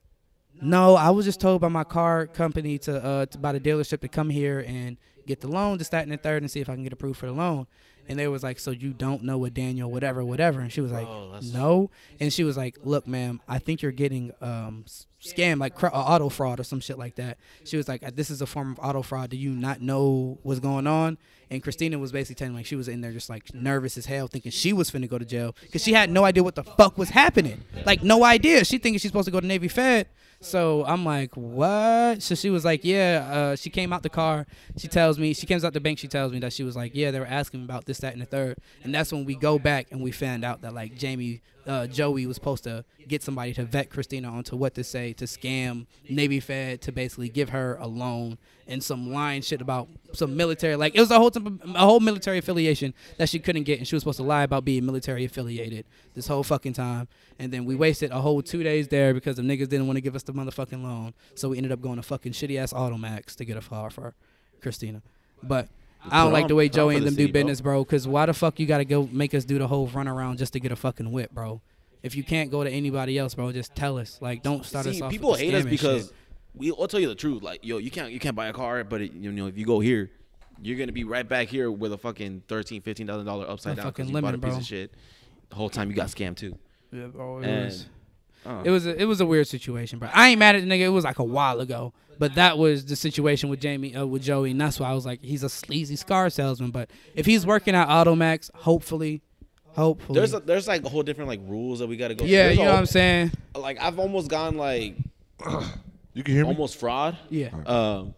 no, I was just told by my car company to, uh, to by the dealership to come here and get the loan, this, that, and the third, and see if I can get approved for the loan. And they was like, so you don't know what Daniel, whatever, whatever. And she was like, no. And she was like, look, ma'am, I think you're getting um, s- scammed, like cr- uh, auto fraud or some shit like that. She was like, "Uh, this is a form of auto fraud. Do you not know what's going on? And Christina was basically telling me, like she was in there just like nervous as hell, thinking she was finna go to jail because she had no idea what the fuck was happening. Like no idea. She thinking she's supposed to go to Navy Fed. So I'm like, what? So she was like, yeah. Uh, she came out the car. She tells me, she comes out the bank. She tells me that she was like, yeah, they were asking about this, that, and the third. And that's when we go back and we found out that like Jamie, uh, Joey was supposed to get somebody to vet Christina onto what to say to scam Navy Fed to basically give her a loan and some lying shit about some military. Like it was a whole type of, a whole military affiliation that she couldn't get, and she was supposed to lie about being military affiliated this whole fucking time. And then we wasted a whole two days there because the niggas didn't want to give us the motherfucking loan, so we ended up going to fucking shitty ass Automax to get a car for Christina. But I don't Put like on- the way put on Joey for and the them do city, bro. business, bro. Because why the fuck you gotta go make us do the whole runaround just to get a fucking whip, bro? If you can't go to anybody else, bro, just tell us. Like, don't start us see off. people with the hate us scamming because shit. we. I'll tell you the truth. Like yo, you can't you can't buy a car, but it, you know if you go here, you're gonna be right back here with a fucking thirteen fifteen thousand dollar upside down fucking because you bought a lemon, piece bro. of shit. The whole time you got scammed too. Yeah, bro, it And- was- Uh, It was a, it was a weird situation, bro. I ain't mad at the nigga. It was like a while ago, but that was the situation with Jamie uh, with Joey, and that's why I was like, he's a sleazy scar salesman. But if he's working at Automax, hopefully, hopefully, there's a, there's like a whole different like rules that we gotta go. through. Mm. yeah, There's you a know what whole- I'm saying. Like I've almost gone like You can hear me. almost fraud. Yeah, Um,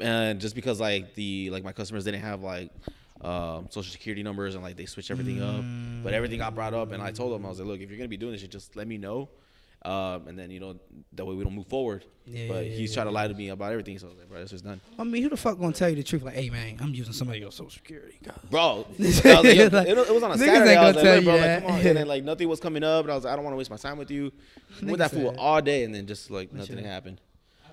and just because like the like my customers didn't have like um, social security numbers and like they switched everything up, but Mm. everything got brought up and I told them I was like, look, if you're gonna be doing this shit, just let me know, um, and then you know that way we don't move forward. Yeah, but yeah, he's trying to lie to me about everything, so I was like, bro, this is done, I mean, who the fuck gonna tell you the truth? Like, hey man, I'm using somebody else's social security. God. [LAUGHS] bro. I was like, yo, Like, it, was- it was on a niggas Saturday. ain't I gonna was like, tell look, you bro, like, that. come on. And [LAUGHS] then like nothing was coming up, and I was like, I don't want to waste my time with you. With that Niggas fool said- all day, and then just like nothing happened.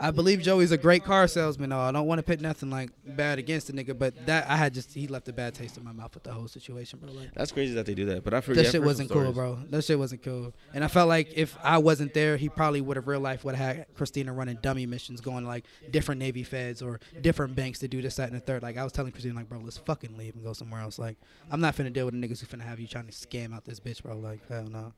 I believe Joey's a great car salesman. Though. I don't want to put nothing like bad against the nigga, but that I had just he left a bad taste in my mouth with the whole situation, bro. Like, That's crazy that they do that, but I've heard that yeah, I've shit heard some wasn't cool, stories. bro. That shit wasn't cool. And I felt like if I wasn't there, he probably would have real life would have had Christina running dummy missions, going like different Navy feds or different banks to do this, that, and the third. Like I was telling Christina, like, bro, let's fucking leave and go somewhere else. Like I'm not finna deal with the niggas who finna have you trying to scam out this bitch, bro. Like hell no.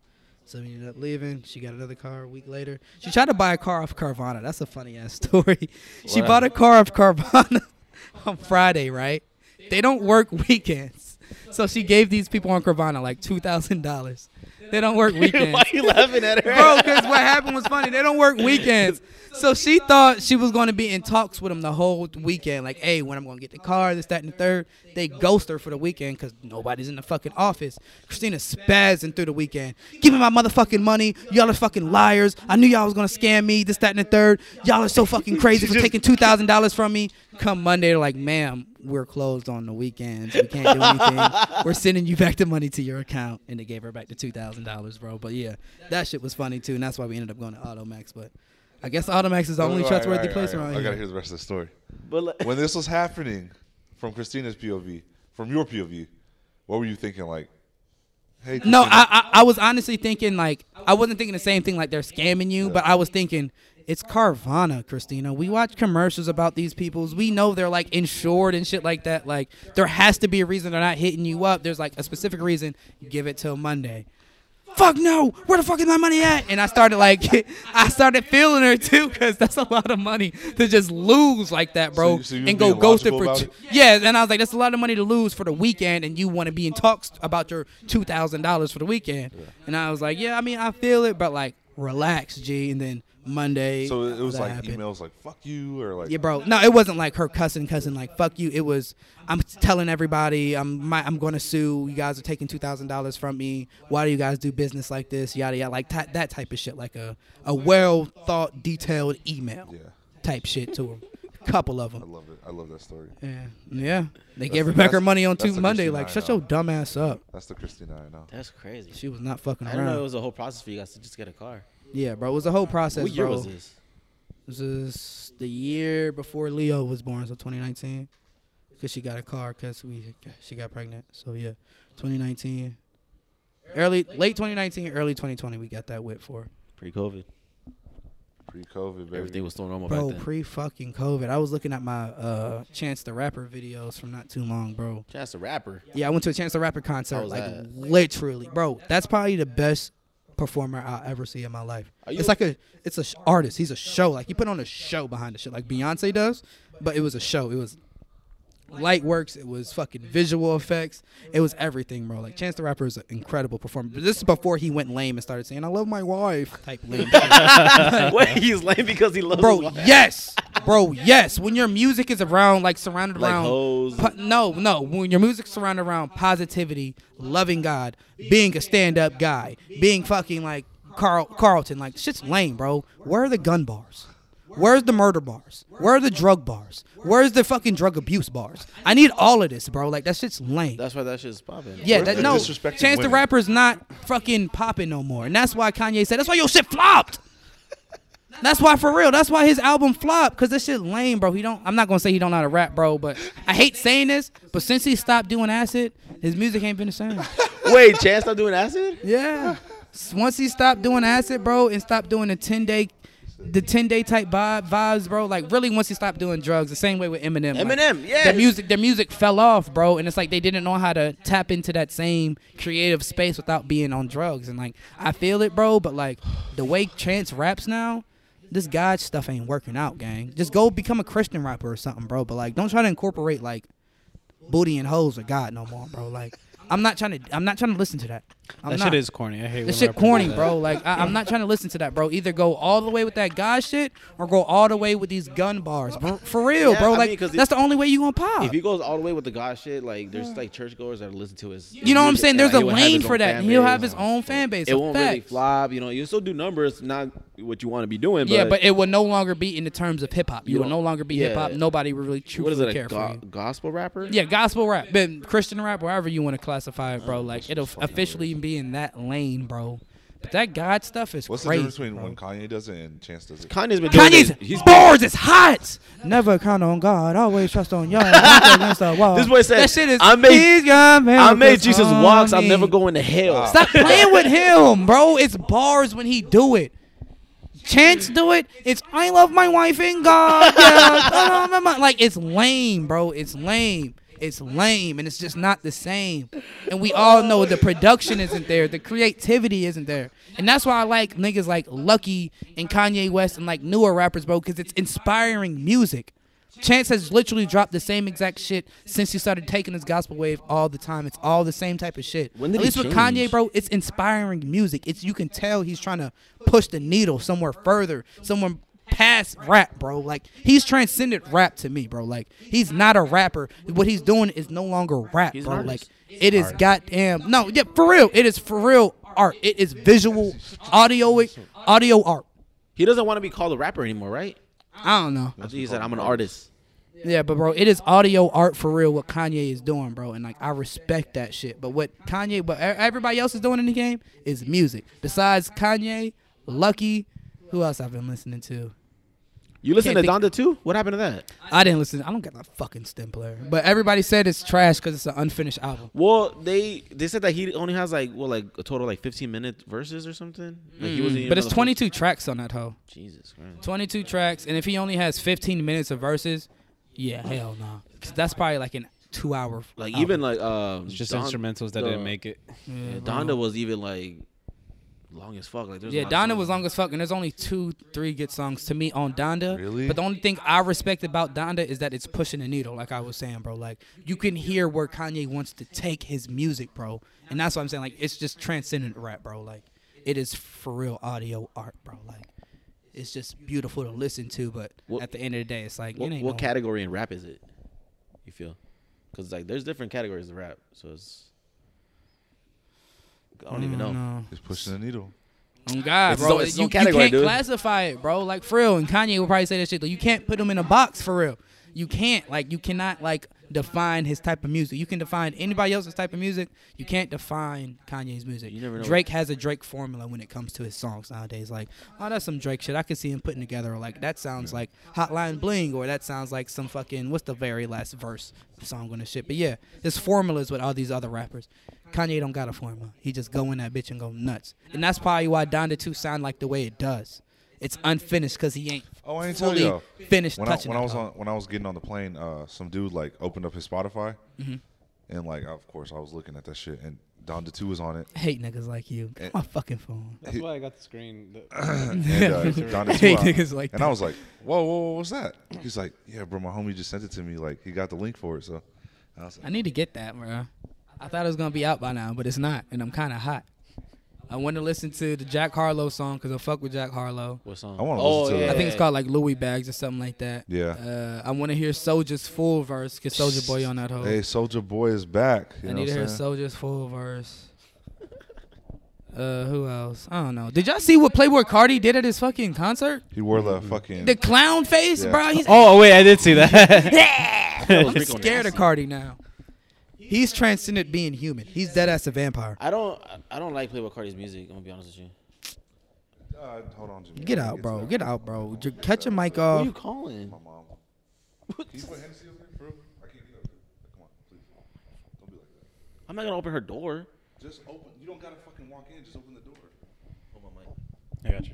So we ended up leaving. She got another car a week later. She tried to buy a car off Carvana. That's a funny ass [LAUGHS] story. She Wow. bought a car off Carvana [LAUGHS] on Friday, right? They don't work [LAUGHS] weekends. So she gave these people on Carvana like two thousand dollars. They don't work weekends. [LAUGHS] Why you [LAUGHS] laughing at her? Bro, because what happened was funny. They don't work weekends. So she thought she was going to be in talks with him the whole weekend. Like, hey, when I'm going to get the car, this, that, and the third. They ghost her for the weekend because nobody's in the fucking office. Christina spazzing through the weekend. Give me my motherfucking money. Y'all are fucking liars. I knew y'all was going to scam me, this, that, and the third. Y'all are so [LAUGHS] fucking crazy for taking $2,000 from me. Come Monday, they're like, ma'am, we're closed on the weekends. We can't do anything. we're sending you back the money to your account. And they gave her back the $2,000, bro. But yeah, that shit was funny too. And that's why we ended up going to Automax. But I guess Automax is the only Alright, trustworthy alright, place alright. around I here. gotta hear the rest of the story. But like, when this was happening, from Christina's POV, from your POV, what were you thinking? Like, Hey, No, Christina. I, I I was honestly thinking like I wasn't thinking the same thing like they're scamming you, but I was thinking it's Carvana, Christina. We watch commercials about these peoples. We know they're like insured and shit like that. Like there has to be a reason they're not hitting you up. There's like a specific reason. Give it till Monday. Fuck no! Where the fuck is my money at? And I started like, [LAUGHS] I started feeling her too, cause that's a lot of money to just lose like that, bro, So- so you was and go being ghosted logical for about two, it? yeah, and I was like, that's a lot of money to lose for the weekend, and you want to be in talks about your two thousand dollars for the weekend. And I was like, yeah, I mean, I feel it, but like, relax, G. And then Monday, So it was that like happened. emails like "fuck you" or like Yeah, bro. No, it wasn't like her cussing, cussing like "fuck you." It was I'm telling everybody I'm my, I'm going to sue. You guys are taking two thousand dollars from me. Why do you guys do business like this? Yada yada, like ti- that type of shit. Like a a well thought, detailed email Yeah, type shit to him. Couple of I them. love it. I love that story. Yeah, yeah. They That's gave her the- back her that's- money on that's two the Monday. Christina Like, I shut know. your dumb ass up. That's the Christina I know. That's crazy. She was not fucking I didn't know it around. was a whole process for you guys to just get a car. Yeah, bro. It was a whole process, what year bro. was this? This is the year before Leo was born, so 2019. Cause she got a car, cause we she got pregnant. So yeah, 2019, early late 2019, early 2020, we got that whip for. Pre-COVID. Pre-COVID, baby. Everything was still normal Bro, back then. pre fucking COVID, I was looking at my uh Chance the Rapper videos from not too long, bro. Chance the [LAUGHS] rapper. [LAUGHS] Yeah, I went to a Chance the Rapper concert, was like that? literally, bro. That's probably the best performer I'll ever see in my life. Are you It's like a, it's a sh- artist. He's a show. Like he put on a show behind the shit, like Beyonce does. But it was a show. It was light works. It was fucking visual effects. It was everything, bro. Like Chance the Rapper is an incredible performer. But this is before he went lame and started saying "I love my wife" type [LAUGHS] lame. shit. what? He's lame because he [LAUGHS] loves bro, yes, bro, yes. When your music is around, like surrounded Like around, hoes. po- no, no. When your music's surrounded around positivity, loving God, being a stand-up guy, being fucking like Carl Carlton, like shit's lame, bro. Where are the gun bars? Where's the murder bars? Where are the drug bars? Where's the fucking drug abuse bars? I need all of this, bro. Like that shit's lame. That's why that shit's popping. Yeah, We're- that, they're no. disrespecting Chance the women. Rapper's not fucking popping no more, and that's why Kanye said that's why your shit flopped. That's why for real. That's why his album flopped because this shit lame, bro. He don't. I'm not gonna say he don't know how to rap, bro, but I hate saying this. But since he stopped doing acid, his music ain't been the same. [LAUGHS] Wait, Chance not doing acid? Yeah. S- Once he stopped doing acid, bro, and stopped doing the ten day, the ten day type vibe, vibes, bro. Like really, once he stopped doing drugs, the same way with Eminem. like, Eminem, yes. Their music, their music fell off, bro, and it's like they didn't know how to tap into that same creative space without being on drugs. And like I feel it, bro, but like the way Chance raps now. This God stuff ain't working out, gang. Just go become a Christian rapper or something, bro. But like, don't try to incorporate like booty and hoes or God no more, bro. Like, I'm not trying to. I'm not trying to listen to that. I'm that not. shit is corny. I hate This when shit rappers do corny, that. bro. Like I, I'm not trying to listen to that, bro. Either go all the way with that God shit or go all the way with these gun bars, bro. For real, Yeah, bro. I Like mean, 'cause that's the only way you gonna pop. If he goes all the way with the God shit, like there's like churchgoers that listen to his. you know what I'm saying? There's a He will have lane his own for that. fan and He'll base. have his own fan base. It won't really Facts. flop. You know, you still do numbers, not what you want to be doing. Yeah, but it will no longer be in the terms of hip hop. You You will no don't- longer be yeah. hip hop. Nobody will really what is truly it? A care for go- you. gospel rapper? Yeah, gospel rap, been Christian rap, wherever you want to classify Oh, it, bro. Like it'll officially be in that lane, bro. But that God stuff is What's the crazy. difference between bro. when Kanye does it and Chance does it? Kanye's been doing Kanye's this. He's bars is hot. Never count on God. Always trust on [LAUGHS] y'all. against the wall. This boy said, that shit is. "I made- he's got I made miracles Jesus on walks. I'm me." never going to hell. Stop playing with him, bro. It's bars when he do it. Chance do it. It's I love my wife and God. Yeah, I love my- like it's lame, bro. It's lame. It's lame, and it's just not the same. And we all know the production isn't there, the creativity isn't there, and that's why I like niggas like Lucky and Kanye West and like newer rappers, bro, because it's inspiring music. Chance has literally dropped the same exact shit since he started taking his gospel wave all the time. It's all the same type of shit. When did At he least with change? Kanye, bro, it's inspiring music. It's you can tell he's trying to push the needle somewhere further, somewhere past rap, bro. Like he's transcended rap to me, bro. Like he's not a rapper. What he's doing is no longer rap, He's an bro. Like artist. it is goddamn no, yeah, for real. It is for real art. It is visual, audio, audio art. He doesn't want to be called a rapper anymore, right? I don't know. I think he said, "I'm an artist." Yeah, but bro, it is audio art for real. What Kanye is doing, bro, and like I respect that shit. But what Kanye, but e- everybody else is doing in the game is music. Besides Kanye, Lucky, who else I've been listening to? You listen to Can't Donda too? What happened to that? I didn't listen. I don't get a fucking stem player. But everybody said it's trash because it's an unfinished album. Well, they they said that he only has like well like a total like 15 minute verses or something. Like he wasn't even Hmm, Mm. But it's on the- 22 tracks on that hoe. Jesus Christ. 22 tracks, and if he only has 15 minutes of verses, yeah, hell no. 'Cause that's probably like an two-hour. Like album. even like um It's just Don- instrumentals that uh, didn't make it. yeah, Donda was even like long as fuck. Like there's a Yeah, lot of Donda songs- was long as fuck, and there's only two, three good songs to me on Donda. Really? But the only thing I respect about Donda is that it's pushing the needle, like I was saying, bro. Like you can hear where Kanye wants to take his music, bro, and that's what I'm saying. Like it's just transcendent rap, bro. Like it is for real audio art, bro. Like it's just beautiful to listen to, but What- at the end of the day, it's like What, it ain't what no- category in rap is it? You feel? Because like there's different categories of rap, so it's. I don't even know. Mm, No. It's pushing the needle. Oh God, It's bro, no- it's no you, you category, can't dude. classify it, bro. Like for real, and Kanye will probably say that shit. Like, you can't put him in a box for real. You can't like you cannot like define his type of music. You can define anybody else's type of music. You can't define Kanye's music. You never know Drake has a Drake formula when it comes to his songs nowadays. Like, oh, that's some Drake shit. I could see him putting together. Or like that sounds like Hotline Bling, or that sounds like some fucking what's the very last verse song on the shit. But yeah, his formulas with all these other rappers. Kanye don't got a formula. He just go in that bitch and go nuts. And that's probably why Donda 2 sound like the way it does. It's unfinished because he ain't Oh, I ain't tell fully you. finished When I, touching when I that was hoe. on when I was getting on the plane, uh, some dude like opened up his Spotify, Mm-hmm. and like of course I was looking at that shit, and Donda Two was [LAUGHS] on it. I hate niggas like you. Eh. Get my fucking phone. That's why I got [CLEARS THROAT] the screen. and, uh, [LAUGHS] Donda Hey, Two, I- niggas like and I was like, whoa, whoa, whoa, what's that? He's like, yeah, bro, my homie just sent it to me. Like, he got the link for it. So, I was I like, need to get that, bro. I thought it was gonna be out by now, but it's not, and I'm kind of hot. I want to listen to the Jack Harlow song because I fuck with Jack Harlow. What song? Oh, I wanna listen to I it. think it's called like Louis Bags or something like that. Yeah. Uh, I want to hear Soldier's full verse because Soldier Boy on that hoe. hey, Soldier Boy is back. You Uh, I know need to what hear I'm saying? Soldier's full verse. Uh, who else? I don't know. Did y'all see what Playboy Cardi did at his fucking concert? He wore Mm-hmm. the fucking. The clown face, Yeah. bro. He's oh wait, I did see that. [LAUGHS] That was I'm Rico scared of Nasty. Cardi now. He's transcended being human. He's dead ass a vampire. I don't. I don't like Playboy Cardi's music. I'm gonna be honest with you. Uh, hold on, Jimmy. Get out, bro. Get out, bro. J- Catch your mic off. Who you calling? My mom. Can you put Hennessy over here, bro? I can't get over here. Come on, please. Don't be like that. I'm not gonna open her door. Just open. You don't gotta fucking walk in. Just open the door. Hold my mic. I got you.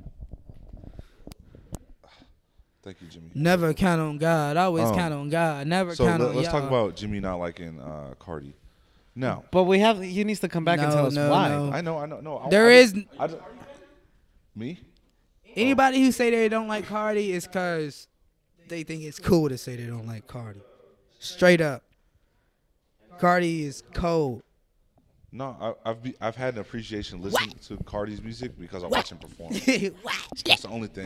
Thank you, Jimmy. Never count on God. Always Um, count on God. Never So count let, on us talk y'all. about Jimmy not liking uh, Cardi. Now, But we have. He needs to come back and No, tell us no, why. no. I know, I know, no. I, There I is- just- I just- me. oh. Anybody who say they don't like Cardi is cause they think it's cool to say they don't like Cardi. Straight up. Cardi is cold. [LAUGHS] No, I, I've be, I've had an appreciation listening to Cardi's music because I watch him [LAUGHS] perform. That's the only thing.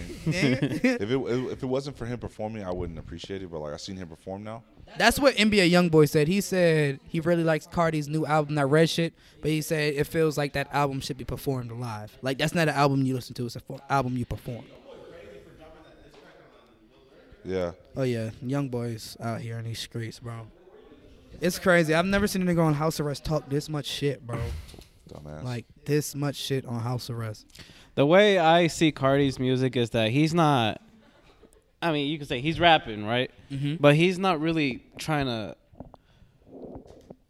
If Nigga. it if it wasn't for him performing, I wouldn't appreciate it. But like I've seen him perform now. That's what NBA YoungBoy said. He said he really likes Cardi's new album, that Red Shit, but he said it feels like that album should be performed live. Like that's not an album you listen to; it's an album you perform. Yeah, Oh yeah, young boys out here in these streets, bro. It's crazy. I've never seen a nigga on house arrest talk this much shit, bro. dumbass. Like this much shit on house arrest. The way I see Cardi's music is that he's not. I mean, you could say he's rapping, right? Mm-hmm. But he's not really trying to.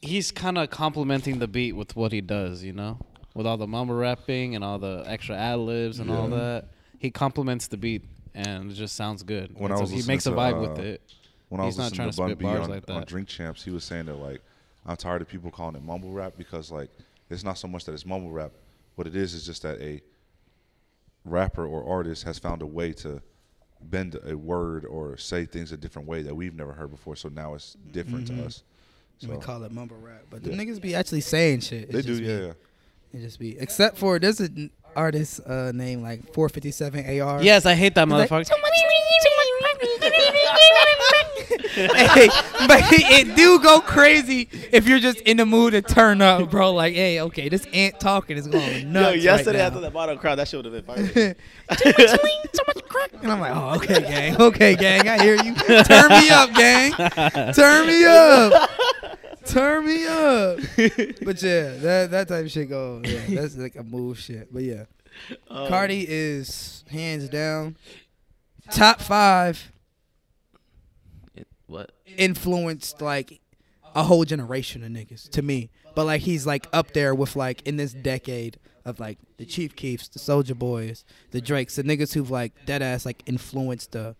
He's kind of complementing the beat with what he does, you know, with all the mumble rapping and all the extra ad libs and all that. He complements the beat, and it just sounds good. When And I so was he makes a listening vibe to, with uh, it. when I was He's not listening trying to to Bun spit B bars on, like on that. Drink Champs, he was saying that like I'm tired of people calling it mumble rap because like it's not so much that it's mumble rap. What it is is just that a rapper or artist has found a way to bend a word or say things a different way that we've never heard before. So now it's different to us. We So Mm-hmm. call it mumble rap, but Yeah. the niggas be actually saying shit. It they do, just be- yeah, yeah. It just be except for there's an artist uh, named like 457 AR. Yes, I hate that Like, motherfucker. [LAUGHS] hey, but it do go crazy if you're just in the mood to turn up, bro. Like, hey, okay, this ant talking is going nuts. right now. that bottle crowd, that shit would have been [LAUGHS] fire. And I'm like, oh, okay, gang. Okay, gang. I hear you. Turn me up, gang. Turn me up. Turn me up. But yeah, that that type of shit go. Yeah, that's like a move shit. But yeah, Cardi is hands down top five It, what? influenced like a whole generation of niggas to me. But like he's like up there with like in this decade of like the Chief Keefs, the Soldier Boys, the Drakes, the niggas who've like dead ass like influenced the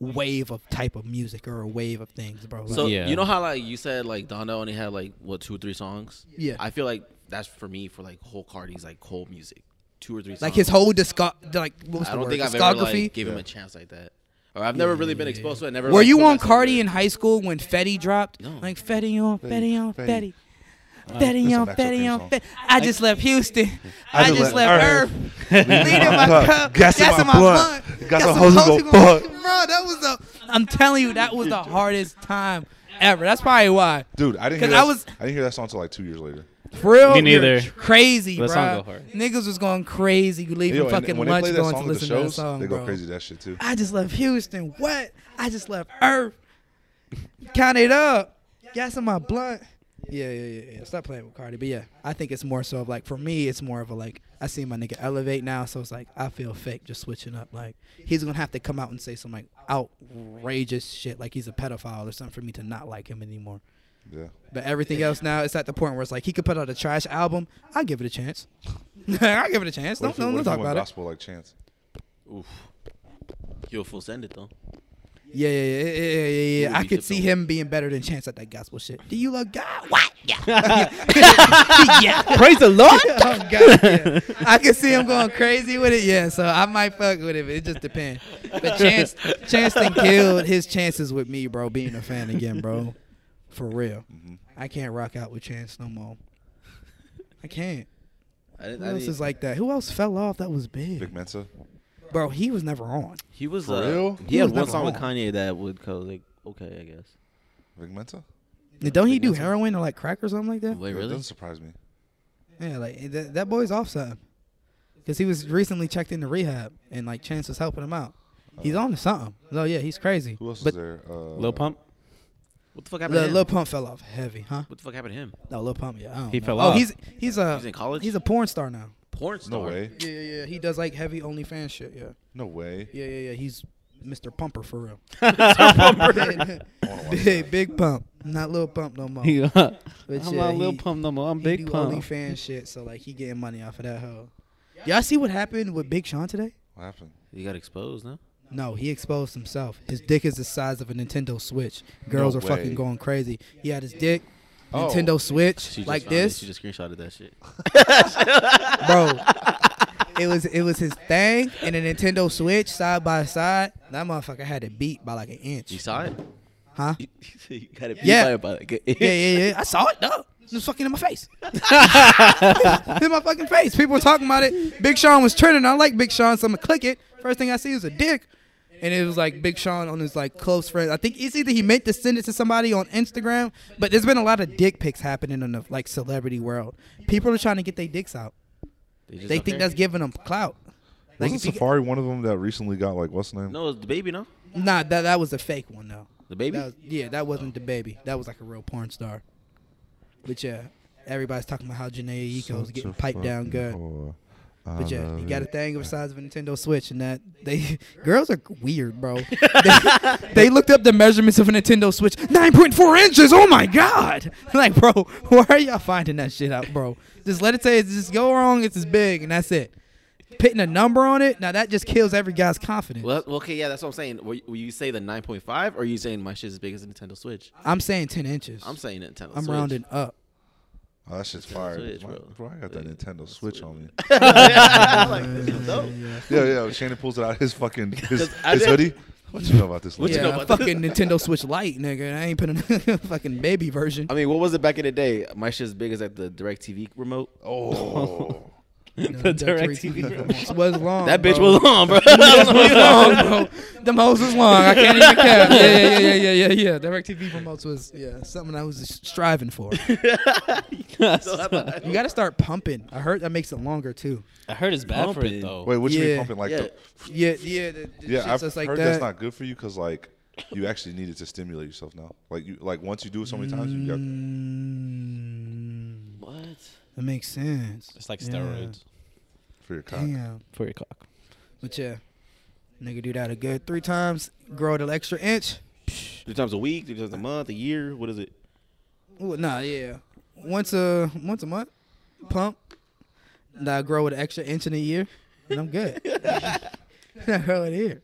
wave of type of music or a wave of things, bro. So Like, Yeah. you know how like you said like Donna only had like what two or three songs? Yeah. I feel like that's for me for like whole Cardi's like whole music, two or three. like songs. his whole disco like what was I the don't word? think I've ever discography. like gave him a chance like that. Or I've never really been exposed to it. Never. Were like, you put on myself Cardi in there. high school when Fetty dropped? No. Like Fetty on, Fetty on, Fetty. Uh, Fetty. that's Fetty a on, Maxwell Fetty King on, song. Fetty. I just left Houston. I just left Earth. [LAUGHS] Leave Lead in my cup. Gas in my blood. Got some hoes who go fuck. Bro, that was the. I'm telling you, that was the hardest time ever. That's probably why. Dude, I didn't. 'Cause Hear that, I was- I didn't hear that song until like two years later. For real. Me neither. Crazy, That bro. song go hard. Niggas was going crazy. You leaving Yo, and fucking when lunch they play that going to song at the listen to that shows, song, they go bro. crazy to that shit [LAUGHS] too. I just left Houston. What? I just left Earth. Count it up. Gas in my blunt. Yeah, yeah, yeah, yeah. Stop playing with Cardi. But yeah, I think it's more so of like for me, it's more of a like I see my nigga elevate now, so it's like I feel fake just switching up. Like he's gonna have to come out and say some like outrageous shit, like he's a pedophile or something for me to not like him anymore. Yeah. But everything else now it's at the point where it's like he could put out a trash album. I give it a chance. [LAUGHS] I give it a chance. What Don't if you- what if don't, don't you talk went about it. gospel like Chance? Oof. You'll full send it though. Yeah, yeah, yeah, yeah, yeah, yeah, would yeah. I be could see different. him being better than Chance at that gospel shit. Do you love [LAUGHS] God? What? Yeah. Praise [LAUGHS] the Lord. oh, God, yeah. I could see him going crazy with it. Yeah, so I might fuck with it. But it just depends. But Chance, Chance done killed his chances with me, bro. Being a fan again, bro. For real, Mhm. I can't rock out with Chance no more. I can't. I didn't, Who I else didn't- is like that? Who else fell off that was Vic big? Mensa. Bro, he was never on. He was For uh, real? He He had was one never song with on. Kanye that would go like okay, I guess. Vic Mensa. Don't he Vic do Mensa. heroin or like crack or something like that? Wait, That really? doesn't surprise me. Yeah, like eh, that, that boy's off something. Because he was recently checked into rehab and like Chance was helping him out. He's on to something. No, yeah, he's crazy. Oh. Who else is there? Uh, Lil Pump. What the fuck happened? to Lil, him? Lil Pump fell off heavy, huh? What the fuck happened to him? No, Lil Pump, yeah. I don't He know. fell oh, off. he's he's a He's in college. he's a porn star now. porn No star. [LAUGHS] way. Yeah, yeah, yeah. He does like heavy OnlyFans shit. Yeah, No way. yeah, yeah, yeah. He's Mr. Pumper for real. [LAUGHS] I wanna watch big, big pump, not Lil Pump no more. [LAUGHS] uh, He- I'm But yeah, not Lil he- Pump no more. I'm he Big do Pump. OnlyFans shit, so like he getting money off of that hoe. Y'all see what happened with Big Sean today? What happened? [LAUGHS] He got [LAUGHS] exposed, no? No, he exposed himself. His dick is the size of a Nintendo Switch. Girls No are fucking way. going crazy. He had his dick, Oh. Nintendo Switch, She just like found it. this, She just screenshotted that shit. bro. it was it was his thing and a Nintendo Switch side by side. That motherfucker had it beat by like an You inch, saw it? huh? [LAUGHS] You, you got it. Yeah. Yeah. By like, Yeah, yeah, yeah. I saw it [LAUGHS] though. It was fucking in my face. in my fucking face. People were talking about it. Big Sean was trending. I like Big Sean, so I'm gonna click it. First thing I see is a dick. And it was like Big Sean on his like close friend. I think it's either he meant to send it to somebody on Instagram, but there's been a lot of dick pics happening in the like celebrity world. People are trying to get their dicks out. just They don't think care. that's giving them clout. Like, Wasn't if you get- Safari one of them that recently got like what's the name? No, it's the baby, no? nah, that that was a fake one though. The baby? That was, yeah, that wasn't the baby. That was like a real porn star. But yeah, everybody's talking about how Janae Eco was Such getting a piped down fucking good. whore. Oh, I But yeah, love you got a it. thing of the size of a Nintendo Switch, and that they [LAUGHS] girls are weird, bro. they, [LAUGHS] they looked up the measurements of a Nintendo Switch, nine point four inches. Oh my god! [LAUGHS] Like, bro, where are y'all finding that shit out, bro? Just let it say, it's just go wrong. It's as big, and that's it. Pitting a number on it, now that just kills every guy's confidence. Well, well, okay, yeah, that's what I'm saying. Were, were you say the 9.5, or are you saying my shit's as big as a Nintendo Switch? I'm saying ten inches. I'm saying Nintendo I'm Switch. rounding up. Oh, that shit's Nintendo fire. Switch, My- bro. bro. I got that Yeah, Nintendo Switch on [LAUGHS] me. I like this shit's dope. yeah, yeah. Shannon pulls it out his fucking his, [LAUGHS] 'Cause I his did- hoodie. What you know about this? What you yeah, lady? know about fucking Nintendo Switch Lite, nigga. I ain't putting a [LAUGHS] fucking baby version. I mean, what was it back in the day? My shit's big as like the Direct TV remote. Oh, The direct TV. was long. That bitch bro. was on, bro. [LAUGHS] long, bro. Them hoes was long. I can't even cap. Yeah, yeah, yeah, yeah, yeah, yeah. Direct TV remotes was yeah something I was just striving for. [LAUGHS] You got to start pumping. I heard that makes it longer too. I heard it's bad for Pumping. it though. wait. What you mean Yeah. pumping like? Yeah. The, Yeah, yeah, the, the yeah, shit's I've just like heard that. that's not good for you because like you actually need it to stimulate yourself now. Like you like once you do it so many times, you got Mm, what? that makes sense. It's like Yeah. steroids for your cock. Damn. for your cock. But yeah, Nigga do that a good three times, grow it an extra inch. Three times a week, three times a month, a year. What is it? Ooh, nah, yeah. Once a once a month, pump. And I grow it an extra inch in a year, and I'm good. [LAUGHS] I grow it here.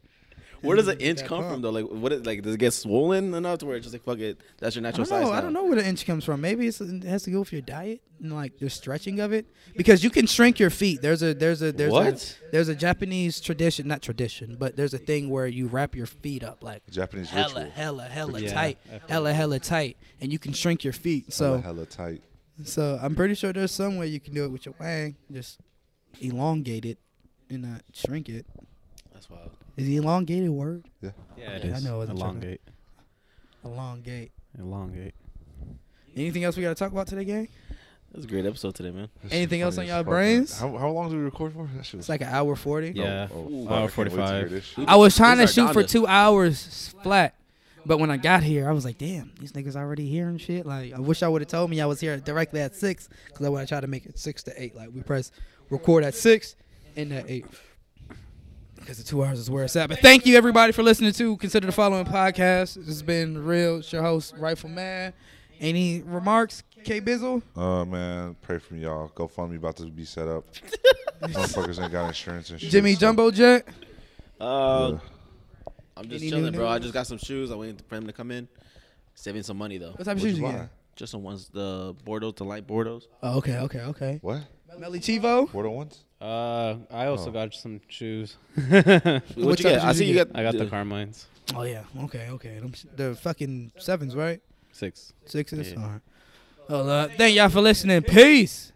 Where does an inch that come far. from though? Like what? Is, like does it get swollen enough to where it's just like fuck it? That's your I natural don't know. size. I don't now? know where the inch comes from. Maybe it's, it has to go with your diet and like the stretching of it, because you can shrink your feet. There's a there's a there's What? a there's a Japanese tradition, not tradition, but there's a thing where you wrap your feet up like Japanese hella ritual. hella hella Yeah, tight, I feel hella hella tight, and you can shrink your feet. So hella, hella tight. So I'm pretty sure there's some way you can do it with your wang. Just elongate it and not shrink it. That's wild. Is elongate a word? Yeah, it Yeah, I is. know, I wasn't trying to- elongate, Elongate. elongate. Anything else we gotta talk about today, gang? That's a great episode today, man. That shit Anything else funny on as y'all fuck, man. brains? How, how long do we record for? That shit was It's like an hour forty. Yeah. Oh, Hour fuck, I can't wait to hear 45. this shit. I was trying to These are shoot for Dondas. two hours flat. But when I got here, I was like, damn, these niggas already here and shit. Like, I wish I would have told me I was here directly at six, because I would have tried to make it six to eight. Like, we press record at six and at eight. Because the two hours is where it's at. But thank you, everybody, for listening to Consider the Following Podcast. This has been Real. It's your host, Rifle Man. Any remarks, K Bizzle? Uh man, pray for me, y'all. GoFundMe about to be set [LAUGHS] up. Motherfuckers ain't got insurance and shit. Jimmy so- Jumbo Jet? Uh, Yeah. I'm just Any new chilling, bro. I news? just got some shoes. I waited for him to come in. Saving some money though. What type What'd of shoes you you buy? get? Just some ones, the Bordeaux, the light Bordeaux. Oh, okay, okay, okay. What? Melly Chivo? What at once? Uh, I also Oh. got some shoes. [LAUGHS] I What What, you type get? of I shoes see you you got. got the Carmines. Oh, yeah, okay, okay. Them sh- The fucking sevens, right? Six. Sixes? Yeah. All right. Well, uh, thank y'all for listening. Peace.